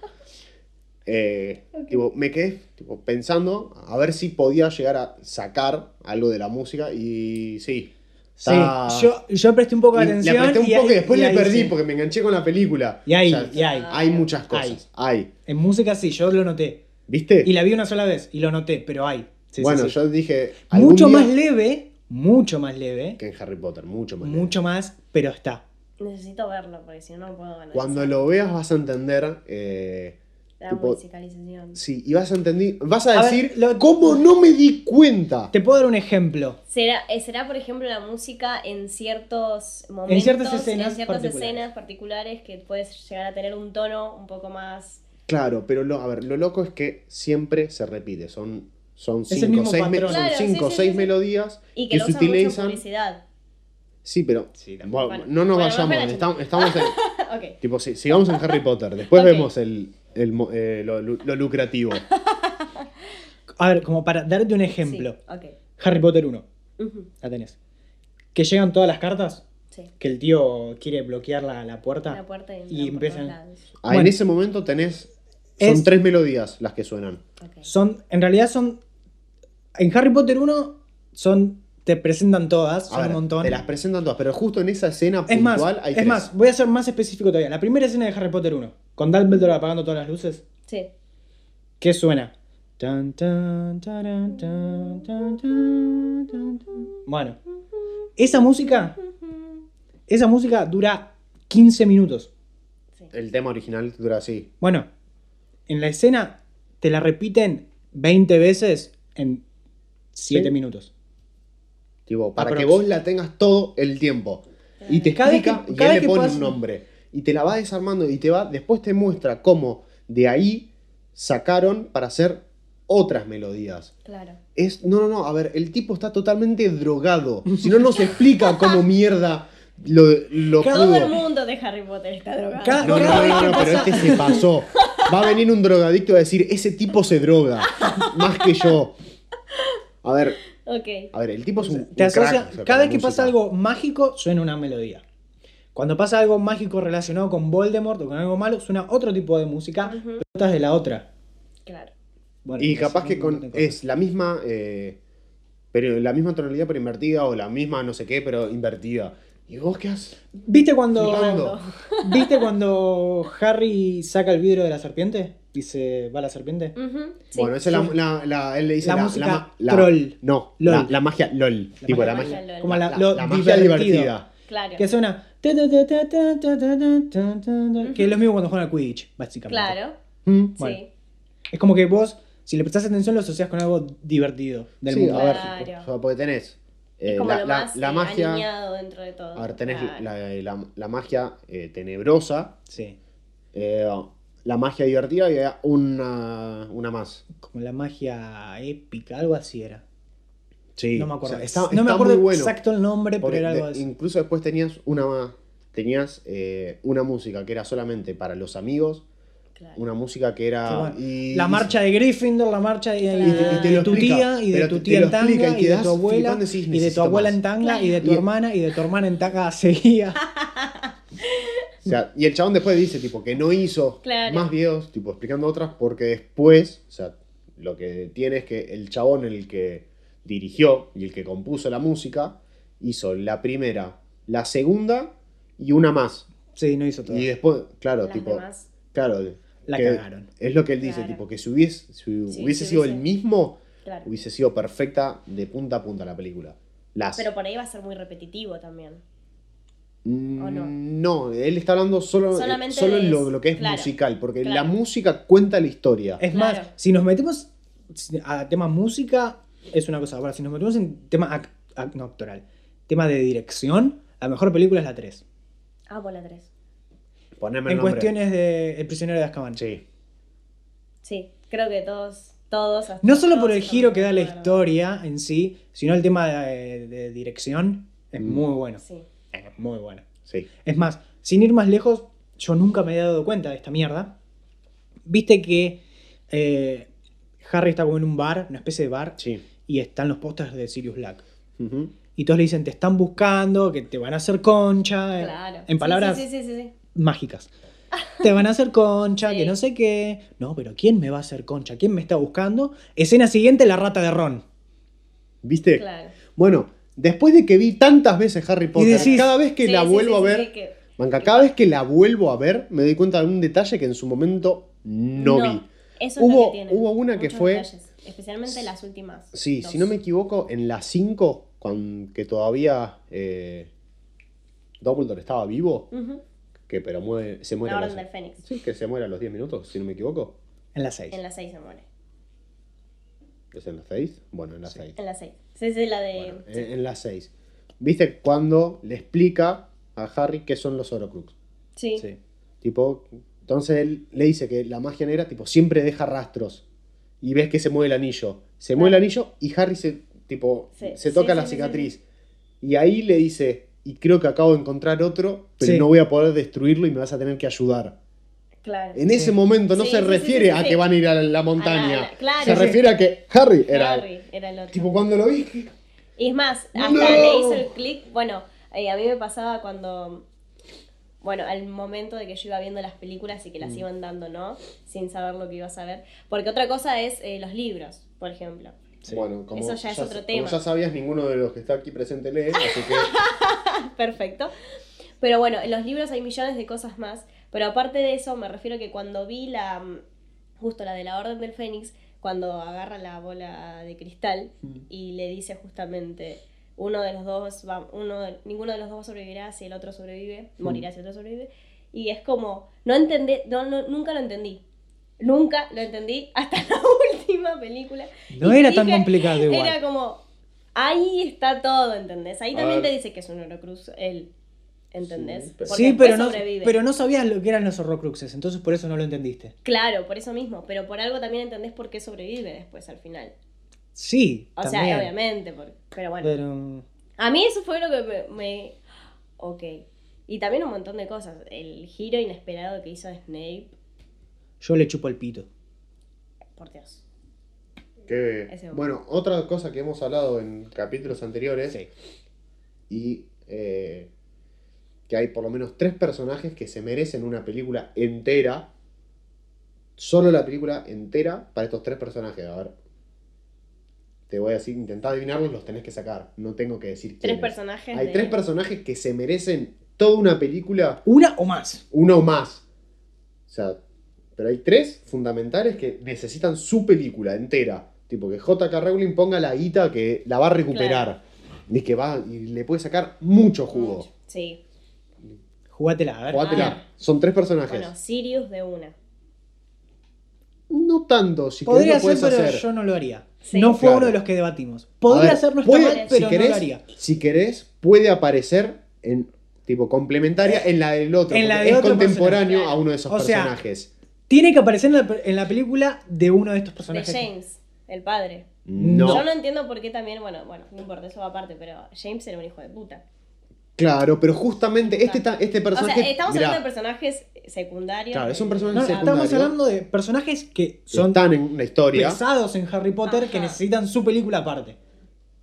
S2: eh, tipo, me quedé tipo, pensando a ver si podía llegar a sacar algo de la música. Y sí.
S1: Sí,
S2: está-
S1: yo, yo presté un poco de
S2: le-
S1: atención.
S2: Le apreté un poco y,
S1: ahí-
S2: después
S1: y
S2: le
S1: ahí
S2: perdí
S1: sí.
S2: porque me enganché con la película.
S1: Y ahí,
S2: O sea,
S1: y ahí.
S2: Hay muchas cosas. Hay.
S1: En música sí, yo lo noté.
S2: ¿Viste?
S1: Y la vi una sola vez y lo noté, pero hay. Sí, sí,
S2: bueno,
S1: sí.
S2: yo dije. algún
S1: Mucho
S2: día-
S1: más leve, mucho más leve,
S2: que en Harry Potter, mucho más. leve.
S1: mucho más, pero está.
S3: Necesito verlo porque si no, no puedo ganar.
S2: Cuando lo veas vas a entender. eh,
S3: La
S2: tipo-
S3: musicalización.
S2: sí, y vas a entender. Vas a,
S1: A ver,
S2: decir,
S1: lo-
S2: ¿cómo no me di cuenta?
S1: Te puedo dar un ejemplo.
S3: ¿Será, eh, será, por ejemplo, la música en ciertos momentos,
S1: ciertas escenas
S3: en ciertas
S1: particulares.
S3: escenas particulares que puedes llegar a tener un tono un poco más...
S2: Claro, pero lo, a ver, lo loco es que siempre se repite. Son, son
S1: Es el
S2: cinco,
S1: mismo
S2: seis, me-
S1: patrón.
S2: son
S3: Claro, sí,
S2: cinco,
S3: sí,
S2: seis
S3: sí, sí.
S2: melodías
S3: Y que, lo
S2: se
S3: usan mucho en
S2: utilizan.
S3: publicidad.
S2: Sí, pero bueno,
S3: Bueno,
S2: no nos
S3: bueno,
S2: vayamos.
S3: espérate.
S2: Estamos, estamos en,
S3: ok.
S2: tipo, sí, sigamos en Harry Potter. Después
S3: Ok.
S2: vemos el, el mo- eh, lo, lu- lo lucrativo. Ah,
S1: A ver, como para darte un ejemplo.
S3: Sí, ok.
S1: Harry Potter 1,
S3: Ujú,
S1: la tenés. Que llegan todas las cartas,
S3: Sí.
S1: que el tío quiere bloquear la, la puerta.
S3: La puerta
S1: Y
S3: y, entran por todos
S1: empiezan-
S3: lados.
S2: Ah, En
S1: Bueno.
S2: ese momento tenés. Son
S1: Es-
S2: tres melodías las que suenan.
S3: Ok.
S1: Son, en realidad son... En Harry Potter 1 son... Te presentan todas,
S2: A
S1: son
S2: ver,
S1: un montón.
S2: Te las presentan todas, pero justo en esa escena
S1: Es más,
S2: puntual hay
S1: es
S2: tres.
S1: más, voy a ser más específico todavía. La primera escena de Harry Potter 1, con Dumbledore apagando todas las luces,
S3: Sí.
S1: ¿qué suena? Tan, tan, taran, tan, tan, tan, tan, tan. Bueno, esa música, esa música dura 15 minutos.
S3: Sí.
S2: El tema original dura así.
S1: Bueno, en la escena te la repiten 20 veces en 7
S2: Sí.
S1: minutos.
S2: Tipo, para
S1: Aprox.
S2: que vos la tengas todo el tiempo. Y te
S1: Cada vez
S2: explica
S1: que-
S2: y
S1: cada
S2: él
S1: vez
S2: le
S1: que
S2: pone
S1: pasa-
S2: un nombre. Y te la va desarmando y te va. Después te muestra cómo de ahí sacaron para hacer otras melodías.
S3: Claro.
S2: Es. No, no, no. A ver, el tipo está totalmente drogado. Si no, no se explica cómo mierda lo, lo
S3: Todo el
S2: pudo.
S3: mundo de Harry Potter está drogado.
S1: Cada-
S2: No, no,
S1: Cada
S2: no,
S1: vez
S2: no,
S1: que
S2: no, pero
S1: pasa-
S2: este se pasó. Va a venir un drogadicto a decir, ese tipo se droga. Más que yo. A ver,
S3: Ok.
S2: A ver, el tipo es un.
S1: Te
S2: un crack,
S1: asocia-
S2: o sea, con
S1: cada
S2: la
S1: vez que
S2: música.
S1: pasa algo mágico, suena una melodía. Cuando pasa algo mágico relacionado con Voldemort o con algo malo, suena otro tipo de música, pero esta es de la otra.
S3: Claro.
S1: Bueno,
S2: Y
S1: es
S2: capaz
S1: un
S2: que
S1: montón
S2: con,
S1: de cosas.
S2: es la misma. eh, pero la misma tonalidad, pero invertida, o la misma no sé qué, pero invertida. ¿Y vos qué haces?
S1: ¿Viste cuando,
S2: Flipando.
S1: ¿Viste cuando Harry saca el vidrio de la serpiente? Y se va la serpiente.
S3: Ujú, sí.
S2: Bueno, esa es la, la, la- Él le dice
S1: La
S2: la,
S1: música
S2: ma-
S1: troll.
S2: No,
S1: LOL.
S2: La, la magia LOL. tipo,
S1: magia
S2: la magia.
S3: LOL.
S1: Como la,
S2: la-
S1: lo
S2: la magia
S1: divertido.
S2: divertida.
S3: Claro.
S1: Que suena. ta, ta, ta, ta, ta, ta, ta, ta, ta, ta, Que es lo mismo cuando juegan al Quidditch, básicamente.
S3: Claro.
S2: Mm.
S1: Bueno.
S3: Sí.
S1: Es como que vos, si le prestás atención, lo asocias con algo divertido del
S2: Sí,
S1: mundo.
S2: a ver.
S3: Claro.
S2: o sea, porque tenés. eh,
S3: Es como
S2: la,
S3: lo
S2: la-
S3: más
S2: la
S3: eh,
S2: magia.
S3: alineado dentro de todo.
S2: A ver, tenés
S3: Claro.
S2: la, la- la magia eh, tenebrosa,
S1: Sí.
S2: eh, la magia divertida y eh, una, una más.
S1: Como la magia épica, algo así era.
S2: Sí.
S1: No me acuerdo.
S2: o sea, está-
S1: no me
S2: está
S1: acuerdo
S2: muy bueno.
S1: exacto el nombre, pero
S2: Porque
S1: era algo
S2: de-
S1: así.
S2: incluso después tenías una tenías eh, una música que era solamente para los amigos,
S3: Claro.
S2: una música que
S1: Qué
S2: era
S1: bueno.
S2: y-
S1: La marcha de Gryffindor, la marcha de,
S3: Claro.
S1: y de-
S3: Y te lo
S1: de tu
S2: explica,
S1: tía, y de
S2: pero
S1: tu
S2: te- te
S1: tía
S2: lo
S1: en tanga,
S2: explica y
S1: y, de
S2: quedás
S1: tu abuela,
S2: flipando y decís,
S1: y de tu
S2: "Necesito
S1: abuela
S2: más".
S1: en tanga, y de tu
S2: Y-
S1: hermana, y de tu hermana en tanga seguía.
S2: o sea, y el chabón después dice tipo que no hizo
S3: Claro.
S2: más videos, tipo explicando otras porque después, o sea, lo que tiene es que el chabón el que dirigió y el que compuso la música hizo la primera, la segunda y una más.
S1: Sí, no hizo todo.
S2: Y después, claro,
S3: Las
S2: tipo
S3: demás.
S2: Claro.
S1: La
S2: que
S1: cagaron.
S2: Es lo que él dice,
S3: Claro.
S2: tipo, que si hubiese, si
S3: si
S2: hubiese sido
S3: hubiese-
S2: el mismo,
S3: Claro.
S2: hubiese sido perfecta de punta a punta la película. Las.
S3: Pero por ahí va a ser muy repetitivo también.
S2: Mm,
S3: ¿o no?
S2: no, él está hablando solo, eh,
S3: Solamente
S2: solo
S3: de
S2: en lo,
S3: eso,
S2: lo que es
S3: claro,
S2: musical, porque la
S3: claro.
S2: música cuenta la historia.
S1: Es
S3: Claro.
S1: más, si nos metemos a tema música, es una cosa. Ahora, si nos metemos en tema ac- ac- no, actoral, tema de dirección, la mejor película es la 3.
S3: Amo Ah, la 3.
S2: Poneme el
S1: En
S2: nombre.
S1: cuestiones de El prisionero de Azkaban.
S2: Sí.
S3: Sí, creo que todos, todos. hasta
S1: No solo
S3: todos
S1: por el
S3: estamos
S1: giro que da la
S3: de acuerdo.
S1: historia en sí, sino el tema de, de dirección es
S2: Mm.
S1: muy bueno.
S3: Sí.
S1: Es muy bueno.
S2: Sí.
S1: Es más, sin ir más lejos, yo nunca me había dado cuenta de esta mierda. Viste que eh, Harry está como en un bar, una especie de bar,
S2: Sí.
S1: y están los pósters de Sirius Black.
S2: Ujú.
S1: Y todos le dicen, te están buscando, que te van a hacer concha. eh,
S3: Claro.
S1: En
S3: Sí,
S1: palabras
S3: Sí, sí, sí, sí.
S1: mágicas. Te van a hacer concha, que
S3: Sí.
S1: no sé qué. No, pero ¿quién me va a hacer concha? ¿Quién me está buscando? Escena siguiente, la rata de Ron.
S2: ¿Viste?
S3: sí. Claro.
S2: Bueno, después de que vi tantas veces Harry Potter,
S1: decís-
S2: cada vez que
S3: Sí,
S2: la
S3: sí,
S2: vuelvo a
S3: sí, sí,
S2: ver,
S3: sí, que-
S2: Manca, cada vez que la vuelvo a ver, me doy cuenta de un detalle que en su momento no, vi.
S3: Eso es
S2: Hubo-
S3: lo que tiene.
S2: hubo una que
S3: Muchos
S2: fue-
S3: detalles, especialmente las últimas.
S2: Sí,
S3: dos.
S2: si no me equivoco, en la 5, con que todavía eh, Dumbledore estaba vivo,
S3: Ujú.
S2: que pero muere- se muere.
S3: La
S2: a
S3: Orden
S2: los-
S3: del Fénix.
S2: Sí, que se muere a los 10 minutos, si no me equivoco.
S1: En la 6.
S3: En la 6 se muere.
S2: ¿Es en la 6? Bueno, en la 6.
S3: En la 6. Sí, Eh, sí, la de.
S2: Bueno, eh, en, en la 6. ¿Viste cuando le explica a Harry qué son los Horocrux?
S3: sí.
S1: Sí.
S2: Tipo, entonces él le dice que la magia negra, tipo, siempre deja rastros. Y ves que se mueve el anillo. Se mueve el anillo y Harry se, tipo,
S3: Sí,
S2: se
S3: sí,
S2: toca
S3: sí,
S2: la
S3: sí, sí,
S2: cicatriz. Y ahí le dice, y creo que acabo de encontrar otro, pero
S1: Sí.
S2: no voy a poder destruirlo y me vas a tener que ayudar.
S3: Claro.
S2: En ese momento no
S3: Sí,
S2: se
S3: sí, sí,
S2: refiere
S3: sí, sí,
S2: a
S3: sí.
S2: que van a ir a la
S3: A
S2: montaña.
S3: la- la- claro,
S2: se
S3: sí.
S2: refiere a que Harry era...
S3: Harry era el otro.
S2: Tipo, cuando lo vi... dije,
S3: Y es más, hasta
S2: ¡No!
S3: le hizo el clic. Bueno, eh, a mí me pasaba cuando. Bueno, al momento de que yo iba viendo las películas y que las iban dando, ¿no? Sin saber lo que iba a saber. Porque otra cosa es eh, los libros, por ejemplo.
S2: Bueno, como
S3: Eso ya es otro
S2: como
S3: tema.
S2: ya sabías, ninguno de los que está aquí presente lee, así que...
S3: Perfecto. Pero bueno, en los libros hay millones de cosas más. Pero aparte de eso, me refiero que cuando vi la. mm, Justo la de la Orden del Fénix, cuando agarra la bola de cristal y le dice justamente. Uno de los dos va. Uno de- ninguno de los dos sobrevivirá si el otro sobrevive. Morirá si el otro sobrevive. Y es como. No entendé. No, no- nunca lo entendí. Nunca lo entendí hasta la última película.
S1: No
S3: Y
S1: era tan
S3: dije,
S1: complicado igual.
S3: Era como, ahí está todo, ¿entendés? Ahí
S2: A
S3: también
S2: ver.
S3: te dice que es un Horocrux él, ¿entendés?
S2: Sí,
S3: Porque
S1: Sí,
S3: después
S1: pero no,
S3: sobrevive.
S1: pero no sabías lo que eran los horrocruxes, entonces por eso no lo entendiste.
S3: Claro, por eso mismo, pero por algo también entendés por qué sobrevive después al final.
S1: Sí,
S3: O
S1: también.
S3: sea, obviamente, por- pero bueno.
S1: Pero mm,
S3: A mí eso fue lo que me, me- Ok. Y también un montón de cosas. El giro inesperado que hizo Snape,
S1: yo le chupo el pito.
S3: por Dios.
S2: que-
S3: Ese-
S2: Bueno, otra cosa que hemos hablado en capítulos anteriores, y eh, que hay por lo menos tres personajes que se merecen una película entera, solo la película entera para estos tres personajes. A ver, te voy a decir, intentá adivinarlos, los tenés que sacar, no tengo que decir
S3: Tres
S2: quiénes.
S3: personajes.
S2: Hay
S3: de-
S2: tres personajes que se merecen toda una película
S1: Una o más.
S2: uno o más. O sea, pero hay tres fundamentales que necesitan su película entera. Tipo, que JK Rowling ponga la guita que la va a recuperar. Y que va y le puede sacar mucho jugo.
S3: Mucho. Sí.
S1: Jugátela, a ver.
S2: Jugátela.
S3: Ah.
S2: Son tres personajes.
S3: Bueno, Sirius de una.
S2: No tanto, si querés
S1: Podría
S2: lo
S1: ser,
S2: puedes
S1: pero
S2: hacer.
S1: yo no lo haría.
S3: Sí.
S1: No fue
S2: Claro.
S1: uno de los que debatimos. Podría
S2: A ver,
S1: ser, no está
S2: puede-
S1: mal, pero
S2: si
S1: no
S2: querés,
S1: lo haría.
S2: Si querés, puede aparecer en tipo complementaria en la del otro.
S1: En la
S2: porque
S1: del
S2: es
S1: otro
S2: contemporáneo
S3: personaje.
S2: a uno de esos
S1: O sea,
S2: personajes.
S1: Tiene que aparecer en la, en la película de uno de estos
S3: De
S1: personajes.
S3: James, el padre.
S1: no.
S3: Yo no entiendo por qué también, bueno, bueno, no importa, eso va aparte, pero James era un hijo de puta.
S2: Claro, pero justamente este, ta- este
S3: O sea,
S2: personaje.
S3: estamos
S2: mirá,
S3: hablando de personajes secundarios.
S2: Claro, es un personaje
S1: No,
S2: secundario.
S1: estamos hablando de personajes que son
S2: están en la historia.
S1: pesados en Harry Potter que
S3: Ajá.
S1: necesitan su película aparte.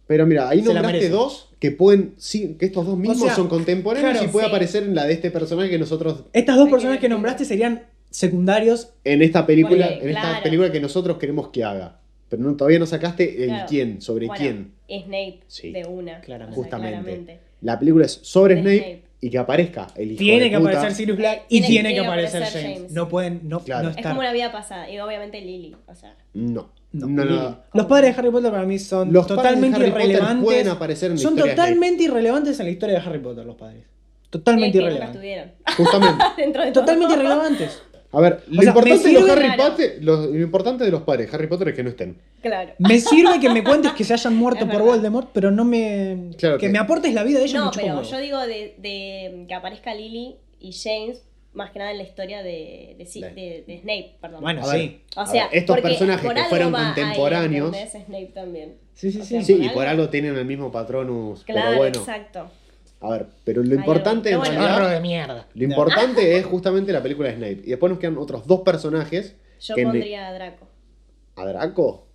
S2: Pero mira, ahí
S1: Se la
S2: nombraste
S1: merecen.
S2: dos que pueden. sí, que estos dos mismos
S1: sea,
S2: son contemporáneos
S1: claro,
S2: y puede
S3: sí.
S2: aparecer en la de este personaje que nosotros.
S1: Estas dos
S3: Hay que
S1: personas que
S3: decirlo.
S1: nombraste serían secundarios.
S2: En esta película.
S3: Porque,
S2: en esta
S3: claro.
S2: película que nosotros queremos que haga. Pero no- todavía no sacaste el
S3: Claro.
S2: quién, sobre
S3: Bueno,
S2: quién.
S3: Snape,
S2: Sí,
S3: de una.
S1: claramente.
S3: o sea,
S2: Justamente.
S3: claramente.
S2: La película es sobre
S3: De
S2: Snape,
S3: Snape.
S2: y que aparezca el hijo
S1: Tiene
S2: de
S1: que
S2: puta.
S1: aparecer Sirius Black y
S3: Tiene-
S1: tiene, que, aparecer James.
S3: James.
S1: No pueden, no,
S2: Claro.
S1: no
S2: Es
S3: Es
S1: estar.
S3: como una vida pasada, y obviamente Lily, o sea.
S2: No. No,
S1: No,
S2: no,
S1: ni-
S2: no.
S1: Los padres de Harry Potter para mí son
S2: Los padres de
S1: totalmente
S2: Harry Potter
S1: irrelevantes.
S2: pueden aparecer en la
S1: son
S2: historia de
S1: totalmente irrelevantes en la historia de Harry Potter los padres.
S3: es
S1: Totalmente
S3: que nunca
S1: irrelevantes.
S3: estuvieron.
S2: Justamente.
S3: Dentro de todo.
S1: Totalmente irrelevantes.
S2: A ver, lo,
S1: O sea,
S2: importante
S1: me
S2: de los
S1: sirve-
S2: Harry
S3: Claro.
S2: Potter, lo, lo importante de los padres de Harry Potter es que no estén.
S3: Claro.
S1: Me sirve que me cuentes que se hayan muerto
S3: Es
S1: por
S3: verdad.
S1: Voldemort, pero no me.
S2: Claro
S1: que
S2: que-
S1: me aportes la vida de ellos.
S3: No,
S1: me chupa un
S3: pero
S1: huevo.
S3: yo digo de, de que aparezca Lily y James, más que nada en la historia de, de, Si-
S2: De-
S3: de- de Snape, perdón.
S1: Bueno,
S2: A ver,
S1: sí.
S3: o
S2: a
S3: sea,
S2: ver, estos
S3: porque
S2: personajes
S3: por
S2: que
S3: algo
S2: fueron
S3: va ahí,
S2: contemporáneos-
S3: ¿entendés? Snape también.
S1: Sí, sí,
S3: o
S1: sí.
S3: sea,
S2: Sí,
S3: por
S2: y por
S3: algo.
S2: algo tienen el mismo patronus.
S3: Claro,
S2: pero bueno.
S3: exacto.
S2: A ver, pero lo
S3: algo.
S2: importante
S3: Pero
S2: en
S3: bueno,
S2: realidad-
S1: Ahorro de mierda.
S2: Lo importante es justamente la película de Snape. Y después nos quedan otros dos personajes.
S3: Yo
S2: que en-
S3: pondría a Draco.
S2: ¿A Draco?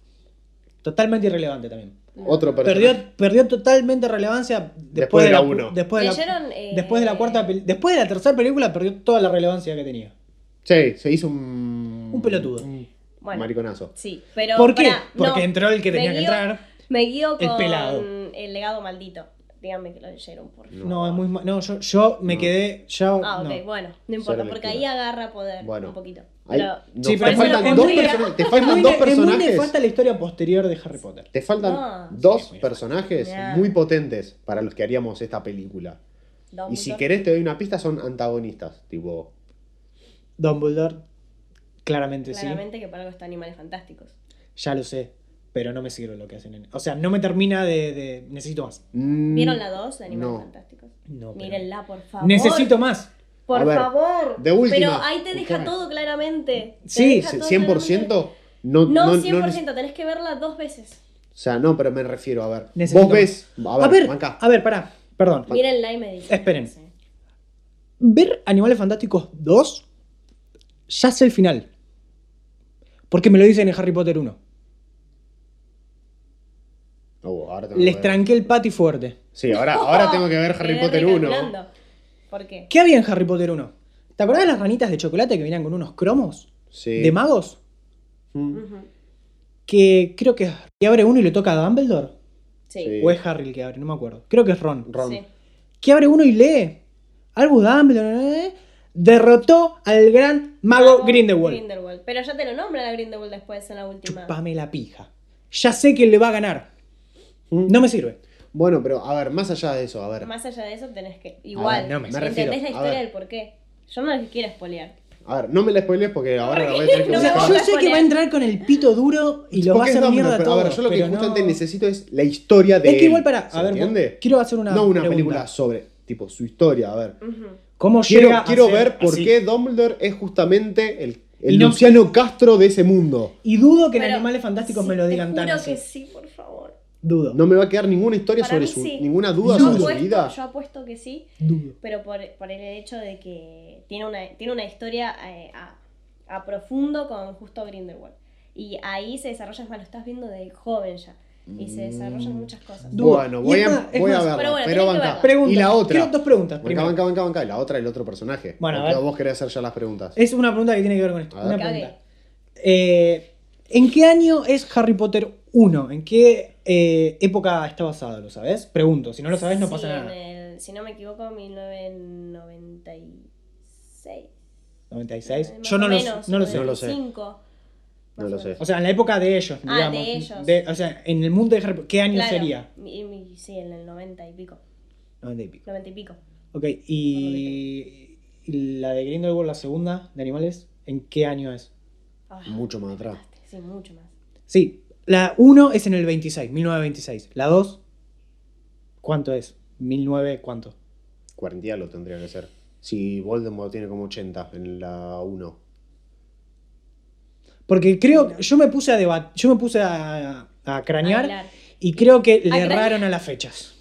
S1: Totalmente irrelevante también.
S2: Otro personaje.
S1: Perdió, perdió totalmente relevancia después,
S2: Después
S1: de
S2: de
S1: la,
S2: la uno.
S1: Después de la,
S3: ¿Leyeron, eh,
S1: después de la cuarta peli- Después de la tercera película perdió toda la relevancia que tenía.
S2: Sí, se hizo un.
S1: Un pelotudo.
S2: un
S3: Bueno.
S2: mariconazo.
S3: Sí, pero.
S1: ¿Por qué?
S3: pará, no,
S1: Porque entró el que
S3: me
S1: tenía que
S3: guío-
S1: entrar.
S3: Me guío
S1: el
S3: con
S1: pelado.
S3: el legado maldito. Díganme que lo leyeron, por favor.
S1: No, es muy ma- No, yo, yo me
S2: No.
S1: quedé. Yo,
S3: Ah, ok,
S1: no.
S3: bueno, no importa,
S2: Solo
S3: porque ahí
S2: lectura.
S3: agarra poder
S2: Bueno.
S3: un poquito.
S2: Ahí-
S3: Pero-
S2: no,
S1: Sí,
S2: te
S1: pero
S2: faltan
S1: es
S2: dos
S1: muy-
S2: personajes. Te
S1: Es muy
S2: faltan dos
S1: ne- Es muy
S2: personajes.
S1: nefasta la historia posterior de Harry Potter.
S2: Te faltan
S3: No.
S2: dos
S1: Sí, muy
S2: personajes
S3: Nah.
S2: muy potentes para los que haríamos esta película. Y si
S3: Dumbledore.
S2: querés te doy una pista, son antagonistas. Tipo,
S1: Dumbledore, claramente,
S3: Claramente que para algo están animales fantásticos.
S1: sí. Ya lo sé. Pero no me sirve lo que hacen en. O sea, no me termina de. de- necesito más.
S2: mm,
S3: ¿Vieron la 2 de animales
S2: no.
S3: fantásticos?
S1: No, pero-
S3: Mírenla, por favor.
S1: Necesito más.
S3: Por
S2: A ver,
S3: favor.
S2: de última,
S3: Pero ahí te deja
S2: buscame.
S3: todo claramente. Te
S1: Sí,
S3: deja
S2: ¿c-
S3: todo
S2: 100%? No,
S3: claramente. No,
S2: no, no-
S3: 100%, tenés que verla dos veces.
S2: o sea, no, pero me refiero, a ver.
S1: Necesito
S2: vos ves. A ver,
S1: A ver,
S2: bancá.
S1: a ver, pará. Perdón.
S3: Mírenla y me dicen.
S1: Esperen.
S3: Sí.
S1: Ver Animales Fantásticos 2 ya sé el final. Porque me lo dicen en Harry Potter 1.
S2: Oh, ahora tengo que
S1: Les
S2: ver.
S1: tranqué el pati fuerte.
S2: Sí, ahora, ahora tengo que ver Harry
S3: Quedé
S2: Potter 1.
S3: recalculando. ¿Por qué?
S1: ¿Qué había en Harry Potter 1? ¿Te acordás de las ranitas de chocolate que venían con unos cromos
S2: Sí.
S1: de magos?
S2: Mm.
S3: Ujú.
S1: Que creo que es que abre uno y le toca a Dumbledore.
S3: Sí.
S2: Sí.
S1: O es Harry el que abre, no me acuerdo. Creo que es Ron.
S2: Ron.
S3: Sí.
S1: Que abre uno y lee. Albus Dumbledore eh, derrotó al gran mago
S3: Mago
S1: Grindelwald.
S3: Grindelwald. Pero ya te lo nombran a Grindelwald después en la última.
S1: Chupame la pija. Ya sé que le va a ganar. No me sirve.
S2: Mm. Bueno, pero a ver, más allá de eso, a ver.
S3: Más allá de eso tenés que. Igual.
S1: no me-
S2: me refiero,
S3: entendés la
S2: a
S3: historia
S2: ver.
S3: del porqué. Yo no les quiero spoilear.
S2: A ver, no me la spoilees porque ahora la voy a tener que
S1: O
S3: No,
S1: sea,
S2: buscar.
S1: yo
S3: no,
S1: sé
S3: no,
S1: que
S3: no.
S1: va a entrar con el pito duro y lo va a
S2: Porque es
S1: hacer
S2: Dumbledore,
S1: mierda
S2: pero
S1: todo.
S2: a ver, yo lo que
S1: pero no-
S2: justamente necesito es la historia de
S1: Es que
S2: él,
S1: igual para.
S2: ¿se
S1: A ver,
S2: entiende?
S1: quiero hacer una.
S2: no una
S1: pregunta.
S2: película sobre, tipo, su historia, a ver.
S3: Ujú.
S1: ¿Cómo llega
S2: Quiero,
S1: a
S2: quiero
S1: ser
S2: ver por
S1: así?
S2: qué Dumbledore es justamente el, el
S1: Y no-
S2: Luciano Castro de ese mundo.
S1: Y dudo que en
S3: Pero
S1: Animales Fantásticos
S3: sí,
S1: me lo digan tan
S3: Te juro
S1: así.
S3: que sí, por favor.
S1: Dudo.
S2: No me va a quedar ninguna historia
S3: Para
S2: sobre
S3: mí
S2: su.
S3: sí.
S2: ninguna duda
S1: Yo
S2: sobre su
S3: apuesto-
S2: vida.
S3: Yo apuesto que sí,
S1: Dudo.
S3: pero por, por el hecho de que tiene una, tiene una historia eh, a, a profundo con justo Grindelwald. Y ahí se desarrolla, es más, lo estás viendo de joven ya. Y
S1: Mm.
S3: se desarrollan muchas cosas.
S1: Du-
S2: Bueno,
S1: Y
S2: voy
S1: es
S2: a,
S1: más- es
S2: voy a
S1: más-
S2: verla.
S3: Pero bueno,
S2: pero
S3: tenés que
S2: banca.
S1: Pregunta.
S2: Y la otra.
S1: Quiero dos preguntas.
S2: Banca,
S1: primero.
S2: banca, banca, banca. Y la otra, el otro personaje.
S1: Bueno, a
S2: Porque
S1: ver. Eh.
S2: vos querés hacer ya las preguntas.
S1: Es una pregunta que tiene que ver con esto.
S2: A ver.
S1: Una
S3: Cagué.
S1: pregunta. Eh, ¿En qué año es Harry Potter 1? ¿En qué eh, época está basado? ¿Lo sabes? Pregunto. Si no lo sabes, no
S3: Sí,
S1: pasa
S3: en
S1: nada.
S3: el- si no me equivoco, 1996.
S1: 96.
S3: Eh, más
S1: Yo no
S3: o
S1: lo,
S3: menos,
S1: no lo sé.
S2: No lo sé.
S3: 95,
S2: No
S3: más
S2: lo
S3: o menos.
S2: sé.
S1: O sea, en la época de ellos,
S3: Ah,
S1: digamos.
S3: de ellos.
S1: De- o sea, en el mundo de Harry Potter, ¿qué año
S3: Claro,
S1: sería?
S3: mi- mi- sí, en el 90 y pico.
S1: 90 y pico.
S3: 90 y pico.
S1: Ok, y, y la de Grindelwald, la segunda de animales, ¿en qué año es?
S3: Ah,
S2: Mucho más atrás.
S3: sí, mucho más.
S1: Sí, la 1 es en el 26, 1926. La 2, ¿cuánto es? 19, ¿cuánto?
S2: 40 y algo tendría que ser. Si Voldemort tiene como 80 en la 1.
S1: Porque creo, yo me puse a debat- yo me puse a, a cranear
S3: Hablar.
S1: y creo que le
S3: A cranear.
S1: erraron a las fechas.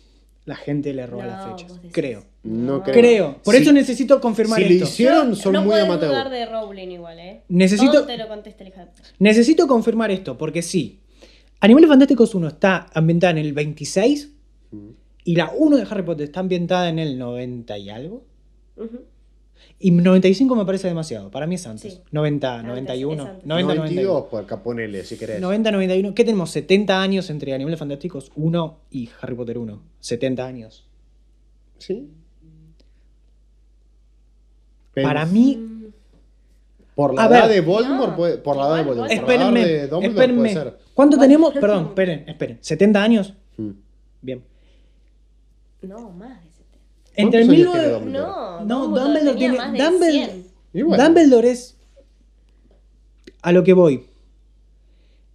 S1: La gente le erró a las
S3: No,
S1: fechas,
S3: vos decís. Ah.
S1: creo.
S2: No
S3: No.
S2: creo.
S1: Creo. Por
S2: Si-
S1: eso necesito confirmar
S2: si le
S1: esto.
S2: hici- Hicieron, son
S3: no
S2: muy
S3: podés
S2: amateur.
S3: dudar de Rowling igual, ¿eh?
S1: Necesito-
S3: Todo te lo contesta el hija.
S1: Necesito confirmar esto, porque sí. Animales Fantásticos 1 está ambientada en el 26
S2: Mm.
S1: y la 1 de Harry Potter está ambientada en el 90 y algo.
S3: Ujú.
S1: Y 95 me parece demasiado, para mí es antes.
S3: Sí.
S1: 90,
S3: Antes,
S1: 91.
S3: es antes.
S1: 90, 91.
S2: 92, por acá ponele, si querés.
S1: 90, 91. ¿Qué tenemos? 70 años entre Animales Fantásticos 1 y Harry Potter 1. 70 años.
S2: Sí.
S1: Para mí,
S3: Mm.
S2: Por la
S1: A
S2: edad
S1: ver.
S2: de Voldemort,
S3: No.
S2: puede, por la edad de
S3: Igual,
S2: Voldemort. por la edad
S1: espérenme,
S2: de Dumbledore puede
S1: espérenme.
S2: ser.
S1: ¿Cuánto
S3: Bueno.
S1: tenemos? Perdón, esperen, esperen. ¿70 años?
S2: Mm.
S1: Bien.
S3: No, más de 70.
S1: Entre
S2: ¿Cuántos años tiene
S1: 19...
S2: Dumbledore?
S3: No,
S1: No,
S3: Dumbledore
S1: Dumbledore
S3: tenía
S1: tiene-
S3: más de
S1: Dumbledore-
S3: 100.
S2: Y bueno,
S1: Dumbledore es a lo que voy.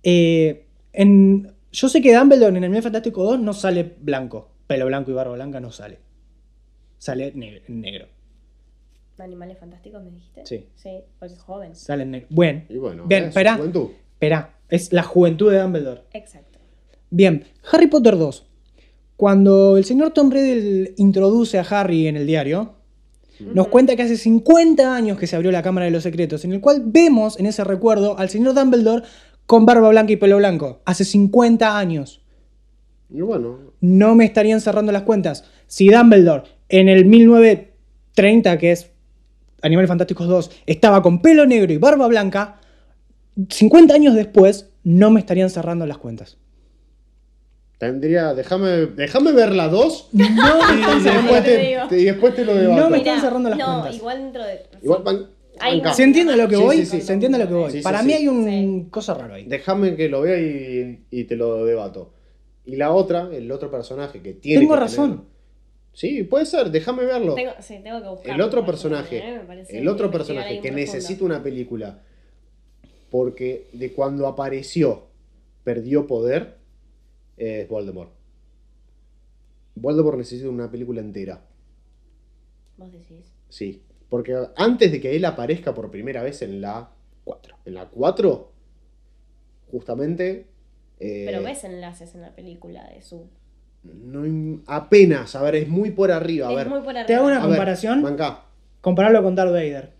S1: Eh, en, yo sé que Dumbledore en el Animal Fantástico 2 no sale blanco. Pelo blanco y barba blanca no sale. Sale ne- negro.
S3: Animales fantásticos, me dijiste.
S1: Sí.
S3: Sí, porque es joven.
S1: Sale negro. Bueno,
S2: Y bueno,
S1: Bien,
S2: es
S1: pará.
S2: juventud.
S1: espera. Es la juventud de Dumbledore.
S3: Exacto.
S1: Bien, Harry Potter 2. Cuando el señor Tom Riddle introduce a Harry en el diario, nos
S3: Ujú.
S1: cuenta que hace 50 años que se abrió la Cámara de los Secretos, en el cual vemos en ese recuerdo al señor Dumbledore con barba blanca y pelo blanco. Hace 50 años.
S2: Y bueno,
S1: No me estarían cerrando las cuentas. Si Dumbledore en el 1930, que es Animales Fantásticos 2, estaba con pelo negro y barba blanca, 50 años después no me estarían cerrando las cuentas.
S2: tendría. Déjame déjame ver la 2
S1: No me
S2: y,
S1: están cerrando
S2: después
S1: las
S3: te
S2: te,
S3: digo.
S2: te- y después te lo debato.
S1: No me
S3: Mirá,
S1: están cerrando las
S3: no,
S1: cuentas.
S3: igual dentro de.
S2: Igual van.
S3: Hay
S2: banca.
S1: ¿Se entiende a lo que
S2: Sí,
S1: voy?
S2: sí, sí.
S1: Se entiende a lo que voy.
S2: Sí, sí,
S1: Para
S2: sí.
S1: mí hay un
S3: Sí.
S1: cosa rara ahí.
S2: Déjame que lo vea y, y te lo debato. Y la otra, el otro personaje que tiene.
S1: Tengo
S2: que
S1: razón.
S2: tener- Sí, puede ser, déjame verlo.
S3: Tengo, sí, tengo que buscar.
S2: El otro
S3: ¿eh?
S2: personaje, el otro personaje que necesita una película, porque de cuando apareció, perdió poder, es Voldemort. Voldemort necesita una película entera,
S3: Vos decís.
S2: sí. Porque antes de que él aparezca por primera vez en la 4, en la 4, justamente... eh,
S3: Pero ves enlaces en la película de su.
S2: no im- apenas, a ver, es muy por arriba. A
S3: es
S2: ver,
S3: muy por arriba.
S1: hago una-
S2: a ver,
S1: comparación.
S2: bancá.
S1: Compararlo con Darth Vader.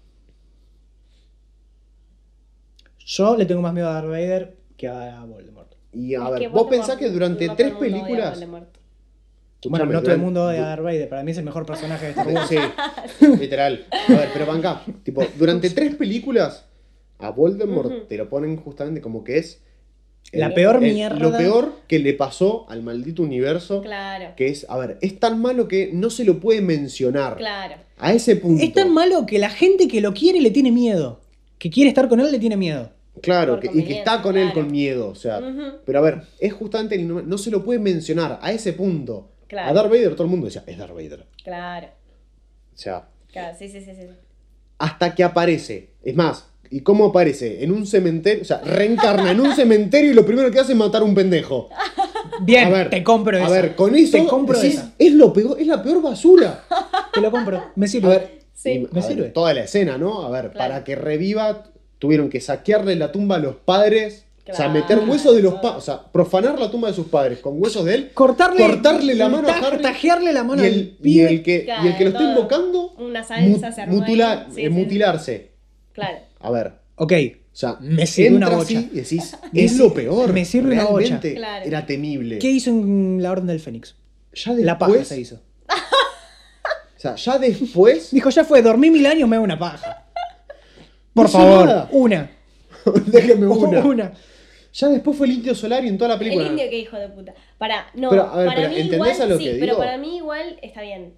S1: Yo le tengo más miedo a Darth Vader que a Voldemort.
S2: Y a
S3: Es que
S2: ver, vos
S3: Voldemort-
S2: pensás que durante
S3: no todo
S2: tres
S3: el mundo odia a
S2: películas...
S3: Voldemort.
S1: Bueno,
S2: Escuchame,
S1: no todo el
S2: duran-
S1: mundo odia
S2: du-
S1: a Darth Vader. Para mí es el mejor personaje de Star Wars.
S2: Sí, literal. A ver, pero banca. Tipo, durante tres películas a Voldemort
S3: Ujú.
S2: te lo ponen justamente como que es
S1: La peor mierda.
S2: Lo peor que le pasó al maldito universo.
S3: Claro,
S2: Que es, a ver, es tan malo que no se lo puede mencionar.
S3: claro.
S2: A ese punto.
S1: Es tan malo que la gente que lo quiere le tiene miedo. Que quiere estar con él le tiene miedo.
S2: Claro,
S3: Por
S2: que- y que está
S3: conveniencia,
S2: con él
S3: claro.
S2: con miedo. O sea.
S3: Ujú.
S2: Pero a ver, es justamente el no, no se lo puede mencionar a ese punto.
S3: Claro.
S2: A Darth Vader todo el mundo decía, es Darth Vader.
S3: Claro,
S2: O sea,
S3: claro, sí, sí, sí, sí.
S2: hasta que aparece. Es más, ¿y cómo aparece? En un cementerio, o sea, reencarna en un cementerio y lo primero que hace es matar a un pendejo.
S1: Bien,
S2: A ver,
S1: te compro
S2: A
S1: eso.
S2: ver, con eso
S1: Te compro
S2: decís,
S1: esa.
S2: es lo peor, es la peor basura.
S1: Te lo compro. Me
S2: A
S1: sirve.
S2: ver,
S3: Sí.
S2: y- a
S1: Me
S2: ver,
S1: sirve.
S2: toda la escena, ¿no? A ver,
S3: Claro.
S2: para que reviva tuvieron que saquearle la tumba a los padres, o sea,
S3: Claro.
S2: meter huesos de los padres, o sea, profanar la tumba de sus padres con huesos de él.
S1: cortarle,
S2: cortarle la mano a
S1: taj-
S2: Harry
S1: Tajearle la mano
S2: Y
S1: al
S2: el, y
S1: pibe.
S2: el que, y el que lo está
S3: Todo.
S2: invocando,
S3: Una
S2: mu-
S3: salsa se armó
S2: mutila-
S3: ahí. Sí,
S2: eh,
S3: sí, sí.
S2: mutilarse.
S3: Claro,
S2: A ver,
S1: Ok,
S2: O sea,
S1: Me sirve una
S2: entra
S1: bocha.
S2: así y decís,
S1: Me
S2: es
S1: si-
S2: lo peor.
S1: me sirve una bocha.
S2: Realmente
S3: Claro.
S2: Era temible.
S1: ¿qué hizo en la Orden del Fénix?
S2: Ya
S1: La paja
S2: después-
S1: se hizo.
S2: O sea, ya después.
S1: Dijo, ya fue, dormí mil años, me hago una paja. Por
S2: No hizo
S1: favor,
S2: nada.
S1: una.
S2: déjeme una.
S1: Oh, Una.
S2: Ya después fue el indio solar y en toda la película.
S3: el indio que hijo de puta. Para, no,
S2: Pero, a ver,
S3: para
S2: pero,
S3: mí
S2: ¿entendés
S3: igual,
S2: a lo
S3: sí,
S2: que digo?
S3: pero para mí igual está bien.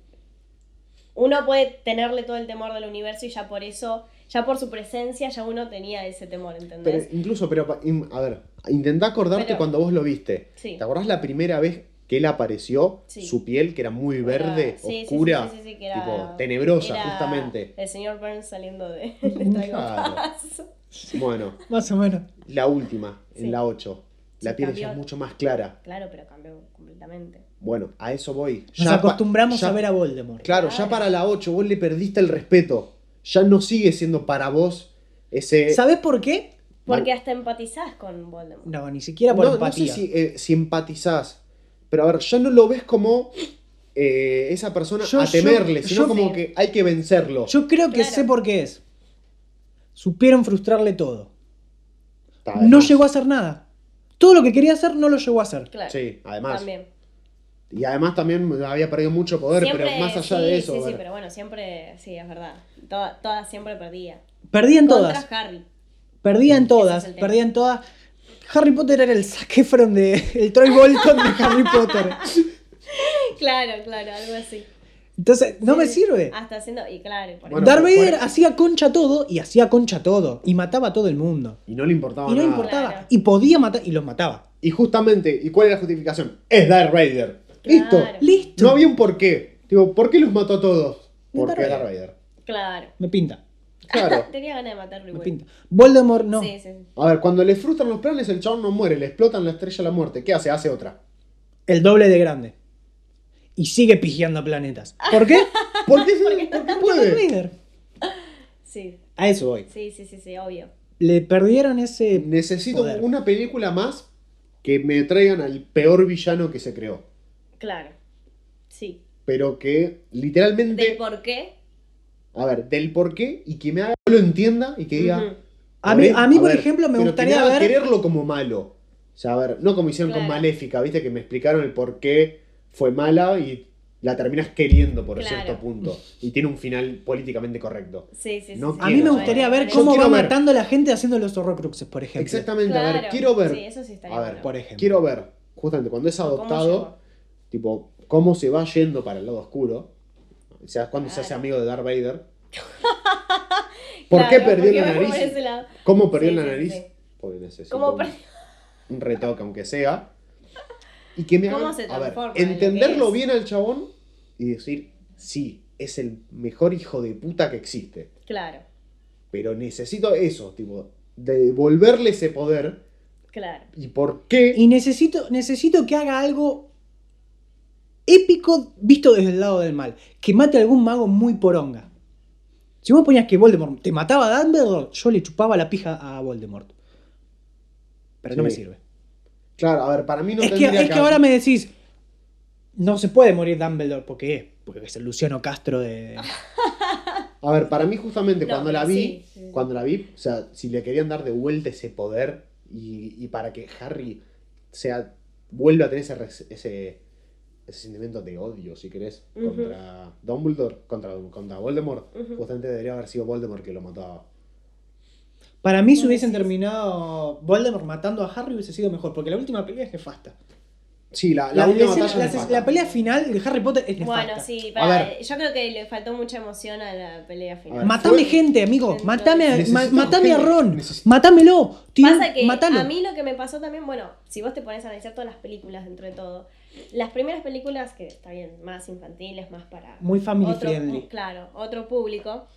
S3: Uno puede tenerle todo el temor del universo y ya por eso, ya por su presencia, ya uno tenía ese temor,
S2: Pero
S3: ¿entendés?
S2: incluso, pero pa- im- a ver, intentá acordarte
S3: Pero-
S2: cuando vos lo viste.
S3: Sí.
S2: ¿Te acordás la primera vez que él apareció?
S3: Sí.
S2: Su piel, que era muy verde,
S3: Era- sí, sí,
S2: oscura,
S3: sí, sí, sí, que era-
S2: tipo, tenebrosa,
S3: era
S2: justamente.
S3: El señor Burns saliendo de. de esta
S2: Claro.
S3: cosa.
S2: Bueno,
S1: Más o menos.
S2: la última, en
S3: Sí.
S2: la 8. La
S3: Sí,
S2: piel ya
S3: cambió.
S2: es mucho más clara.
S3: Claro, pero cambió completamente.
S2: Bueno, a eso voy.
S1: Nos
S2: Ya pa-
S1: acostumbramos
S2: ya-
S1: a ver a Voldemort.
S2: Claro, ya para la 8 vos le perdiste el respeto. Ya no sigue siendo para vos ese.
S1: ¿Sabés por qué?
S3: Porque hasta empatizás con Voldemort.
S1: No, ni siquiera por
S2: no, no
S1: empatía.
S2: sé si, eh, si empatizás. Pero a ver, ya no lo ves como eh, esa persona
S1: Yo-
S2: a
S1: yo-
S2: temerle, sino
S1: yo-
S2: como
S3: Sí.
S2: que hay que vencerlo.
S1: Yo creo que
S3: Claro.
S1: sé por qué es. Supieron frustrarle todo.
S2: Está,
S1: No
S2: además.
S1: llegó a hacer nada. Todo lo que quería hacer no lo llegó a hacer.
S3: Claro.
S2: Sí, además.
S3: También.
S2: Y además también había perdido mucho poder, pero más allá
S3: sí,
S2: de eso.
S3: Sí,
S2: a
S3: sí,
S2: ver.
S3: pero bueno, siempre, sí, es verdad. Toda, toda siempre perdía.
S1: Perdían
S3: Contra
S1: todas.
S3: Harry.
S1: Perdían todas.
S3: el tema.
S1: Perdían todas. Harry Potter era el Zac Efron de. El Troy Bolton de Harry Potter.
S3: Claro, claro, algo así.
S1: Entonces, no
S3: Sí,
S1: me
S3: sí. Ah.
S1: sirve.
S3: Hasta haciendo. Y claro, por
S2: Bueno,
S1: Darth
S2: pero
S1: Vader
S2: por-
S1: hacía concha todo y hacía concha todo. Y mataba a todo el mundo.
S2: Y no le importaba
S1: y no
S2: nada.
S1: importaba.
S3: Claro.
S1: Y podía matar y los mataba.
S2: Y justamente, ¿y cuál era la justificación? Es Darth Vader.
S3: Claro.
S2: Listo.
S1: Listo.
S2: No había un porqué. Digo, ¿por qué los mató a todos?
S1: Darth
S2: Porque
S1: Vader.
S2: Darth Vader.
S3: eso. Claro.
S1: Me pinta.
S2: Claro.
S3: Tenía ganas de matarlo
S1: Me
S3: igual.
S1: pinta. Voldemort no.
S3: Sí, sí. sí.
S2: A ver, cuando le frustran los planes, el chabón no muere, le explotan la estrella de la muerte. ¿Qué hace? Hace otra.
S1: El doble de grande. Y sigue pijeando planetas.
S3: Ah,
S1: ¿Por qué?
S2: ¿Por qué, ¿Por qué puede?
S1: Rider.
S3: Sí,
S1: A eso voy.
S3: sí, sí, sí, sí, obvio.
S1: Le perdieron ese.
S2: Necesito
S1: Poder.
S2: una película más que me traigan al peor villano que se creó.
S3: Claro. Sí.
S2: Pero que
S3: ¿Del
S2: literalmente.
S3: por qué?
S2: A ver, del por qué y que me haga lo entienda y que diga.
S3: Ujú.
S1: A mí,
S2: ver,
S1: a mí, por
S2: ver,
S1: ejemplo, me
S2: pero que
S1: gustaría
S2: haga
S1: ver.
S2: quererlo como malo. O sea, a ver, no como hicieron con
S3: Claro.
S2: Maléfica, viste que me explicaron el por qué fue mala y la terminas queriendo por
S3: Claro.
S2: cierto punto. Y tiene un final políticamente correcto.
S3: Sí, sí, sí.
S2: No
S3: sí,
S1: A mí me
S2: Quiero,
S1: gustaría
S3: bueno,
S1: ver
S2: Yo
S1: cómo va
S2: quiero ver.
S1: matando a la gente haciendo los horrocruxes, por ejemplo.
S2: Exactamente, a ver,
S3: Claro.
S2: quiero ver.
S3: Sí, eso sí estaría
S2: a ver,
S3: bueno.
S1: Por ejemplo.
S2: quiero ver, justamente cuando es
S3: ¿Cómo
S2: adoptado,
S3: llegó?
S2: tipo, cómo se va yendo para el lado oscuro. O sea, cuando se hace
S3: Claro.
S2: amigo de Darth Vader. ¿Por
S3: Claro,
S2: qué perdió
S3: porque
S2: la
S3: va por
S2: nariz?
S3: ese lado.
S2: ¿Cómo perdió
S3: Sí,
S2: la
S3: sí,
S2: nariz?
S3: sí.
S2: Porque necesito
S3: ¿Cómo
S2: un,
S3: perdió?
S2: un retoque, aunque sea. Y que me
S3: ¿Cómo
S2: hagan-
S3: se
S2: a ver,
S3: transforma en lo que
S2: entenderlo
S3: es?
S2: bien al chabón y decir, sí, es el mejor hijo de puta que existe.
S3: Claro,
S2: Pero necesito eso, tipo, devolverle ese poder.
S3: claro.
S2: ¿Y por qué?
S1: Y necesito, necesito que haga algo épico visto desde el lado del mal. Que mate a algún mago muy poronga. Si vos ponías que Voldemort te mataba a Dumbledore, yo le chupaba la pija a Voldemort. Pero no
S2: Sí.
S1: me sirve.
S2: Claro, a ver, para mí no
S1: es que,
S2: tendría
S1: es que ahora me decís, no se puede morir Dumbledore porque es, porque es el Luciano Castro de...
S3: Ah,
S2: A ver, para mí justamente
S3: No,
S2: cuando la
S3: pero
S2: vi,
S3: sí, sí.
S2: cuando la vi, o sea, si le querían dar de vuelta ese poder y, y para que Harry sea vuelva a tener ese res- ese, ese sentimiento de odio, si querés,
S3: Ujú.
S2: contra Dumbledore, contra, contra Voldemort,
S3: Ujú.
S2: justamente debería haber sido Voldemort que lo mataba.
S1: Para mí si
S3: Bueno,
S1: hubiesen
S3: sí, sí.
S1: terminado Voldemort matando a Harry hubiese sido mejor, porque la última pelea es nefasta.
S2: Sí, la, la
S1: La,
S2: última
S1: escena-
S2: batalla
S1: la-
S2: me mata.
S1: la pelea final de Harry Potter es nefasta.
S3: Bueno, sí,
S2: A
S3: para-
S2: ver.
S3: yo creo que le faltó mucha emoción a la pelea
S2: A
S3: final.
S2: ver.
S1: Matame
S2: Fue-
S1: gente, amigo.
S3: Entonces-
S1: Matame a, ma-
S2: Necesitamos
S1: matame a
S2: gente.
S1: Ron.
S2: Necesit-
S1: Matámelo. Tío,
S3: Pasa que
S1: matalo.
S3: a mí lo que me pasó también, bueno, si vos te pones a analizar todas las películas dentro de todo, las primeras películas, que está bien, más infantiles, más para
S1: Muy family
S3: otro,
S1: friendly.
S3: claro, otro público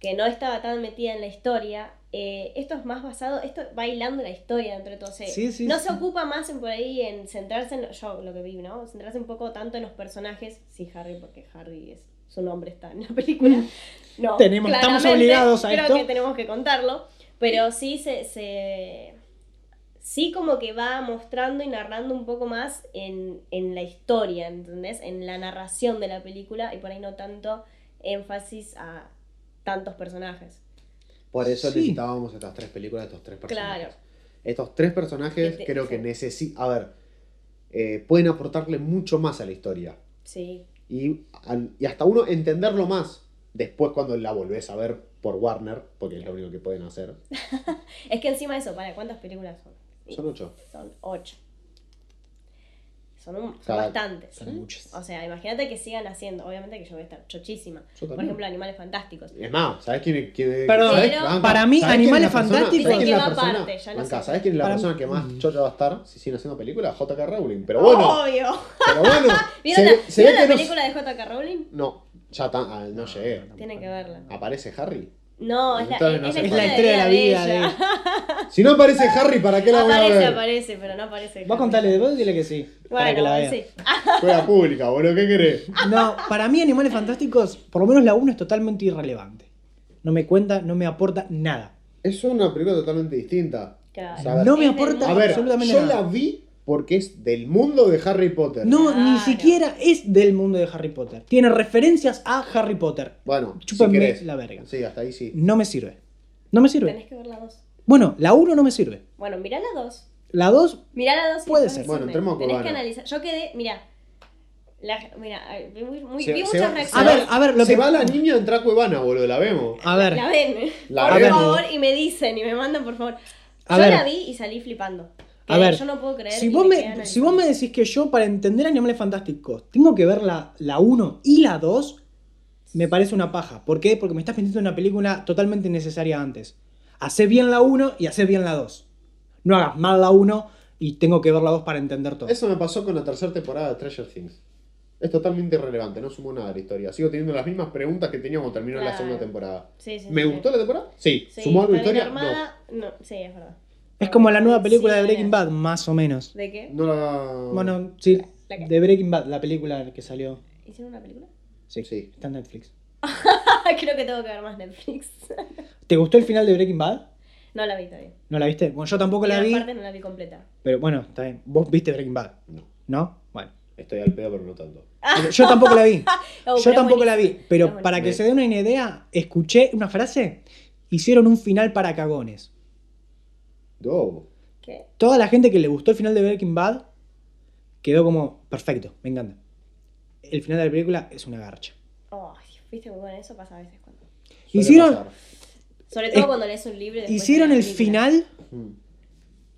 S3: que no estaba tan metida en la historia, eh, esto es más basado, esto bailando la historia dentro de todo. o sea,
S1: Sí, sí,
S3: no
S1: sí.
S3: se ocupa más en por ahí en centrarse en, lo- yo lo que vi, ¿no? Centrarse un poco tanto en los personajes, sí Harry, porque Harry es, su nombre está en la película. No,
S1: Tenemos- estamos
S3: claramente,
S1: obligados a
S3: creo
S1: esto.
S3: que tenemos que contarlo, pero sí se, se sí como que va mostrando y narrando un poco más en, en la historia, ¿entendés? En la narración de la película y por ahí no tanto énfasis a tantos personajes.
S2: Por eso
S1: Sí.
S2: necesitábamos estas tres películas, estos tres personajes.
S3: Claro.
S2: Estos tres personajes
S3: Este-
S2: creo que
S3: sí.
S2: necesitan, a ver, eh, pueden aportarle mucho más a la historia.
S3: Sí,
S2: y, al- y hasta uno entenderlo más después cuando la volvés a ver por Warner, porque es lo único que pueden hacer.
S3: es que encima de eso, ¿para cuántas películas son?
S2: Son ocho.
S3: Son ocho. Son, un- son
S2: sea,
S3: bastantes.
S1: son muchas.
S3: O sea, imagínate que sigan haciendo. Obviamente que yo voy a estar chochísima.
S2: Yo
S3: Por
S2: también.
S3: ejemplo, Animales Fantásticos.
S2: Es más, ¿sabés quién, quién
S1: Perdón,
S2: ¿sabés?
S3: Pero-
S2: Banca,
S1: para mí,
S2: ¿sabés quién es la
S1: Animales
S2: persona-
S1: Fantásticos-
S2: ¿sabés quién es la
S3: Dicen que va
S2: persona?
S3: aparte, ya lo
S2: Banca,
S3: sé.
S2: ¿sabés quién es la
S1: Para mí- Mm.
S2: persona que más chocha va a estar si siguen haciendo películas? J.K. Rowling. Pero bueno,
S3: Obvio.
S2: pero bueno.
S3: Oh. ¿Vieron,
S2: se-
S3: la,
S2: se ve
S3: ¿vieron
S2: que
S3: la
S2: no-
S3: película de J.K. Rowling?
S2: No, ya tan, ah, no llegué.
S3: Tienen que verla.
S2: ¿Aparece Harry?
S3: No, es la,
S2: Entonces
S3: es,
S2: no
S3: es
S2: se
S3: la
S1: Es la
S2: puede.
S3: historia de
S1: estrella de la vida.
S3: ella.
S1: de-
S2: Si no aparece Harry, ¿para qué la voy a
S3: Aparece,
S2: ver?
S3: aparece, pero no aparece.
S1: Vos contale, vos dile que sí. para que
S3: Bueno,
S1: la vea.
S3: sí. Ah,
S2: Escuela pública, boludo, ¿qué querés?
S1: No, para mí Animales Fantásticos, por lo menos la 1 es totalmente irrelevante. No me cuenta, no me aporta nada.
S2: Es una película totalmente distinta.
S3: Claro.
S2: O sea, a ver,
S1: No me
S3: Es del
S1: aporta
S2: A
S3: mundo.
S2: ver,
S1: absolutamente
S2: yo
S1: nada.
S2: la vi porque es del mundo de Harry Potter.
S1: No, ni
S3: Claro.
S1: siquiera es del mundo de Harry Potter. Tiene referencias a Harry Potter.
S2: Bueno,
S1: Chúpenme
S2: si querés.
S1: la verga.
S2: Sí, hasta ahí sí.
S1: No me sirve. No me sirve.
S3: Tenés que ver la 2.
S1: Bueno, la 1 no me sirve.
S3: Bueno, mirá la 2.
S1: La 2,
S3: Mirá la 2.
S1: Puede ser.
S2: Bueno, entremos con
S3: Tenés
S2: Ana.
S3: que analizar. Yo quedé, mirá. La, mira, ay, vi, muy- muy-
S2: Se-
S3: vi
S2: se
S3: muchas
S2: va-
S1: A
S3: reacciones.
S1: ver, a ver, lo
S2: se
S1: que- Ah,
S2: va la niña en Traco Ivana, boludo, la vemos.
S1: a ver.
S3: La ven. ¿eh?
S2: La
S3: por
S1: vemos.
S3: favor, y me dicen, y me mandan, por favor.
S1: A
S3: yo
S1: ver.
S3: la vi y salí flipando.
S1: A
S3: Quedé,
S1: ver,
S3: yo no puedo creer.
S1: Si
S3: y
S1: vos,
S3: me quedé
S1: me, si
S3: analizando.
S1: vos me decís que yo para entender Animales Fantásticos tengo que ver la, la 1 y la 2, me parece una paja. ¿Por qué? Porque me estás vendiendo una película totalmente innecesaria antes. Hacé bien la 1 y hacé bien la 2. No hagas mal la 1 y tengo que ver la 2 para entender todo.
S2: Eso me pasó con la tercera temporada de Treasure Things. Es totalmente irrelevante, no sumó nada a la historia. Sigo teniendo las mismas preguntas que tenía cuando terminó la
S3: Claro.
S2: segunda temporada.
S3: Sí, sí,
S2: ¿Me
S3: sí.
S2: gustó la temporada? Sí.
S3: Sí,
S2: ¿Sumó algo a la
S3: está bien
S2: historia? No.
S3: armada. No. sí, es verdad.
S1: Es como la nueva película de Breaking
S3: Sí,
S1: Bad, más o menos.
S3: ¿De qué?
S2: No la.
S1: Bueno, sí,
S3: ¿La qué?
S1: de Breaking Bad, la película que salió.
S3: ¿Hicieron una película?
S1: Sí,
S2: Sí.
S1: está en Netflix.
S3: Creo que tengo que ver más Netflix.
S1: ¿Te gustó el final de Breaking Bad?
S3: no la vi todavía.
S1: ¿No la viste? Bueno, yo tampoco
S3: Y
S1: la vi,
S3: aparte no la vi completa.
S1: pero bueno, está bien. Vos viste Breaking Bad,
S2: No.
S1: ¿no? Bueno.
S2: Estoy al pedo, pero no tanto.
S1: Pero Yo tampoco la vi.
S3: Oh,
S1: Yo
S3: pero
S1: tampoco la vi,
S3: buenísima. Es
S1: pero
S3: buenísima.
S1: para que se den una idea, escuché una frase, hicieron un final para cagones.
S2: No.
S3: ¿Qué?
S1: Toda la gente que le gustó el final de Breaking Bad quedó como, perfecto, me encanta. El final de la película es una garcha.
S3: Ay, viste Oh, muy bueno, eso pasa a veces cuando.
S2: Suele
S1: Hicieron-
S2: pasar.
S3: Sobre todo
S1: Es-
S3: cuando lees un libro y después
S1: Hicieron el
S3: lees la película.
S1: final
S2: Mm.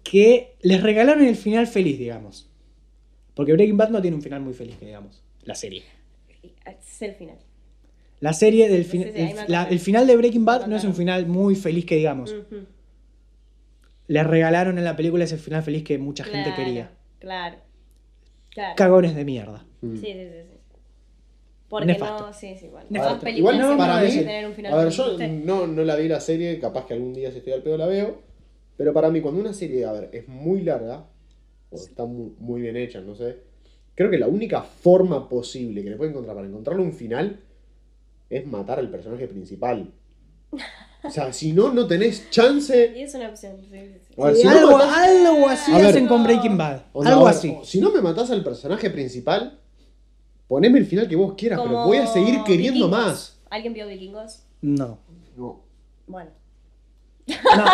S1: que les regalaron el final feliz, digamos. Porque Breaking Bad no tiene un final muy feliz, que digamos. La serie.
S3: Es el final.
S1: La serie del
S3: Sí,
S1: fin-
S3: sí, sí, ahí me
S1: el, la-
S3: acordé.
S1: el final de Breaking Bad
S3: Me Mm.
S1: no es un
S3: contaron.
S1: final muy feliz que digamos.
S3: Ujú.
S1: Les regalaron en la película ese final feliz que mucha gente
S3: Claro,
S1: quería.
S3: Claro. Claro.
S1: Cagones de mierda.
S2: Mm.
S3: Sí, sí, sí. sí. Porque
S1: Nefasto.
S3: no, sí, sí, bueno.
S1: Nefasto.
S3: Todas películas
S2: Igual
S1: no,
S3: siempre
S1: no,
S2: para
S1: no,
S2: mí,
S3: deben
S1: sí.
S3: tener un final
S2: a ver,
S3: feliz,
S2: yo
S3: ¿viste?
S2: no, no la vi la serie, capaz que algún día si estoy al pedo la veo, pero para mí cuando una serie, a ver, es muy larga, o está mu- muy, bien hecha, no sé, creo que la única forma posible que le pueden encontrar para encontrarle un final es matar al personaje principal. O sea, si no, no tenés chance...
S3: Y es una opción, sí, sí, sí.
S2: A ver,
S1: Y
S2: si no
S1: algo,
S2: matás-
S1: algo así
S2: A ver.
S1: hacen con Breaking Bad.
S2: o sea,
S1: algo
S2: ahora,
S1: así.
S2: Si no me matás al personaje principal, poneme el final que vos quieras, pero
S3: Como
S2: voy a seguir queriendo
S3: Vikingos.
S2: más.
S3: ¿Alguien vio Vikingos?
S1: No.
S2: No.
S3: Bueno.
S1: No.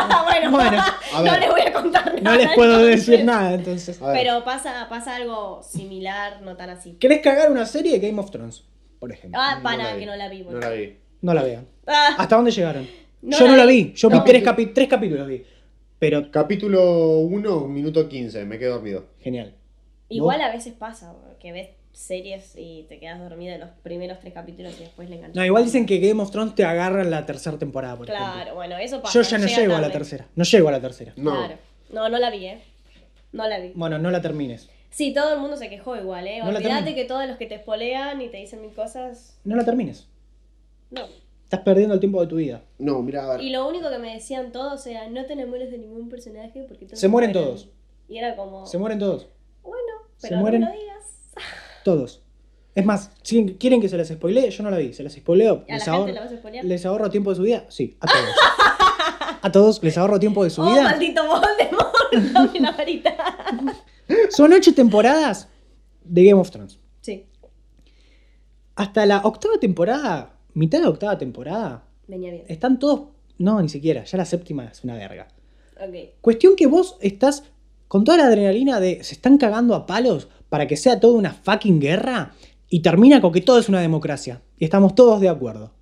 S3: bueno,
S1: bueno,
S2: ver.
S3: no les voy a contar nada.
S1: no les puedo
S3: entonces.
S1: decir nada entonces.
S2: A ver.
S3: Pero pasa, pasa algo similar, no tan así.
S1: ¿Querés cagar una serie de Game of Thrones? Por ejemplo.
S3: Ah,
S2: No
S3: para
S2: la vi.
S3: que no la vi, bueno.
S2: No la vi.
S1: No la vean.
S3: Ah,
S1: ¿Hasta dónde llegaron?
S3: No
S1: Yo
S3: la
S1: no la
S3: vi.
S1: vi. Yo vi
S2: Capítulo-
S1: tres, capi- tres capítulos vi. Pero
S2: Capítulo 1, minuto 15, me quedé dormido.
S1: genial.
S3: igual a veces pasa, que ves series y te quedas dormido en los primeros tres capítulos y después le enganchas.
S1: No, igual dicen que Game of Thrones te agarra en la tercera temporada, por ejemplo.
S3: Claro, bueno, eso pasa.
S1: Yo ya no
S3: llega
S1: llego a la
S3: tarde.
S1: tercera. No llego a la tercera.
S2: No.
S3: Claro. No, no la vi, ¿eh? No la vi.
S1: Bueno, no la termines.
S3: Sí, todo el mundo se quejó igual, ¿eh?
S1: No la
S3: Olvídate
S1: termino.
S3: que todos los que te espolean y te dicen mil cosas,
S1: No la termines.
S3: no.
S1: Estás perdiendo el tiempo de tu vida.
S2: No, mira, a ver.
S3: Y lo único que me decían todos era, no te enamores de ningún personaje porque todos
S1: Se mueren
S3: mueren".
S1: todos.
S3: Y era como,
S1: Se mueren todos.
S3: bueno,
S1: se
S3: pero
S1: mueren.
S3: no lo digas.
S1: Todos. Es más, si quieren que se las spoilee, yo no la vi. Se las spoileo.
S3: ¿A la
S1: Les
S3: gente
S1: ahorro,
S3: la vas a espolear?
S1: les ahorro tiempo de su vida. Sí, a todos. A todos les ahorro tiempo de su
S3: ¡Oh,
S1: vida.
S3: maldito Voldemort! Dame la varita.
S1: Son ocho temporadas de Game of Thrones.
S3: Sí,
S1: Hasta la octava temporada, mitad de la octava temporada,
S3: venía bien.
S1: están todos. No, ni siquiera, ya la séptima es una verga.
S3: Ok.
S1: Cuestión que vos estás con toda la adrenalina de se están cagando a palos para que sea toda una fucking guerra y termina con que todo es una democracia y estamos todos de acuerdo.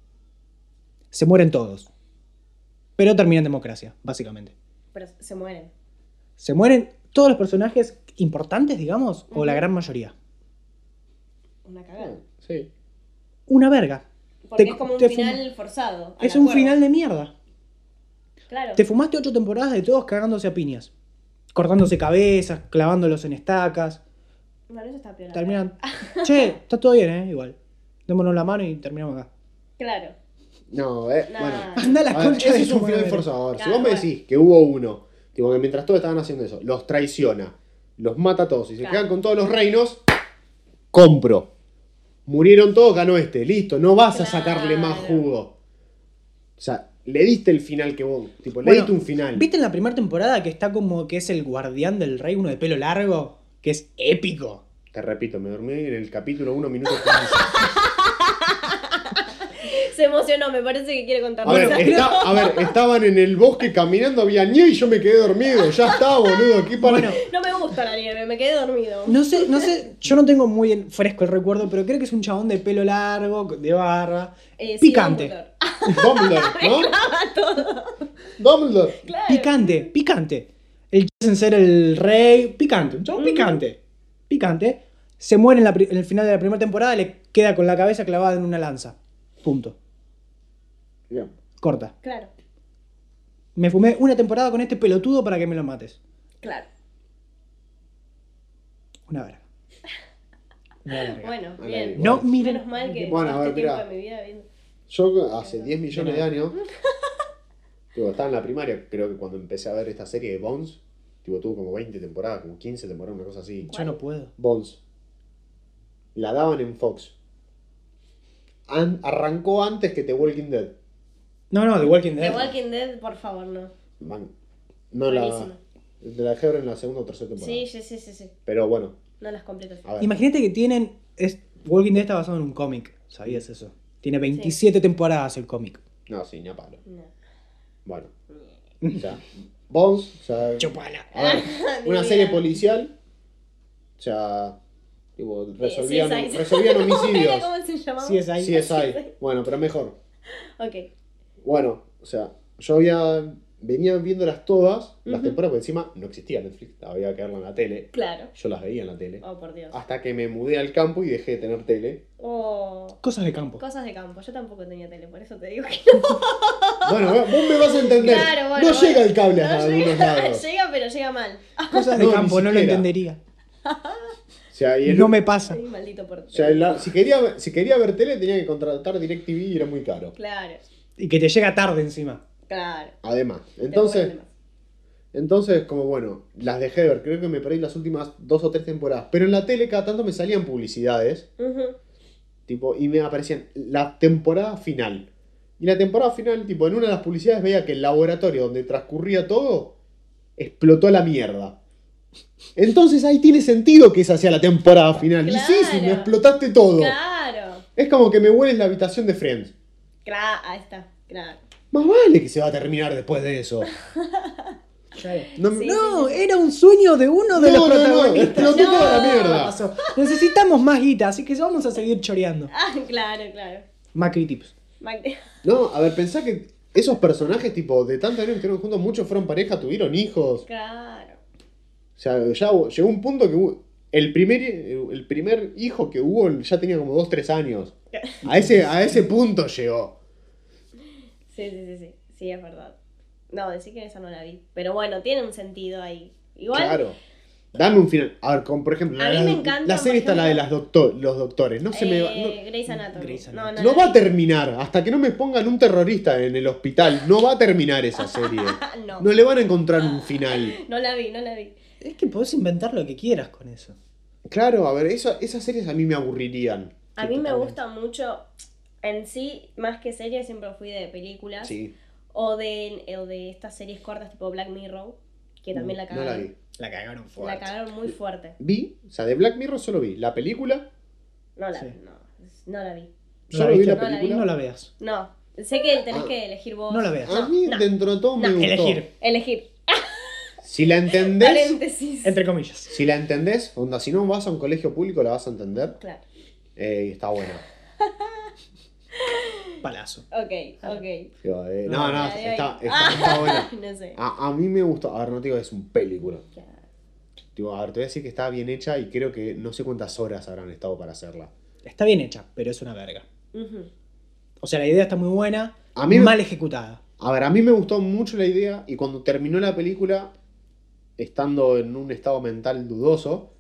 S1: Se mueren todos. Pero termina en democracia, básicamente.
S3: Pero se mueren.
S1: Se mueren todos los personajes importantes, digamos, o la gran mayoría.
S3: Una
S2: Ah,
S3: cagada.
S2: Sí.
S1: Una verga.
S3: Porque
S1: Te-
S3: es como un
S1: te
S3: final forzado. al
S1: Es un
S3: acuerdo.
S1: final de mierda.
S3: Claro.
S1: Te fumaste ocho temporadas de todos cagándose a piñas. Cortándose cabezas, clavándolos en estacas.
S3: Bueno, eso está peor.
S1: Terminan. Che, está todo bien, ¿eh? Igual. Démonos la mano y terminamos acá.
S3: Claro.
S2: No, eh.
S3: Nah.
S2: Bueno.
S1: Anda a la
S2: A ver,
S1: concha
S2: ese
S1: de
S2: es
S1: tu
S2: un final
S1: madre.
S2: forzado. A ver, si
S3: Claro,
S2: vos me
S3: bueno.
S2: decís que hubo uno, tipo que mientras todos estaban haciendo eso, los traiciona, los mata a todos y se
S3: Claro.
S2: quedan con todos los reinos, compro. Murieron todos, ganó este. Listo, no vas a sacarle más
S3: Claro.
S2: jugo. O sea, le diste el final que vos. Tipo, le
S1: Bueno,
S2: diste un final.
S1: ¿Viste en la primera temporada que está como que es el guardián del rey, uno de pelo largo? Que es épico.
S2: Te repito, me dormí en el capítulo 1 minuto 15.
S3: Se emocionó, me parece que quiere
S2: A
S3: contarnos
S2: ver,
S3: algo.
S2: está- a ver, estaban en el bosque caminando, había nieve y yo me quedé dormido. Ya está, boludo. ¿Qué para...
S1: Bueno,
S3: No me gusta la nieve, me quedé dormido.
S1: no sé, no sé, yo no tengo muy en- fresco el recuerdo, pero creo que es un chabón de pelo largo, de barba.
S3: Eh, sí,
S1: picante.
S3: Dumbledore.
S2: Dumbledore, ¿no? Dumbledore.
S3: Claro.
S1: Picante, picante. El sin ser el rey, picante, un chabón
S3: Ujú.
S1: picante. Picante. Se muere en, la pri- en el final de la primera temporada, le queda con la cabeza clavada en una lanza. Punto.
S2: Bien.
S1: Corta.
S3: Claro,
S1: Me fumé una temporada con este pelotudo para que me lo mates.
S3: claro.
S1: Una verga. Una verga.
S3: Bueno,
S2: Mala
S3: bien.
S2: vida.
S1: No miren-
S3: Menos mal que
S2: Bueno, a
S3: pasaste
S2: ver,
S3: tiempo
S2: mirá.
S3: de mi vida viendo.
S2: Yo hace 10 millones de
S1: Mira.
S2: años, tipo, estaba en la primaria, creo que cuando empecé a ver esta serie de Bones, tipo, tuvo como 20 temporadas, como 15 temporadas, una cosa así.
S1: Yo no puedo.
S2: Bones. La daban en Fox. An- arrancó antes que The Walking Dead.
S1: No, no, The Walking Dead.
S3: The Walking Dead, por favor, no.
S2: Man, no la,
S3: Buenísimo.
S2: de la Hebra en la segunda o tercera temporada.
S3: Sí, sí, sí, sí, sí.
S2: Pero bueno,
S3: No las completo.
S2: a ver.
S1: Imagínate que tienen. Es, Walking Dead está basado en un cómic. ¿Sabías eso? Tiene 27 temporadas el cómic.
S2: No, sí, ni a palo.
S3: No.
S2: Bueno. Ya. Bones, o sea,
S1: Chupala.
S2: a ver, una
S3: Ni
S2: serie
S3: idea.
S2: policial. O sea, tipo, resolvían,
S3: Sí, CSI.
S2: resolvían homicidios.
S3: ¿Cómo se llamaba?
S1: Sí, es ahí.
S2: CSI. Bueno, pero mejor.
S3: Ok.
S2: Bueno, o sea, yo había. Venía viéndolas todas, las temporadas, porque encima no existía Netflix, había que verla en la tele.
S3: Claro.
S2: Yo las veía en la tele.
S3: Oh, por Dios.
S2: Hasta que me mudé al campo y dejé de tener tele.
S3: Oh.
S1: Cosas de campo.
S3: Cosas de campo. Yo tampoco tenía tele, por eso te digo que
S2: Bueno, vos me vas a entender.
S3: Claro, bueno,
S2: no
S3: bueno.
S2: llega el cable
S3: no
S2: hasta algunos
S3: llega.
S2: lados.
S3: llega, pero llega mal.
S1: Cosas de
S2: No, ni
S1: campo, no lo
S2: siquiera.
S1: entendería.
S2: O sea, y el-
S1: No me pasa.
S3: Ay, maldito por
S2: o sea, la- si, quería, si quería ver tele tenía que contratar DirecTV y era muy caro.
S3: Claro,
S1: Y que te llega tarde encima.
S3: claro. Te
S2: Además, entonces,
S3: cobran de más.
S2: entonces como bueno, las dejé de ver. Creo que me perdí las últimas dos o tres temporadas. Pero en la tele cada tanto me salían publicidades.
S3: Ujú.
S2: Tipo, y me aparecían la temporada final. Y la temporada final, tipo, en una de las publicidades veía que el laboratorio donde transcurría todo explotó a la mierda. Entonces ahí tiene sentido que esa sea la temporada final. Y sí, sí,
S3: Claro.
S2: me explotaste todo.
S3: Claro,
S2: Es como que me hueles la habitación de Friends.
S3: claro. Ahí está, claro.
S2: Más vale que se va a terminar después de eso. No, me-
S3: Sí,
S1: No, era un sueño de uno de
S2: no,
S1: los
S2: no, no,
S1: protagonistas.
S2: explotó
S3: No.
S2: toda la mierda.
S1: Pasó. Necesitamos más guita, así que vamos a seguir choreando.
S3: Ah, claro, claro.
S1: Macri tips.
S3: Mac-
S2: No, a ver, pensá que esos personajes, tipo, de tantos años que estuvieron juntos, muchos fueron pareja, tuvieron hijos.
S3: Claro.
S2: O sea, ya hu- llegó un punto que hu- el primer, el primer hijo que hubo ya tenía como 2, 3 años. A ese, a ese punto llegó.
S3: Sí, sí, sí, sí. Sí, es verdad. No, decir que esa no la vi. Pero bueno, tiene un sentido ahí. Igual.
S2: Claro. Dame un final. A ver, con, por ejemplo,
S3: A
S2: la,
S3: mí me
S2: la-
S3: encanta,
S2: la serie
S3: por
S2: está la de
S3: ejemplo,
S2: las docto- los doctores. No se me va,
S3: eh,
S2: no,
S3: Grey's Anatomy.
S1: Grey's
S3: No, no,
S1: Anatomy.
S2: no
S3: la
S2: va a
S3: vi.
S2: terminar. Hasta que no me pongan un terrorista en el hospital, no va a terminar esa serie.
S3: Ah, no.
S2: No le van a encontrar un final.
S3: No la vi, no la vi.
S1: Es que podés inventar lo que quieras con eso.
S2: Claro, a ver, eso- esas series a mí me aburrirían.
S3: A mí me
S1: totalmente.
S3: gusta mucho. En sí, más que series, siempre fui de películas.
S2: Sí.
S3: O de, o de estas series cortas tipo Black Mirror, que también la
S2: No
S3: cagaron.
S2: la vi.
S1: La cagaron
S3: La cagaron muy fuerte.
S2: Vi, o sea, de Black Mirror solo vi la película
S3: No la,
S1: Sí.
S3: no, no la vi.
S1: ¿No
S2: Solo
S1: la
S2: vi
S1: viste?
S2: la
S3: No la vi.
S2: película.
S1: No la veas.
S3: No, sé que tenés
S2: Ah.
S3: que elegir vos.
S1: No la veas.
S2: A mí,
S3: No.
S2: dentro de todo, me
S3: No.
S2: gustó.
S1: Elegir,
S3: Elegir.
S2: Si la entendés,
S3: Paréntesis.
S1: entre comillas.
S2: si la entendés, onda, si no vas a un colegio público, la vas a entender.
S3: Claro.
S2: Eh, y está buena.
S1: Palazo.
S3: Ok,
S1: Ah.
S3: ok.
S2: Digo, eh,
S1: No,
S2: no, no,
S3: la de
S2: está,
S3: hoy.
S2: está, está buena.
S3: No sé.
S2: A, a mí me gustó. A ver, no te digo que es un película.
S3: Claro.
S2: Digo, a ver, te voy a decir que está bien hecha y creo que no sé cuántas horas habrán estado para hacerla.
S1: Está bien hecha, pero es una verga.
S3: Ujú.
S1: O sea, la idea está muy buena,
S2: A mí me-
S1: mal ejecutada.
S2: A ver, a mí me gustó mucho la idea y cuando terminó la película, estando en un estado mental dudoso,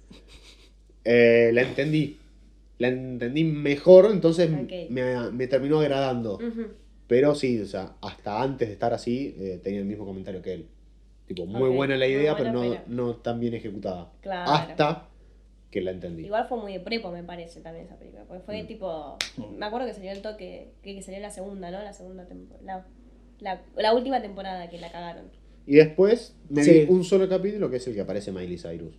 S2: eh, la entendí. La entendí mejor, entonces
S3: Ok.
S2: me, me terminó
S1: Oh.
S2: agradando.
S3: Ujú.
S2: Pero sí, o sea, hasta antes de estar así, eh, tenía el mismo comentario que él. Tipo, muy
S3: Ok,
S2: buena la
S3: muy
S2: idea, pero,
S3: buena,
S2: no,
S3: pero-
S2: no tan bien ejecutada.
S3: Claro.
S2: Hasta que la entendí.
S3: Igual fue muy de prepo, me parece, también esa película. Porque
S1: Mm.
S3: fue tipo. Me acuerdo que salió el toque. Que, que salió la segunda, ¿no? La segunda temporada. La, la última temporada que la cagaron.
S2: Y después me
S1: Sí.
S2: vi un solo capítulo que es el que aparece Miley Cyrus.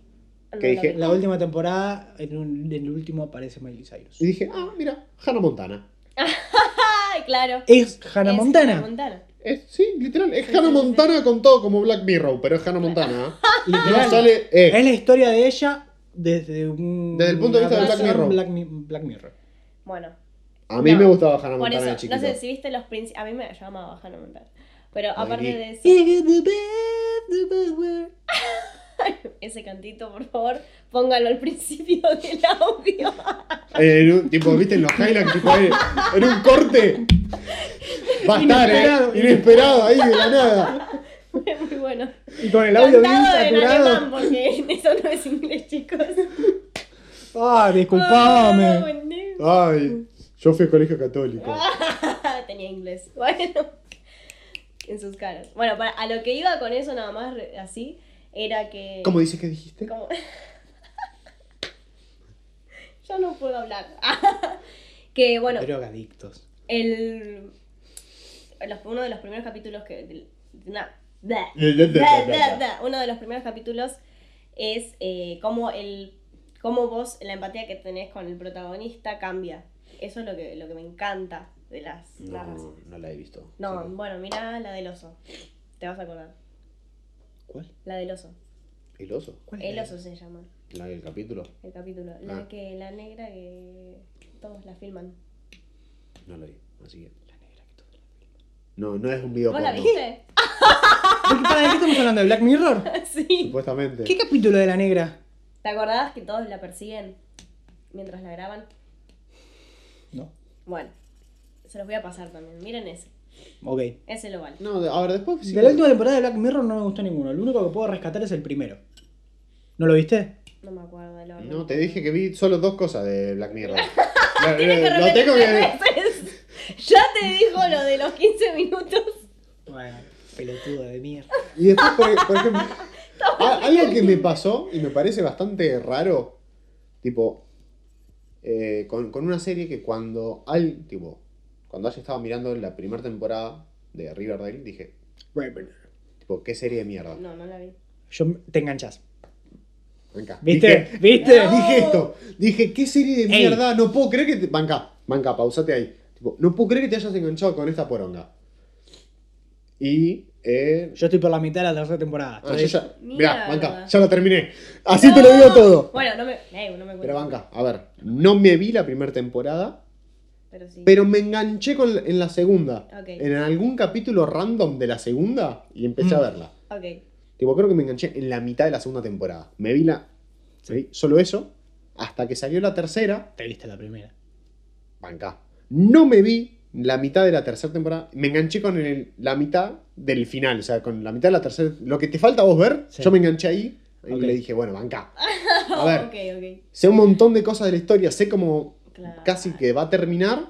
S3: No
S2: Que
S3: la
S2: dije-
S3: vi.
S1: La última temporada, en, un- en el último aparece Miley Cyrus.
S2: Y dije, ah, mira, Hannah Montana.
S3: Ay, claro.
S1: Es Hannah
S3: Es
S1: Montana.
S3: Montana.
S2: Es, sí, literal, es
S3: Sí,
S2: Hannah
S3: sí,
S2: Montana con todo como Black Mirror, pero es Hannah Montana. ¿eh? No
S1: Literal.
S2: sale eh.
S1: Es la historia de ella desde un.
S2: Desde el punto de vista de
S1: una
S2: Black
S1: razón,
S2: Mirror.
S1: Black, Mi- Black Mirror.
S3: Bueno,
S2: A mí
S3: no.
S2: me gustaba Hannah
S3: Por
S2: Montana de
S3: eso,
S2: chiquito.
S3: no sé si viste los príncipes. A mí me llamaba Hannah Montana. Pero
S2: Ay,
S3: aparte
S2: ni-
S3: de eso,
S1: It's the best of both worlds.
S3: ese cantito, por favor, póngalo al principio del audio.
S2: Eh, en un- tipo, viste en los highlights, tipo, eh, en un corte. Va a estar,
S1: Inesperado.
S2: eh, inesperado ahí de la nada.
S3: Muy bueno.
S1: Y con el audio bien
S3: Cantado en
S1: saturado.
S3: alemán, porque eso no es inglés, chicos.
S1: Ah,
S3: Ah,
S1: disculpame.
S3: bueno.
S2: Ay, yo fui a colegio católico.
S3: Tenía inglés. Bueno. En sus caras. Bueno, para, a lo que iba con eso nada más re- así era que.
S2: ¿Cómo dices que dijiste?
S3: como- Yo no puedo hablar. que bueno,
S1: Drogadictos.
S3: el. los- uno de los primeros capítulos que. del- na- bleh.
S2: Eh,
S3: Da, da,
S2: Claro,
S3: da. Uno de los primeros capítulos es eh, cómo, el, cómo vos, la empatía que tenés con el protagonista cambia. Eso es lo que, lo que me encanta de las narraciones.
S2: No, no la he visto.
S3: No,
S2: Sí.
S3: bueno, mira la del oso. Te vas a acordar.
S2: ¿Cuál?
S3: La del oso.
S2: ¿El oso?
S1: ¿Cuál
S3: El
S1: es?
S3: oso se llama
S2: ¿La del capítulo?
S3: el capítulo. La
S2: Ah.
S3: que la negra que todos la filman.
S2: No la vi, así que. No, no es un video
S3: ¿Vos la
S2: porno,
S3: viste?
S1: ¿De qué- para, ¿De qué estamos hablando? ¿De Black Mirror?
S3: sí.
S2: Supuestamente.
S1: ¿Qué capítulo de la negra?
S3: ¿Te acordás que todos la persiguen mientras la graban?
S1: No.
S3: Bueno, se los voy a pasar también. Miren ese.
S1: Ok.
S3: Ese lo vale.
S2: No, a ver, después. sí.
S1: De la última temporada de Black Mirror no me gustó ninguno. El único que puedo rescatar es el primero. ¿No lo viste?
S3: No me acuerdo de lo
S2: No, te dije que vi solo dos cosas de Black Mirror. Lo-
S3: Tiene que
S2: lo- lo
S3: repetir
S2: Eh, tengo que.
S3: tres veces. Ya te dijo lo de los 15 minutos.
S1: Bueno, pelotudo de mierda.
S2: Y después, por, por ejemplo, a- algo que me pasó y me parece bastante raro, tipo, eh, con, con una serie que cuando al, tipo, cuando ayer estaba mirando la primera temporada de Riverdale, dije, tipo, qué serie de mierda.
S3: No, no la vi.
S1: Yo te enganchas.
S2: Banca.
S1: ¿Viste?
S2: Dije,
S1: ¿Viste?
S3: No.
S2: dije esto, dije, qué serie de
S1: Ey.
S2: mierda, no puedo creer que te. Banca, banca, pausate ahí. Tipo, no puedo creer que te hayas enganchado con esta poronga. Y. Eh,
S1: Yo estoy por la mitad de la tercera temporada.
S2: ah, yo
S1: Estoy-
S2: ya, mirá,
S3: Mierda.
S2: banca, ya lo terminé. Así te lo
S3: No.
S2: digo todo.
S3: Bueno, no me. Ey, no me
S2: Pero
S3: cuento.
S2: banca, a ver, no me vi la primera temporada,
S3: Pero sí.
S2: pero me enganché con, en la segunda.
S3: Ok.
S2: En algún capítulo random de la segunda y empecé a
S1: Mm.
S2: verla.
S3: Ok.
S2: Tipo, creo que me enganché en la mitad de la segunda temporada. Me vi la. me vi solo eso. Hasta que salió la tercera.
S1: Te viste la primera.
S2: Banca. No me vi la mitad de la tercera temporada. Me enganché con el- la mitad del final. O sea, con la mitad de la tercera. Lo que te falta a vos ver,
S1: Sí.
S2: yo me enganché ahí. Y
S1: Ok.
S2: le dije, bueno, banca. A ver,
S3: Ok, ok.
S2: sé un montón de cosas de la historia. Sé cómo
S3: Claro.
S2: casi que va a terminar.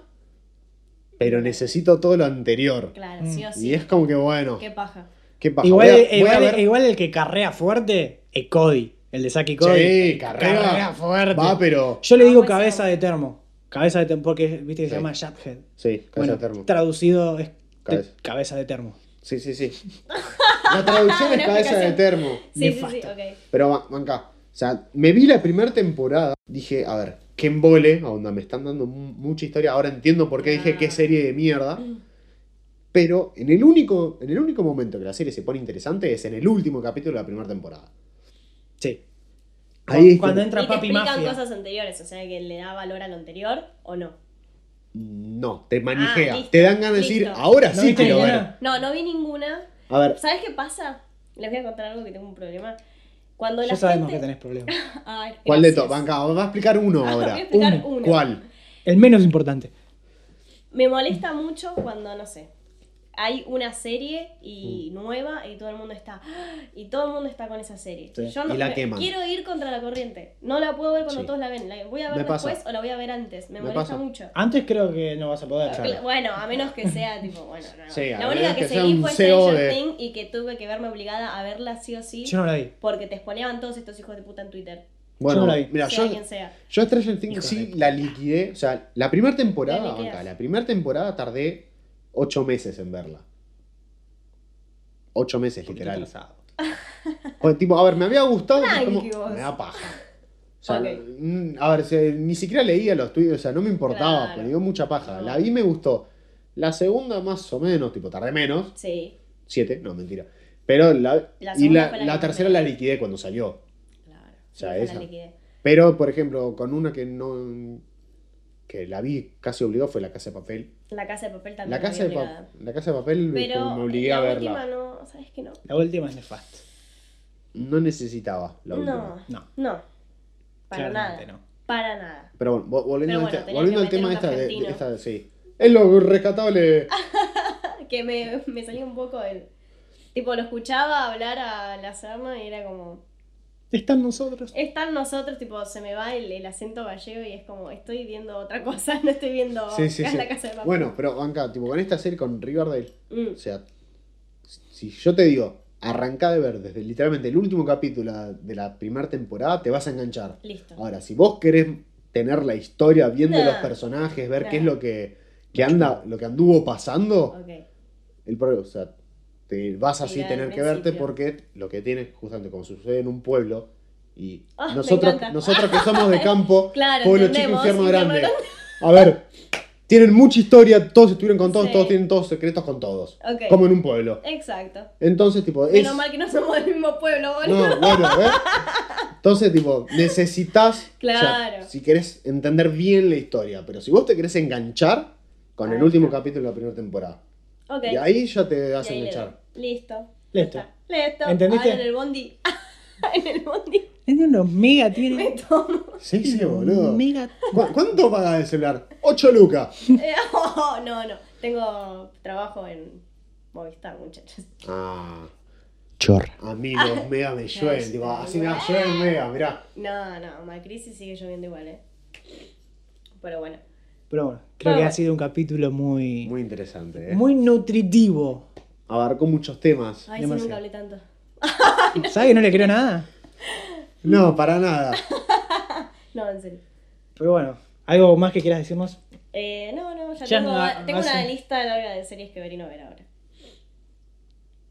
S2: Pero necesito todo lo anterior.
S3: Claro,
S1: Mm,
S3: sí o sí.
S2: Y es como que, bueno,
S3: Qué paja.
S2: qué paja.
S1: Igual, eh,
S2: Voy a- voy a
S1: igual-
S2: ver-
S1: igual el que carrea fuerte es Cody. El de Saki Cody.
S2: Sí, carrera.
S1: Carrera fuerte.
S2: Va, pero.
S1: Yo le
S3: Ah,
S1: digo
S3: pues,
S1: cabeza
S3: sí.
S1: de termo. Cabeza de termo, porque viste que
S2: Sí.
S1: se llama Jabhead.
S2: Sí, cabeza
S1: Bueno,
S2: de termo.
S1: traducido es te-
S2: Cabeza.
S1: cabeza. de termo.
S2: Sí, sí, sí. La traducción es
S3: Una
S2: cabeza de
S3: explicación.
S2: termo.
S3: Sí, sí, sí.
S1: Nefasto.
S3: Ok.
S2: Pero ba- banca. O sea, me vi la primera temporada. Dije, a ver, qué embole. A onda, me están dando mu- mucha historia. Ahora entiendo por qué dije
S3: Ah.
S2: qué serie de mierda. Pero en el, único, en el único momento que la serie se pone interesante es en el último capítulo de la primera temporada.
S1: Sí.
S2: Ahí es
S1: Cuando
S2: como-
S1: entra
S3: y te
S1: Papi
S3: explican
S1: Mafia.
S3: cosas anteriores, o sea que le da valor a lo anterior o no.
S2: No, te manijea.
S3: Ah, listo,
S2: te dan ganas de decir,
S3: listo.
S2: ahora
S1: ¿No
S2: sí
S1: viste
S2: quiero ver.
S1: ninguna?
S3: No, no vi ninguna.
S2: A ver,
S3: ¿Sabes qué pasa? Les voy a contar algo que tengo un problema. Cuando la
S1: Ya sabemos que
S3: gente...
S1: tenés problemas.
S3: Ay,
S2: ¿cuál de todos?
S3: gracias.
S2: Banca, va a explicar uno
S3: Voy
S2: ahora.
S3: a explicar
S1: Uno.
S3: uno.
S2: ¿Cuál?
S1: El menos importante.
S3: Me molesta mucho cuando, no sé, hay una serie
S2: Mm.
S3: y nueva y todo el mundo está. ¡ah! Y todo el mundo está con esa serie.
S1: Sí,
S3: Yo no,
S2: y la
S3: me-
S2: queman.
S3: quiero ir contra la corriente. No la puedo ver cuando
S2: Sí.
S3: todos la ven. La voy a ver
S2: Me pasa.
S3: después o la voy a ver antes. Me,
S2: Me
S3: molesta
S2: pasa. Ah,
S3: mucho.
S1: Antes creo que no vas a poder.
S2: Claro.
S3: Bueno, a menos que sea tipo, bueno, no.
S2: Sí, a
S3: la
S2: menos
S3: única que,
S2: que sea
S3: seguí
S2: un
S3: fue
S2: CEO
S3: Stranger
S2: de-
S3: Things y que tuve que verme obligada a verla sí o sí.
S1: Yo no la vi.
S3: Porque te exponían todos estos hijos de puta en Twitter.
S2: Bueno,
S1: Yo no la vi.
S2: mira,
S3: sea
S2: yo,
S3: quien sea.
S2: yo Stranger Things
S1: Hijo
S2: sí
S1: de
S2: la liquidé. O sea, la primera temporada,
S3: La liquidas.
S2: banca, la primera temporada tardé ocho meses en verla. Ocho meses, literal. Pues, tipo, a ver, me había gustado, pero como,
S3: Tranqui vos.
S2: me da paja. O sea,
S3: Ok.
S2: mm, a ver, se- ni siquiera leía los tweets, o sea, no me importaba,
S3: Claro.
S2: pero me dio mucha paja.
S3: No.
S2: La vi, me gustó. La segunda, más o menos, tipo, tardé menos,
S3: Sí,
S2: siete, no, mentira. Pero la,
S3: La
S2: y
S3: segunda
S2: la,
S3: fue la
S2: la
S3: que
S2: tercera
S3: tardé.
S2: la liquidé cuando salió.
S3: claro.
S2: O sea,
S3: Yo la
S2: esa.
S3: liquidé.
S2: Pero, por ejemplo, con una que no. que la vi casi obligado fue la casa de papel.
S3: La casa de papel también.
S2: La casa,
S3: Ah, vi
S2: de Pa-
S3: obligada.
S2: la casa de papel
S3: Pero
S2: como me obligué
S3: la
S2: a verla.
S3: última no, ¿sabes que no?
S1: La última es nefasta.
S2: No necesitaba la última.
S3: no,
S1: No.
S3: no. Para
S1: Claramente
S3: nada.
S1: no.
S3: Para nada.
S2: Pero bueno, vo- volviendo,
S3: Pero bueno,
S2: a este-
S3: tenía
S2: volviendo
S3: que
S2: al tema de
S3: meter
S2: esta,
S3: un
S2: de,
S3: argentino. Ah,
S2: de esta. Sí. Es lo rescatable.
S3: Que me, me salió un poco el. Tipo, lo escuchaba hablar a la Sama y era como.
S1: Están nosotros.
S3: Están nosotros, tipo, se me va el, el acento gallego y es como, estoy viendo otra cosa, no estoy viendo
S2: Sí, sí,
S3: Acá es
S2: sí.
S3: la casa de papel.
S2: Bueno, pero banca, tipo, con esta serie con Riverdale,
S3: Mm.
S2: o sea, si yo te digo, arrancá de ver desde literalmente el último capítulo de la primera temporada, te vas a enganchar.
S3: Listo.
S2: Ahora, si vos querés tener la historia bien de
S3: Nah.
S2: los personajes, ver qué es
S3: Nah.
S2: lo que, que anda, lo que anduvo pasando,
S3: Ok.
S2: el pro- o sea, te vas así
S3: Mira,
S2: a
S3: al
S2: tener que verte
S3: principio.
S2: porque lo que tiene, justamente como sucede en un pueblo, y
S3: Ah, me
S2: nosotros,
S3: encanta.
S2: nosotros que somos de campo,
S3: Claro,
S2: pueblo chico,
S3: entendemos,
S2: infierno
S3: infierno
S2: grande. A ver, tienen mucha historia, todos estuvieron con todos,
S3: Sí.
S2: todos tienen todos secretos con todos.
S3: Ok.
S2: Como en un pueblo.
S3: Exacto.
S2: Entonces, tipo, es.
S3: Menos mal que no somos del mismo pueblo, boludo.
S2: No, bueno, ¿eh? Entonces, tipo, necesitas. o sea,
S3: Claro.
S2: si querés entender bien la historia, pero si vos te querés enganchar con el
S3: Ahí
S2: último
S3: está.
S2: capítulo de la primera temporada.
S3: Ok.
S2: Y ahí ya te
S3: Y
S2: vas a
S3: ahí le
S2: enganchar.
S3: doy. Listo.
S1: Listo.
S3: Ya está. Listo.
S1: ¿Entendiste?
S3: Ahora en el bondi. en el bondi
S1: Es de unos mega,
S3: me
S1: tiene.
S3: tomo.
S2: Sí, sí,
S1: unos
S2: boludo.
S1: Mega.
S2: ¿Cu- ¿Cuánto paga el celular? 8 lucas.
S3: Eh, oh, no, no. Tengo trabajo en Movistar, muchachos.
S2: Ah,
S1: Chorra.
S2: amigos, mega me llueven. Tipo, así me llueven mega, mirá.
S3: No, no. Macrisi sigue lloviendo igual, ¿eh? Pero bueno.
S1: Pero bueno, creo
S3: Ah,
S1: que
S3: bueno.
S1: ha sido un capítulo muy.
S2: Muy interesante, eh.
S1: Muy nutritivo.
S2: Abarcó muchos temas.
S3: Ay, sí,
S1: Demasiado.
S3: nunca hablé tanto.
S1: ¿Sabes que no le creo nada?
S2: No, para nada.
S3: No, en serio.
S1: Pero bueno, ¿algo más que quieras decirnos?
S3: Eh, no, no, ya,
S1: Ya
S3: tengo,
S1: no ha-
S3: tengo
S1: no
S3: una
S1: hace-
S3: lista larga de series que Verino ver ahora.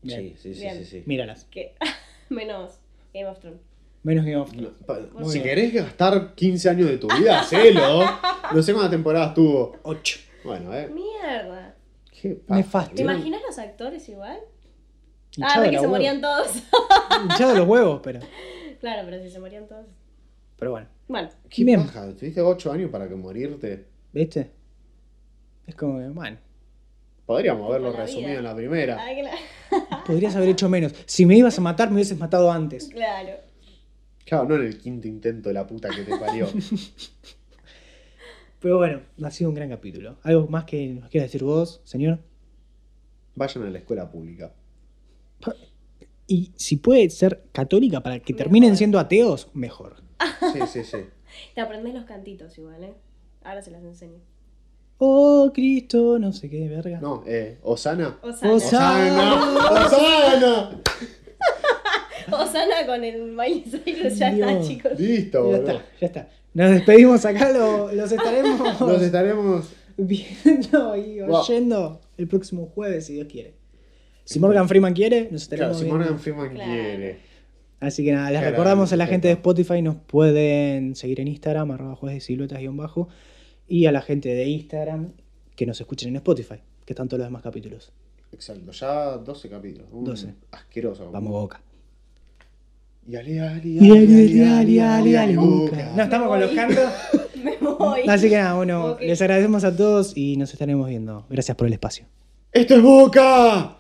S1: Bien.
S2: sí,
S3: Bien.
S1: Míralas.
S3: Que, menos Game of Thrones.
S1: Menos que
S3: Ah,
S1: of Thrones.
S2: Pa-
S1: Muy
S2: Si
S1: bien.
S2: querés gastar 15 años de tu vida, hacelo. No sé cuántas temporadas tuvo.
S1: Ocho.
S2: Bueno, eh.
S3: Mierda.
S2: Qué
S1: Nefasto.
S3: ¿Te
S1: Bien.
S3: imaginas los actores igual? Ah,
S1: Hinchado
S3: ve
S1: de
S3: que
S1: la
S3: se
S1: huevo.
S3: morían todos.
S1: Hinchado de los huevos, pero.
S3: claro, pero si se morían todos.
S1: Pero bueno.
S3: Bueno,
S2: Qué
S1: Bien.
S2: paja. Tuviste 8 años para que morirte.
S1: ¿Viste? Es como que, bueno.
S2: Podríamos haberlo
S3: Como la
S2: resumido
S3: vida.
S2: en la primera.
S3: ay, cla-
S1: Podrías haber hecho menos. Si me ibas a matar, me hubieses matado antes.
S3: claro.
S2: Claro, no en el quinto intento de la puta que te parió.
S1: Pero bueno, ha sido un gran capítulo. ¿Algo más que nos quieras decir vos, señor?
S2: Vayan a la escuela pública.
S1: Y si puede ser católica para que
S3: Mejor.
S1: terminen siendo ateos, mejor.
S2: Sí, sí, sí.
S3: Te aprendes los cantitos igual, ¿eh? Ahora se los enseño.
S1: Oh, Cristo, no sé qué, verga.
S2: No, eh, Osana.
S3: Osana.
S1: Osa-
S2: Osana. Osana.
S3: Osana con el Miley Cyrus ya está,
S1: Dios.
S3: chicos.
S2: Listo,
S1: ya
S2: boludo.
S1: está, ya está. Nos despedimos acá, lo- los estaremos
S2: Nos estaremos
S1: viendo y
S2: Wow.
S1: oyendo el próximo jueves, si Dios quiere. Si Morgan Freeman quiere, nos
S2: Claro,
S1: estaremos
S2: si
S1: viendo.
S2: Morgan Freeman
S3: Claro.
S2: quiere.
S1: Así que nada, les
S2: Claro,
S1: recordamos a la
S2: perfecto.
S1: gente de Spotify, nos pueden seguir en Instagram, arroba jueves de siluetas guión bajo, y a la gente de Instagram que nos escuchen en Spotify, que están todos los demás capítulos.
S2: Exacto, ya 12 capítulos. Un
S1: 12.
S2: Asqueroso.
S1: Vamos, Boca.
S2: Y ali, ali,
S1: Y
S2: ali, ali, ali, ali, ali, boca.
S1: No estamos con los cantos.
S3: Me voy.
S1: Así que nada, bueno,
S3: Ok.
S1: les agradecemos a todos y nos estaremos viendo. Gracias por el espacio.
S2: ¡Esto es Boca!